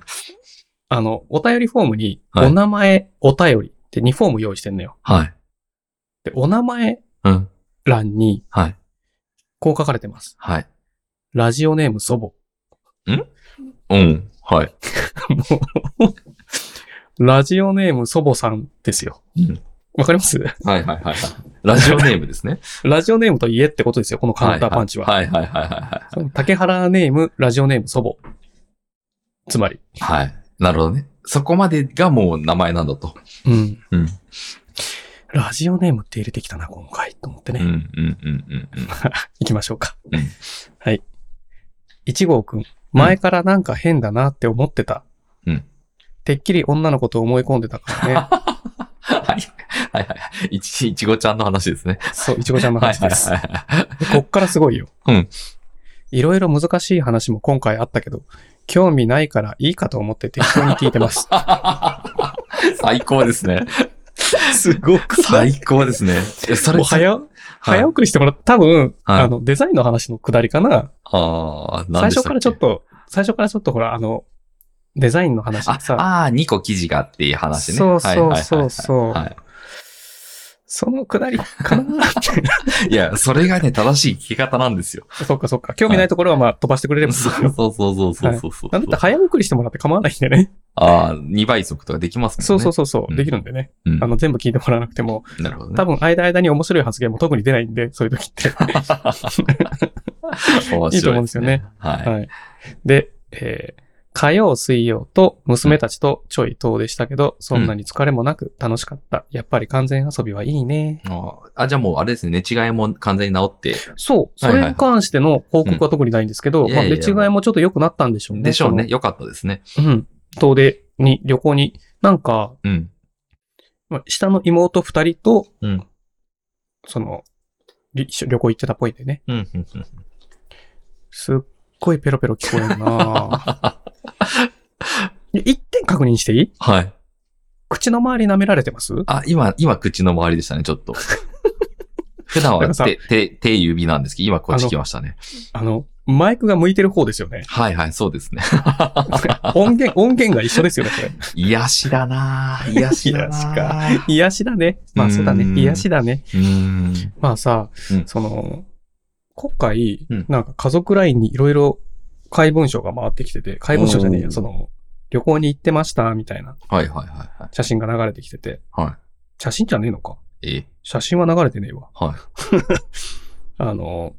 あの、お便りフォームに、はいお名前、お便りって2フォーム用意してんのよ。はい。で、お名前うん。欄に、はい。こう書かれてます。はい。ラジオネーム祖母。 [laughs] うん。はい。もうラジオネーム祖母さんですようん。わかりますはいはいはいはい。ラジオネームですね。ラジオネームと言えってことですよ、このカウンターパンチは。はいはいはいはその竹原ネーム、ラジオネーム、祖母。つまり。い。はい。はい。なるほどね。そこまでがもう名前なんだと。うん。うん。ラジオネームって入れてきたな、今回。と思ってうね。んうんうんうんうん。行きましょうか。うんはい。1号くん、前からなんか変だなって思ってた。うん。てっきり女の子と思い込んでたからね。 [laughs] はい。はいはい。いち、いちごちゃんの話ですね。そう、いちごちゃんのはい話はいです。はい。でこっからすごいよ。うん。いろいろ難しい話も今回あったけど、興味ないからいいかと思って適当に聞いて [laughs] ます。最高ですね。すごく最高ですね。えそもうはい。早、早送りしてもらった。多分、はいあの、デザインの話のくだりかな。ああ、何最でし初たっけからちょっと、最初からちょっとほら、あの、デザインの話あでさ、あー、2個記事があっていう話ね。そうはいはいはいはいそうそうはそのくだりかな [laughs] い。いや、それがね、正しい聞き方なんですよ。そっかそっか。興味ないところはまあ飛ばしてくれればいいそですうよ。そうそうそうそうそうそう。なんだったら早送りしてもらって構わないんでね。ああ、2倍速とかできますもんそうね。そうそうそうう、んできるんでね。うんあの、全部聞いてもらわなくても、なるほどね。多分、間々に面白い発言も特に出ないんで、そういう時って。 [laughs] 面白いいと思うんですよね。はい。はい。で、えー火曜、水曜と娘たちとちょい遠でしたけど、そんなに疲れもなく楽しかった。やっぱり完全遊びはいいね。あーあ、じゃあもうあれですね、寝違いも完全に治って。そう、それに関しての報告は特にないんですけど、うまあ、んいやいやい出や違いもちょっと良くなったんでしょうね。でしょうね。よかったですね。その。うん。遠出に、旅行に、なんか、うん。まあ下の妹二人と、うんその、り一緒旅行行ってたっぽいんでね。 [laughs] うんうんうんすっごいペロペロ聞こえる [laughs] なで一点確認していいはい。口の周り舐められてますあ、今、今、口の周りでしたね、ちょっと。 [laughs] 普段なんはかさ手、手、手指なんですけど、今こっち来ましたね。。あの、マイクが向いてる方ですよねはいはい、そうですね。 [laughs] 音源、音源が一緒ですよね、これ。癒しだなぁ癒しだなぁ癒癒しだね。まあそうだねうーん。癒しだね。うーん。まあさ、うんその、今回うん、なんか家族ラインにいろいろ怪文書が回ってきてて、怪文書じゃねえおーや、その、旅行に行ってました、みたいなはいはいはいはい。写真が流れてきてて。は写真じゃねえのか。い。え写真は流れてねえわ。はい。 [laughs] あの、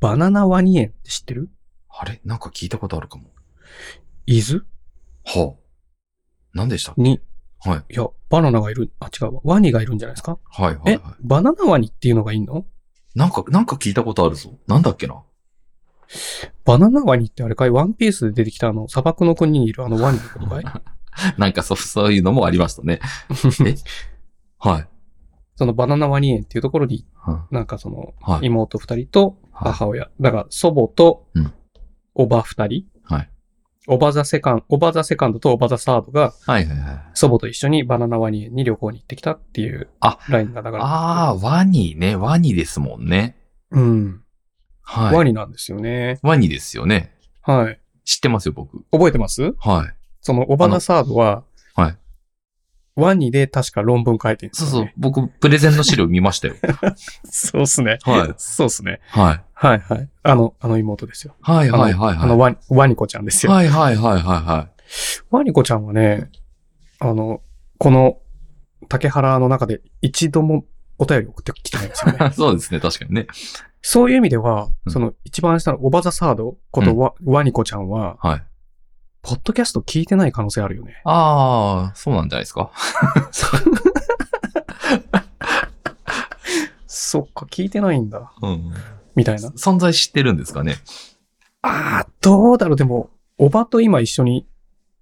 バナナワニ園って知ってるあれなんか聞いたことあるかも。伊豆はあ。何でしたっに、けはい。いや、バナナがいる、あ、違うわ、ワニがいるんじゃないですかはいはいえは、バナナワニっていうのがいんのい。なんか、なんか聞いたことあるぞ。なんだっけなバナナワニってあれかいワンピースで出てきたあの砂漠の国にいるあのワニのことかいなんかそう、そういうのもあり [laughs] ましたね。えはい。そのバナナワニ園っていうところに、はなんかそのい。はい。妹二人とはい母親、だから祖母とうんおば二人、はいおばザセカンド、おばザセカンドとおばザサードがはいはいはい。祖母と一緒にバナナワニ園に旅行に行ってきたっていうあラインが流れててああ、ワニね。ワニですもんね。うん。はい。ワニ。ニなんですよね。ワニですよね。はい。知ってますよ、僕。覚えてますはい。その、オバナサードは、あのはい。ワニで確か論文書いてるんですそうよ、そうね。。僕、プレゼンの資料見まし [laughs] たよ。そう。そうっすね。はいそうっすね。はい。はいはい。あの、あの妹ですよ。はいあのはいはいはい。あのワニ、ワニコちゃんですよ。はいはいはいはいはワニコちゃんはね、あの、この、竹原の中で一度もお便り送ってきてないんです [laughs] よね。い。そうですね、確かにね。そういう意味では、うんその一番下のオバザサードことワ,、ワニコちゃんは、はい。ポッドキャスト聞いてない可能性あるよね。ああ、そうなんじゃないですか。そっか、聞いてないんだ。うん。みたいな。存在知ってるんですかね。ああ、どうだろう。でも、おばと今一緒に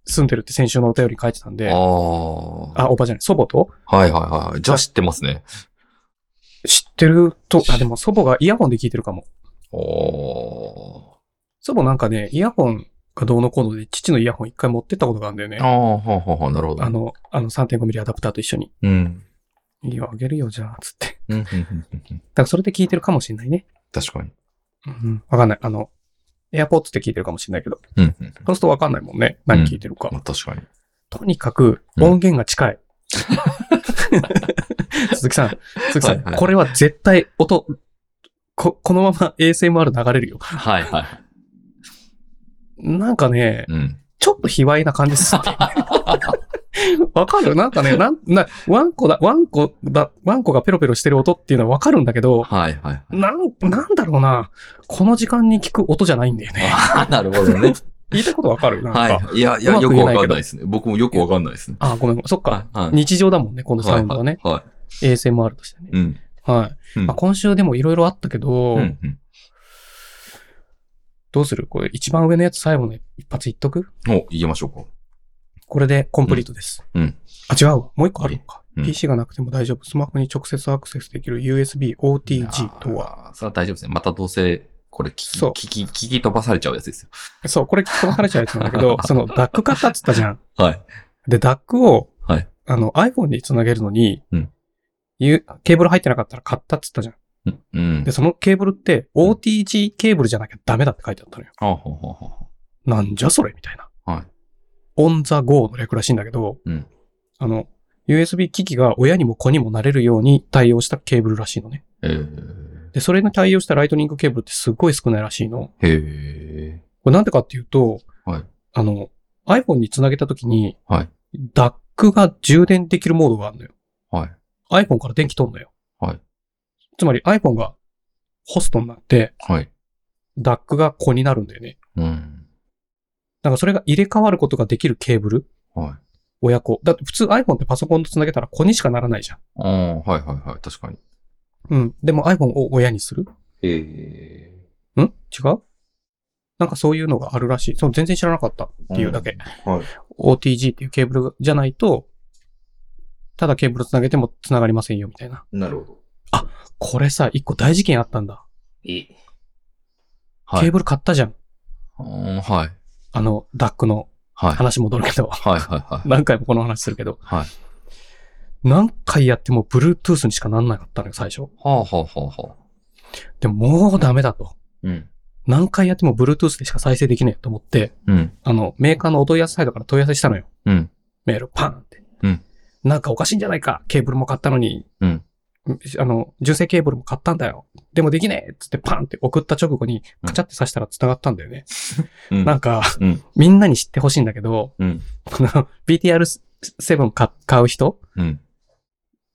住んでるって先週のお便り書いてたんで、あああ。おばじゃない、祖母とはいはいはいはい。じゃあ知ってますね。知ってると、あ、でも祖母がイヤホンで聞いてるかも。おー。祖母なんかね、イヤホンがどうのこうので、父のイヤホン一回持ってったことがあるんだよね。ああ、はあはあはあ、なるほど。あ、の、あの 3.5mm アダプターと一緒に。うん。いいよ、あげるよ、じゃあ、つって。だかうん、うん、うんうんうん。らそれで聞いてるかもしんないね。確かに。うん。わかんない。あの、AirPods って聞いてるかもしんないけど。うん、うん。そうするとわかんないもんね。何聞いてるか。まあ確かに。とにかく、うん音源が [laughs] 近い。鈴木さん、鈴木さん、はいはいこれは絶対音、こ、このまま ASMR 流れるよ。はい、はい。なんかね、うん。ちょっと卑猥な感じ [laughs] する。わかるなんかね、なん、な、ワンコだ、ワンコだ、ワンコがペロペロしてる音っていうのはわかるんだけど、はい、はいはい。なん、なんだろうな。この時間に聞く音じゃないんだよね。ああ、 [laughs] なるほどね。言いたいことわかるなんか。はい。いや、いうや、まくよく言えわないけどかんないですね。僕もよくわかんないですね。あ、ごめんごめん。そっか。はいはい日常だもんね、このサウンドがね。は ASMR としてねい。。うん。はい。うんまあ、今週でもいろいろあったけど、うんうん。どうするこれ一番上のやつ最後の一発言っとくお、行きましょうか。これでコンプリートです。うんうんあ、違うわ。もう一個あるのか。うん PC がなくても大丈夫。スマホに直接アクセスできる USB OTG とは。は。それは大丈夫ですね。またどうせ、これ聞き、そう聞き、聞き飛ばされちゃうやつですよ。そう、これ聞かされちゃうやつなんだけ [laughs] ど、その DAC 買ったっつったじゃん。はい。で、DAC を、はいあの iPhone につなげるのに、うんゆケーブル入ってなかったら買ったっつったじゃん。うんうんで、。そのケーブルって OTG ケーブルじゃなきゃダメだって書いてあったのよ。あほうほうほうほなんじゃそれみたいな。はい。オンザゴーの略らしいんだけど、うんあの、USB 機器が親にも子にもなれるように対応したケーブルらしいのね。う。えで、それに対応したライトニングケーブルってすごい少ないらしいの。ー、へこれなんでかっていうと、はいあの、iPhone につなげたときに、はい DAC が充電できるモードがあるのよ。ー。はい。 iPhone から電気取るのよ。はいつまり iPhone がホストになって、はい。 DAC が子になるんだよね。うん。だからそれが入れ替わることができるケーブルはい。親子。だって普通 iPhone ってパソコンと繋げたら子にしかならないじゃん。ああ、はいはいはい。確かに。うん。でも iPhone を親にするえん違うなんかそういうのがあるらしい。そう、全然知らなかったっていうだけ。。はい。 OTG っていうケーブルじゃないと、ただケーブル繋げても繋がりませんよみたいな。なるほど。これさ、一個大事件あったんだ。えはい。ケーブル買ったじゃん。うんはい。あの、DAC のはい。はい話戻るけど。 [laughs] はいはい。何回もこの話するけど。はい。何回やっても Bluetooth にしかなんなかったのよ、最初。はあはあはあはあ。でも、もうダメだと。うん。何回やっても Bluetooth でしか再生できねえと思って、うん。あの、メーカーのお問い合わせサイトから問い合わせしたのよ。うん。メールパーンって。うんなんかおかしいんじゃないか。ケーブルも買ったのに。うんあの、純正ケーブルも買ったんだよ。でもできねえっつってパンって送った直後に、うんカチャって刺したら繋がったんだよね。うんなんか、うんみんなに知ってほしいんだけど、うん。この BTR7 か買う人うん。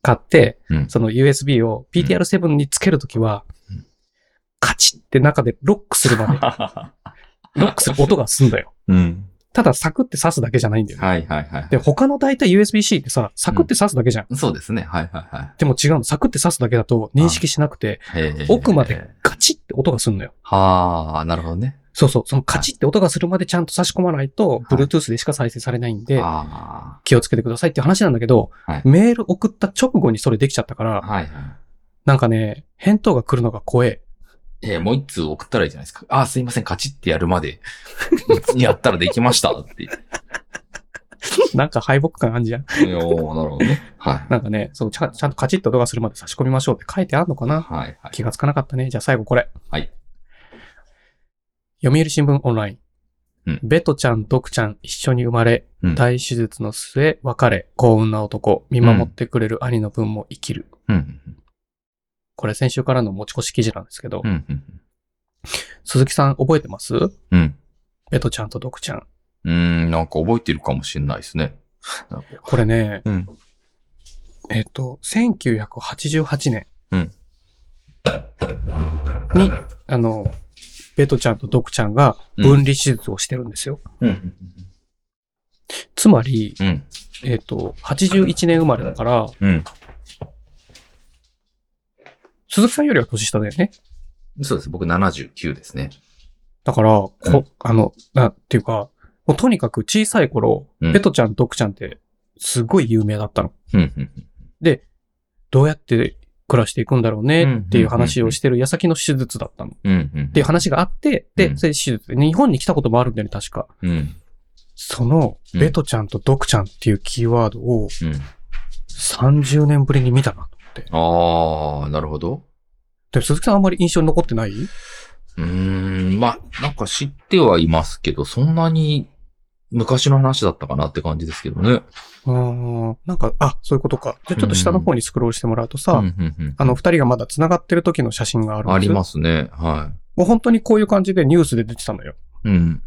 買って、うんその USB を BTR7 につけるときは、うんカチって中でロックする [laughs] まで、ロックする音がすんだよ。うん。ただサクって刺すだけじゃないんだよね。はいはいはい。で、他の大体 USB-C ってさ、サクって刺すだけじゃん。そうですね。はいはいはい。でも違うの、サクって刺すだけだと認識しなくて、へー奥まで。カチって音がするのよ。はあ、なるほどね。そうそう、そのカチって音がするまでちゃんと差し込まないと、はい Bluetooth でしか再生されないんで、あ気をつけてくださいっていう話なんだけど、はいメール送った直後にそれできちゃったかあ。ら、はいはい。なんかね、返答が来るのが怖え。 [laughs] えー、もう一通送ったらいいじゃないですか。あー、すいません、カチってやるま [laughs] で、やったらできましたって。いやなんか敗北感あんじゃん。ーなるほどね。はい。なんかね、そうちゃ、ちゃんとカチッと音がするまで差し込みましょうって書いてあんのかなはいはい。気がつかなかったね。じゃあ最後これ。はい。読売新聞オンライン。うんベトちゃん、ドクちゃん、一緒に生まれ、うん大手術の末、別れ、幸運な男、見守ってくれる兄の分も生きる。うん。これ先週からの持ち越し記事なんですけど、うん。うん鈴木さん覚えてますうん。ベトちゃんとドクちゃん。うーん、なんか覚えてるかもしれないですね。これね、うん。えっ、と、1988年うんに、あの、ベトちゃんとドクちゃんが分離手術をしてるんですよ。うん。つまり、うん。えっ、と、81年生まれだから、うん。鈴木さんよりは年下だよね。そうです。僕79ですね。だから、こ、うんあの、な、っていうか、もうとにかく小さい頃、うんペトちゃん、ドクちゃんって、すごい有名だったの。うん。どうやって暮らしていくんだろうねっていう話をしてる矢先の手術だったの。っうん、うん。ていう話があって、うで、んそれで手術で。日本に来たこともあるんだよね、確か。うん、その、うんベトちゃんとドクちゃんっていうキーワードをうん。 30年ぶりに見たなと思って。ああ、なるほど。で、鈴木さんあんまり印象に残ってないうーん、まあ、なんか知ってはいますけど、そんなに昔の話だったかなって感じですけどね。あーなんか、あ、そういうことか。じゃあちょっと下の方にスクロールしてもらうとさ、うんうんうんあの、二人がまだ繋がってる時の写真があるんです。ありますすね。はもう本当にこういう感じでニュースで出てたのよ。い。うん。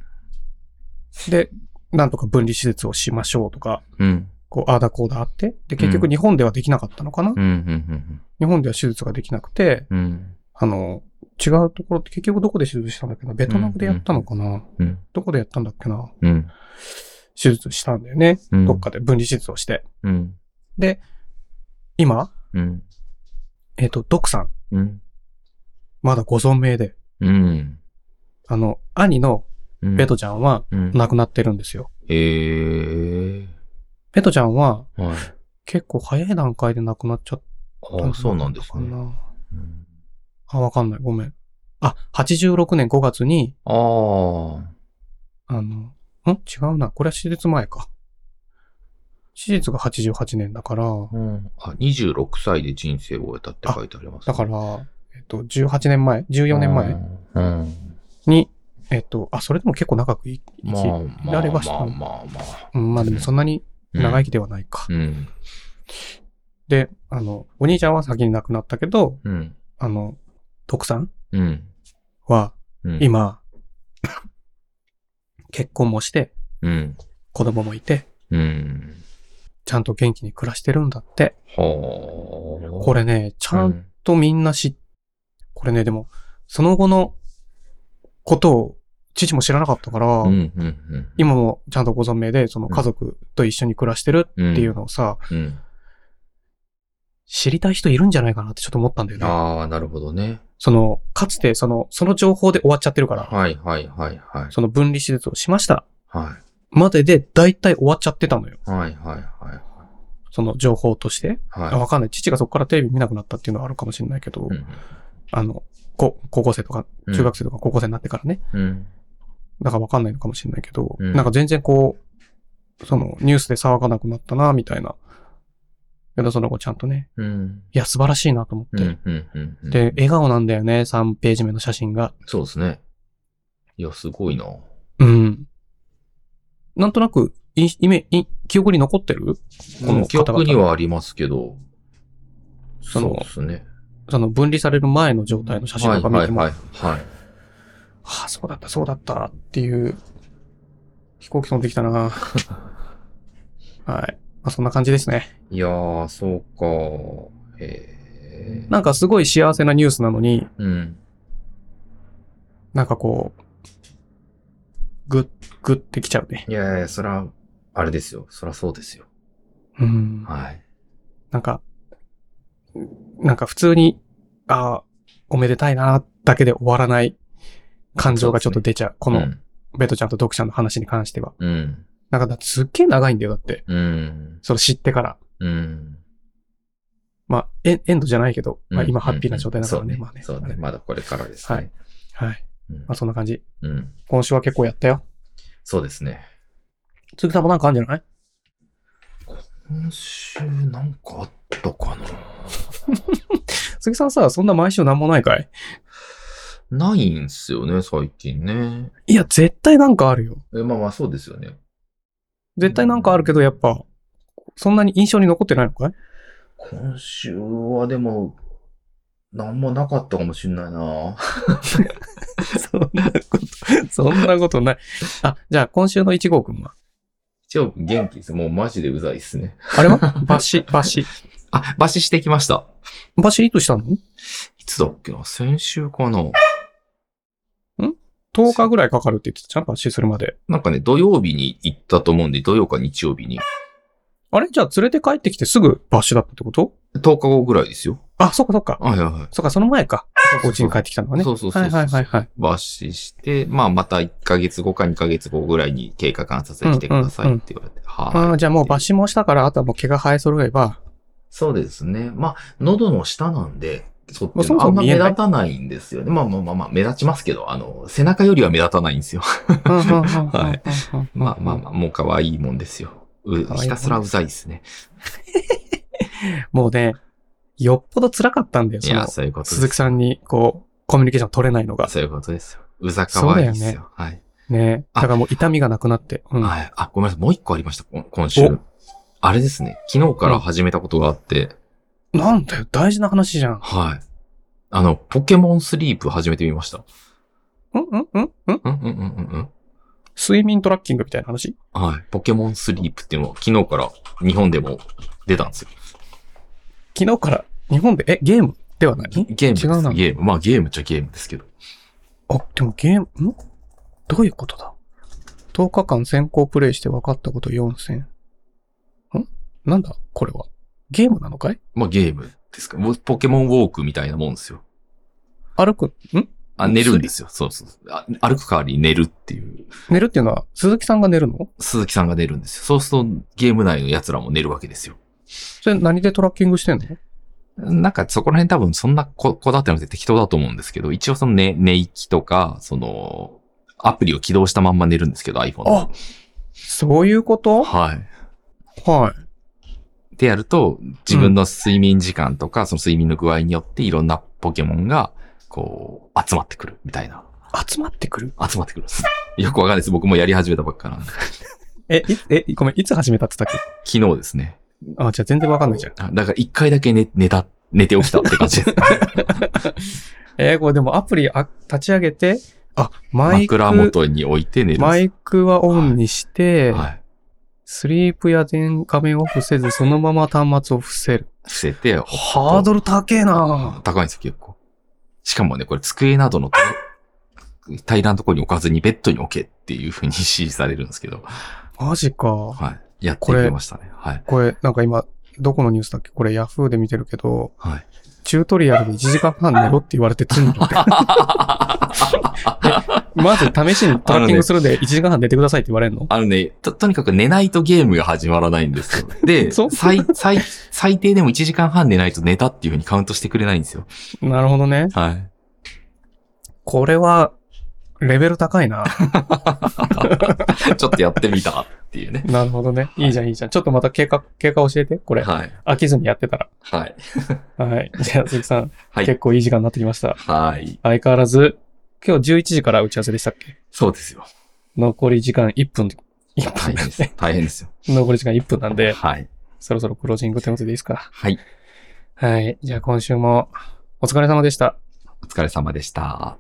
で、なんとか分離施設をしましょうとか、うん。こう、ああだこうだあって。で、結局うん日本ではできなかったのかな、うん。うん。日本では手術ができなくて、うんうん。あの、違うところって結局どこで手術したんだっけなベトナムでやったのかな、うん。どこでやったんだっけなうん。手術したんだよね。うん。どっかで分離手術をして。うん。で、今、うん。えっ、と、ドクさん、うん。まだご存命で、うん。あの、兄のうん。ベトちゃんはうん。亡くなってるんですよ。ええベトちゃんはー。はい。結構早い段階で亡くなっちゃったああ、そうなんですね。ね。うんあ、わかんない。ごめん。あ、86年5月に、ああ。あの、ん違うな。これは手術前か。手術が88年だから、うん。あ、26歳で人生を終えたって書いてあります、だから、えっと、18年前、14年前うん。うんに、えっと、あ、それでも結構長く生き、まあまあられまましたあまあまあ。うん、まあでもそんなに長生きではないか。うん。で、あの、お兄ちゃんは先に亡くなったけど、うん。あの、徳さんうん。はうん。今、結婚もして、うん。子供もいて、うん。ちゃんと元気に暮らしてるんだって。はあ。これね、ちうゃん、んとみんな知っ、これね、でも、その後のことを、父も知らなかったから、うん、うん、うん。今もちゃんとご存命で、その家族と一緒に暮らしてるっていうのをさ、うん。知りたい人いるんじゃないかなってちょっと思ったんだよね。ああ、なるほどね。その、かつてその、その情報で終わっちゃってるから、はい、はい、はい、はい。その分離手術をしました。はまでで、大体終わっちゃってたのよ。い、はい、はい、はい。その情報として。あはわかんない。父がそこからテレビ見なくなったっていうのはあるかもしれないけど、い。うんあの、こ高校生とか、うん中学生とか高校生になってからね。うん。だからわかんないのかもしれないけど、うんなんか全然こう、その、ニュースで騒がなくなったな、みたいな。けど、その後ちゃんとね、うん。いや、素晴らしいなと思って。うん、うん、うんうん。で、笑顔なんだよね、3ページ目の写真が。そうですね。いや、すごいな。うん。なんとなく、い、イメ、い、記憶に残ってるこのうん記憶方々にはありますけど、そそうのですね。その分離される前の状態の写真はい、とか見はてい、も、はい。はい。はあ、そうだった、そうだったっていう、飛行機飛んできたなは [laughs] い。まあ、そんな感じですね。いやー、そうか。へーなんかすごい幸せなニュースなのに、うん。なんかこう、ぐっ、ぐってきちゃうね。いやいや、そら、あれですよ。そらそうですよ。うん。はい。なんか、なんか普通に、ああ、おめでたいな、だけで終わらない感情がちょっと出ちゃう。ここの、ベトちゃんとドクちゃんの話に関しては。うん。なんかだってすっげえ長いんだよ、だって。うん。それ知ってから。うん。まあ、エンエンドじゃないけど、まあ、うん今ハッピーな状態だからね。うんまあね。そうね。まだこれからですはいね。はい。うんまあそんな感じ。うん。今週は結構やったよ。そうですね。鈴木さんもなんかあるんじゃない今週なんかあったか鈴木さんさ、そんな毎週なんもないかいなないんすよね、最近ね。いや、絶対なんかあるよ。えまあまあそうですよね。絶対なんかあるけど、やっぱ、そんなに印象に残ってないの [laughs] かい今週はでも、なんもなかったかもしんないな [laughs] そんなこと、そんなことない。あ、じゃあ今週の1号くんは一応元気です。もうマジでうざいっすね。あ [laughs] れはバシ、バシ。あ、抜歯してきました。バシいつしたのいつだっけな先週かな ?10 日ぐらいかかるって言ってたじゃん、バシするまで。なんかね、土曜日に行ったと思うんで、土曜か日曜日に。あれじゃあ連れて帰ってきてすぐバシだったってこと10日後ぐらいですよ。あ、そっかそっか。はいはいはい。そっか、その前か。お家に帰ってきたのはね。そうそうそうはいはいはいはい。抜歯して、まあまた1ヶ月後か2ヶ月後ぐらいに経過観察に来てくださいって言われて。あはあ、じゃあもうバシもしたから、あとはもう毛が生え揃えば、そうですね。まあ、喉の下なんで、そっまあちそものそあんもま見目えない立たないんですよね。まあまあまあまあ、目立ちますけど、あの、背中よりは目立たないんですよ。はい [laughs] まあまあまあ、もう可愛いもんですよ。う可愛いもんひたすらうざいですね。 [laughs] もうね、よっぽど辛かったんだよ、いそのや、そういうことです。鈴木さんに、こう、コミュニケーション取れないのが。そういうことですよ。うざ可愛いですよ。そうだはい。ね。だからもう痛みがなくなって。うん。ははい。あ、ごめんなさい。もう一個ありました。こ今お週。あれですね。昨日から始めたことがあって、いなんだよ、大事な話じゃん。はい。あの、ポケモンスリープ始めてみました。うんうんうんうんうんうんうんうん睡眠トラッキングみたいな話うん。はい。ポケモンスリープっていうのは昨日から日本でも出たんですよ。昨日から日本で、え、ゲームではないゲームです。違うなゲーム。まあゲームっちゃゲームですけど。あ、でもゲーム、んどういうことだ ?10 日間先行プレイして分かったこと4000。んなんだこれは。ゲームなのかいまあゲームですか。もうポケモンウォークみたいなもんですよ。歩く、んあ、寝るんですよ。そうそうそうあ歩く代わりに寝るっていう。寝るっていうのは鈴木さんが寝るの鈴木さんが寝るんですよ。そうするとゲーム内の奴らも寝るわけですよ。それ何でトラッキングしてんのなんかそこら辺多分そんなここだわってなくて適当だと思うんですけど、一応その寝、寝息とか、その、アプリを起動したまんま寝るんですけど、iPhone のあそういうことはい。はってやると、自分の睡眠時間とか、その睡眠の具合によっていろんなポケモンが、こう、集まってくるみたいな。い。集まってくる集まってくるんです。よくわかんないです。僕もやり始めたばっかなんで。え、いつ、 [laughs] え、ごめん、いつ始めたって言ったっ昨日ですね。けあ、じゃあ全然わかんないじゃん。あだから一回だけ寝寝た、寝て起きたって感じです。えーこれでもアプリあ立ち上げて、あ、マイク、枕元に置いて寝るんです。マイクはオンにして、はい。スリープや電画面を伏せず、そのまま端末を伏せる。伏せて、ハードル高えな高いんですよ、結構。しかもね、これ机などのと平らなところに置かずにベッドに置けっていう風に指示されるんですけど、マジか。はい。やってくれましたね。はい。これ、なんか今、どこのニュースだっけこれ、ヤフーで見てるけど、はい。チュートリアルで1時間半寝ろって言われてつんのって。まず試しにトラッキングするんで1時間半寝てくださいって言われるのあのね、と、とにかく寝ないとゲームが始まらないんですよ。[laughs] で、そう最、最、最低でも1時間半寝ないと寝たっていう風にカウントしてくれないんですよ。なるほどね。はい。これは、レベル高いな。 [laughs] ちょっとやってみたっていうね。 [laughs] なるほどね。いいじゃん、いいじゃん。ちょっとまた経過、経過教えて、これ。はい。飽きずにやってたはい。ら。 [laughs] はい。じゃあ、鈴木さん、はい。結構いい時間になってきました。はい。相変わらず、今日11時から打ち合わせでしたっけそうですよ。残り時間1分、1大分変でですすね。。大変ですよ。残り時間1分なんで、はい。そろそろクロージング手元でいいですか。はい。はい。じゃあ今週もお疲れ様でした。お疲れ様でした。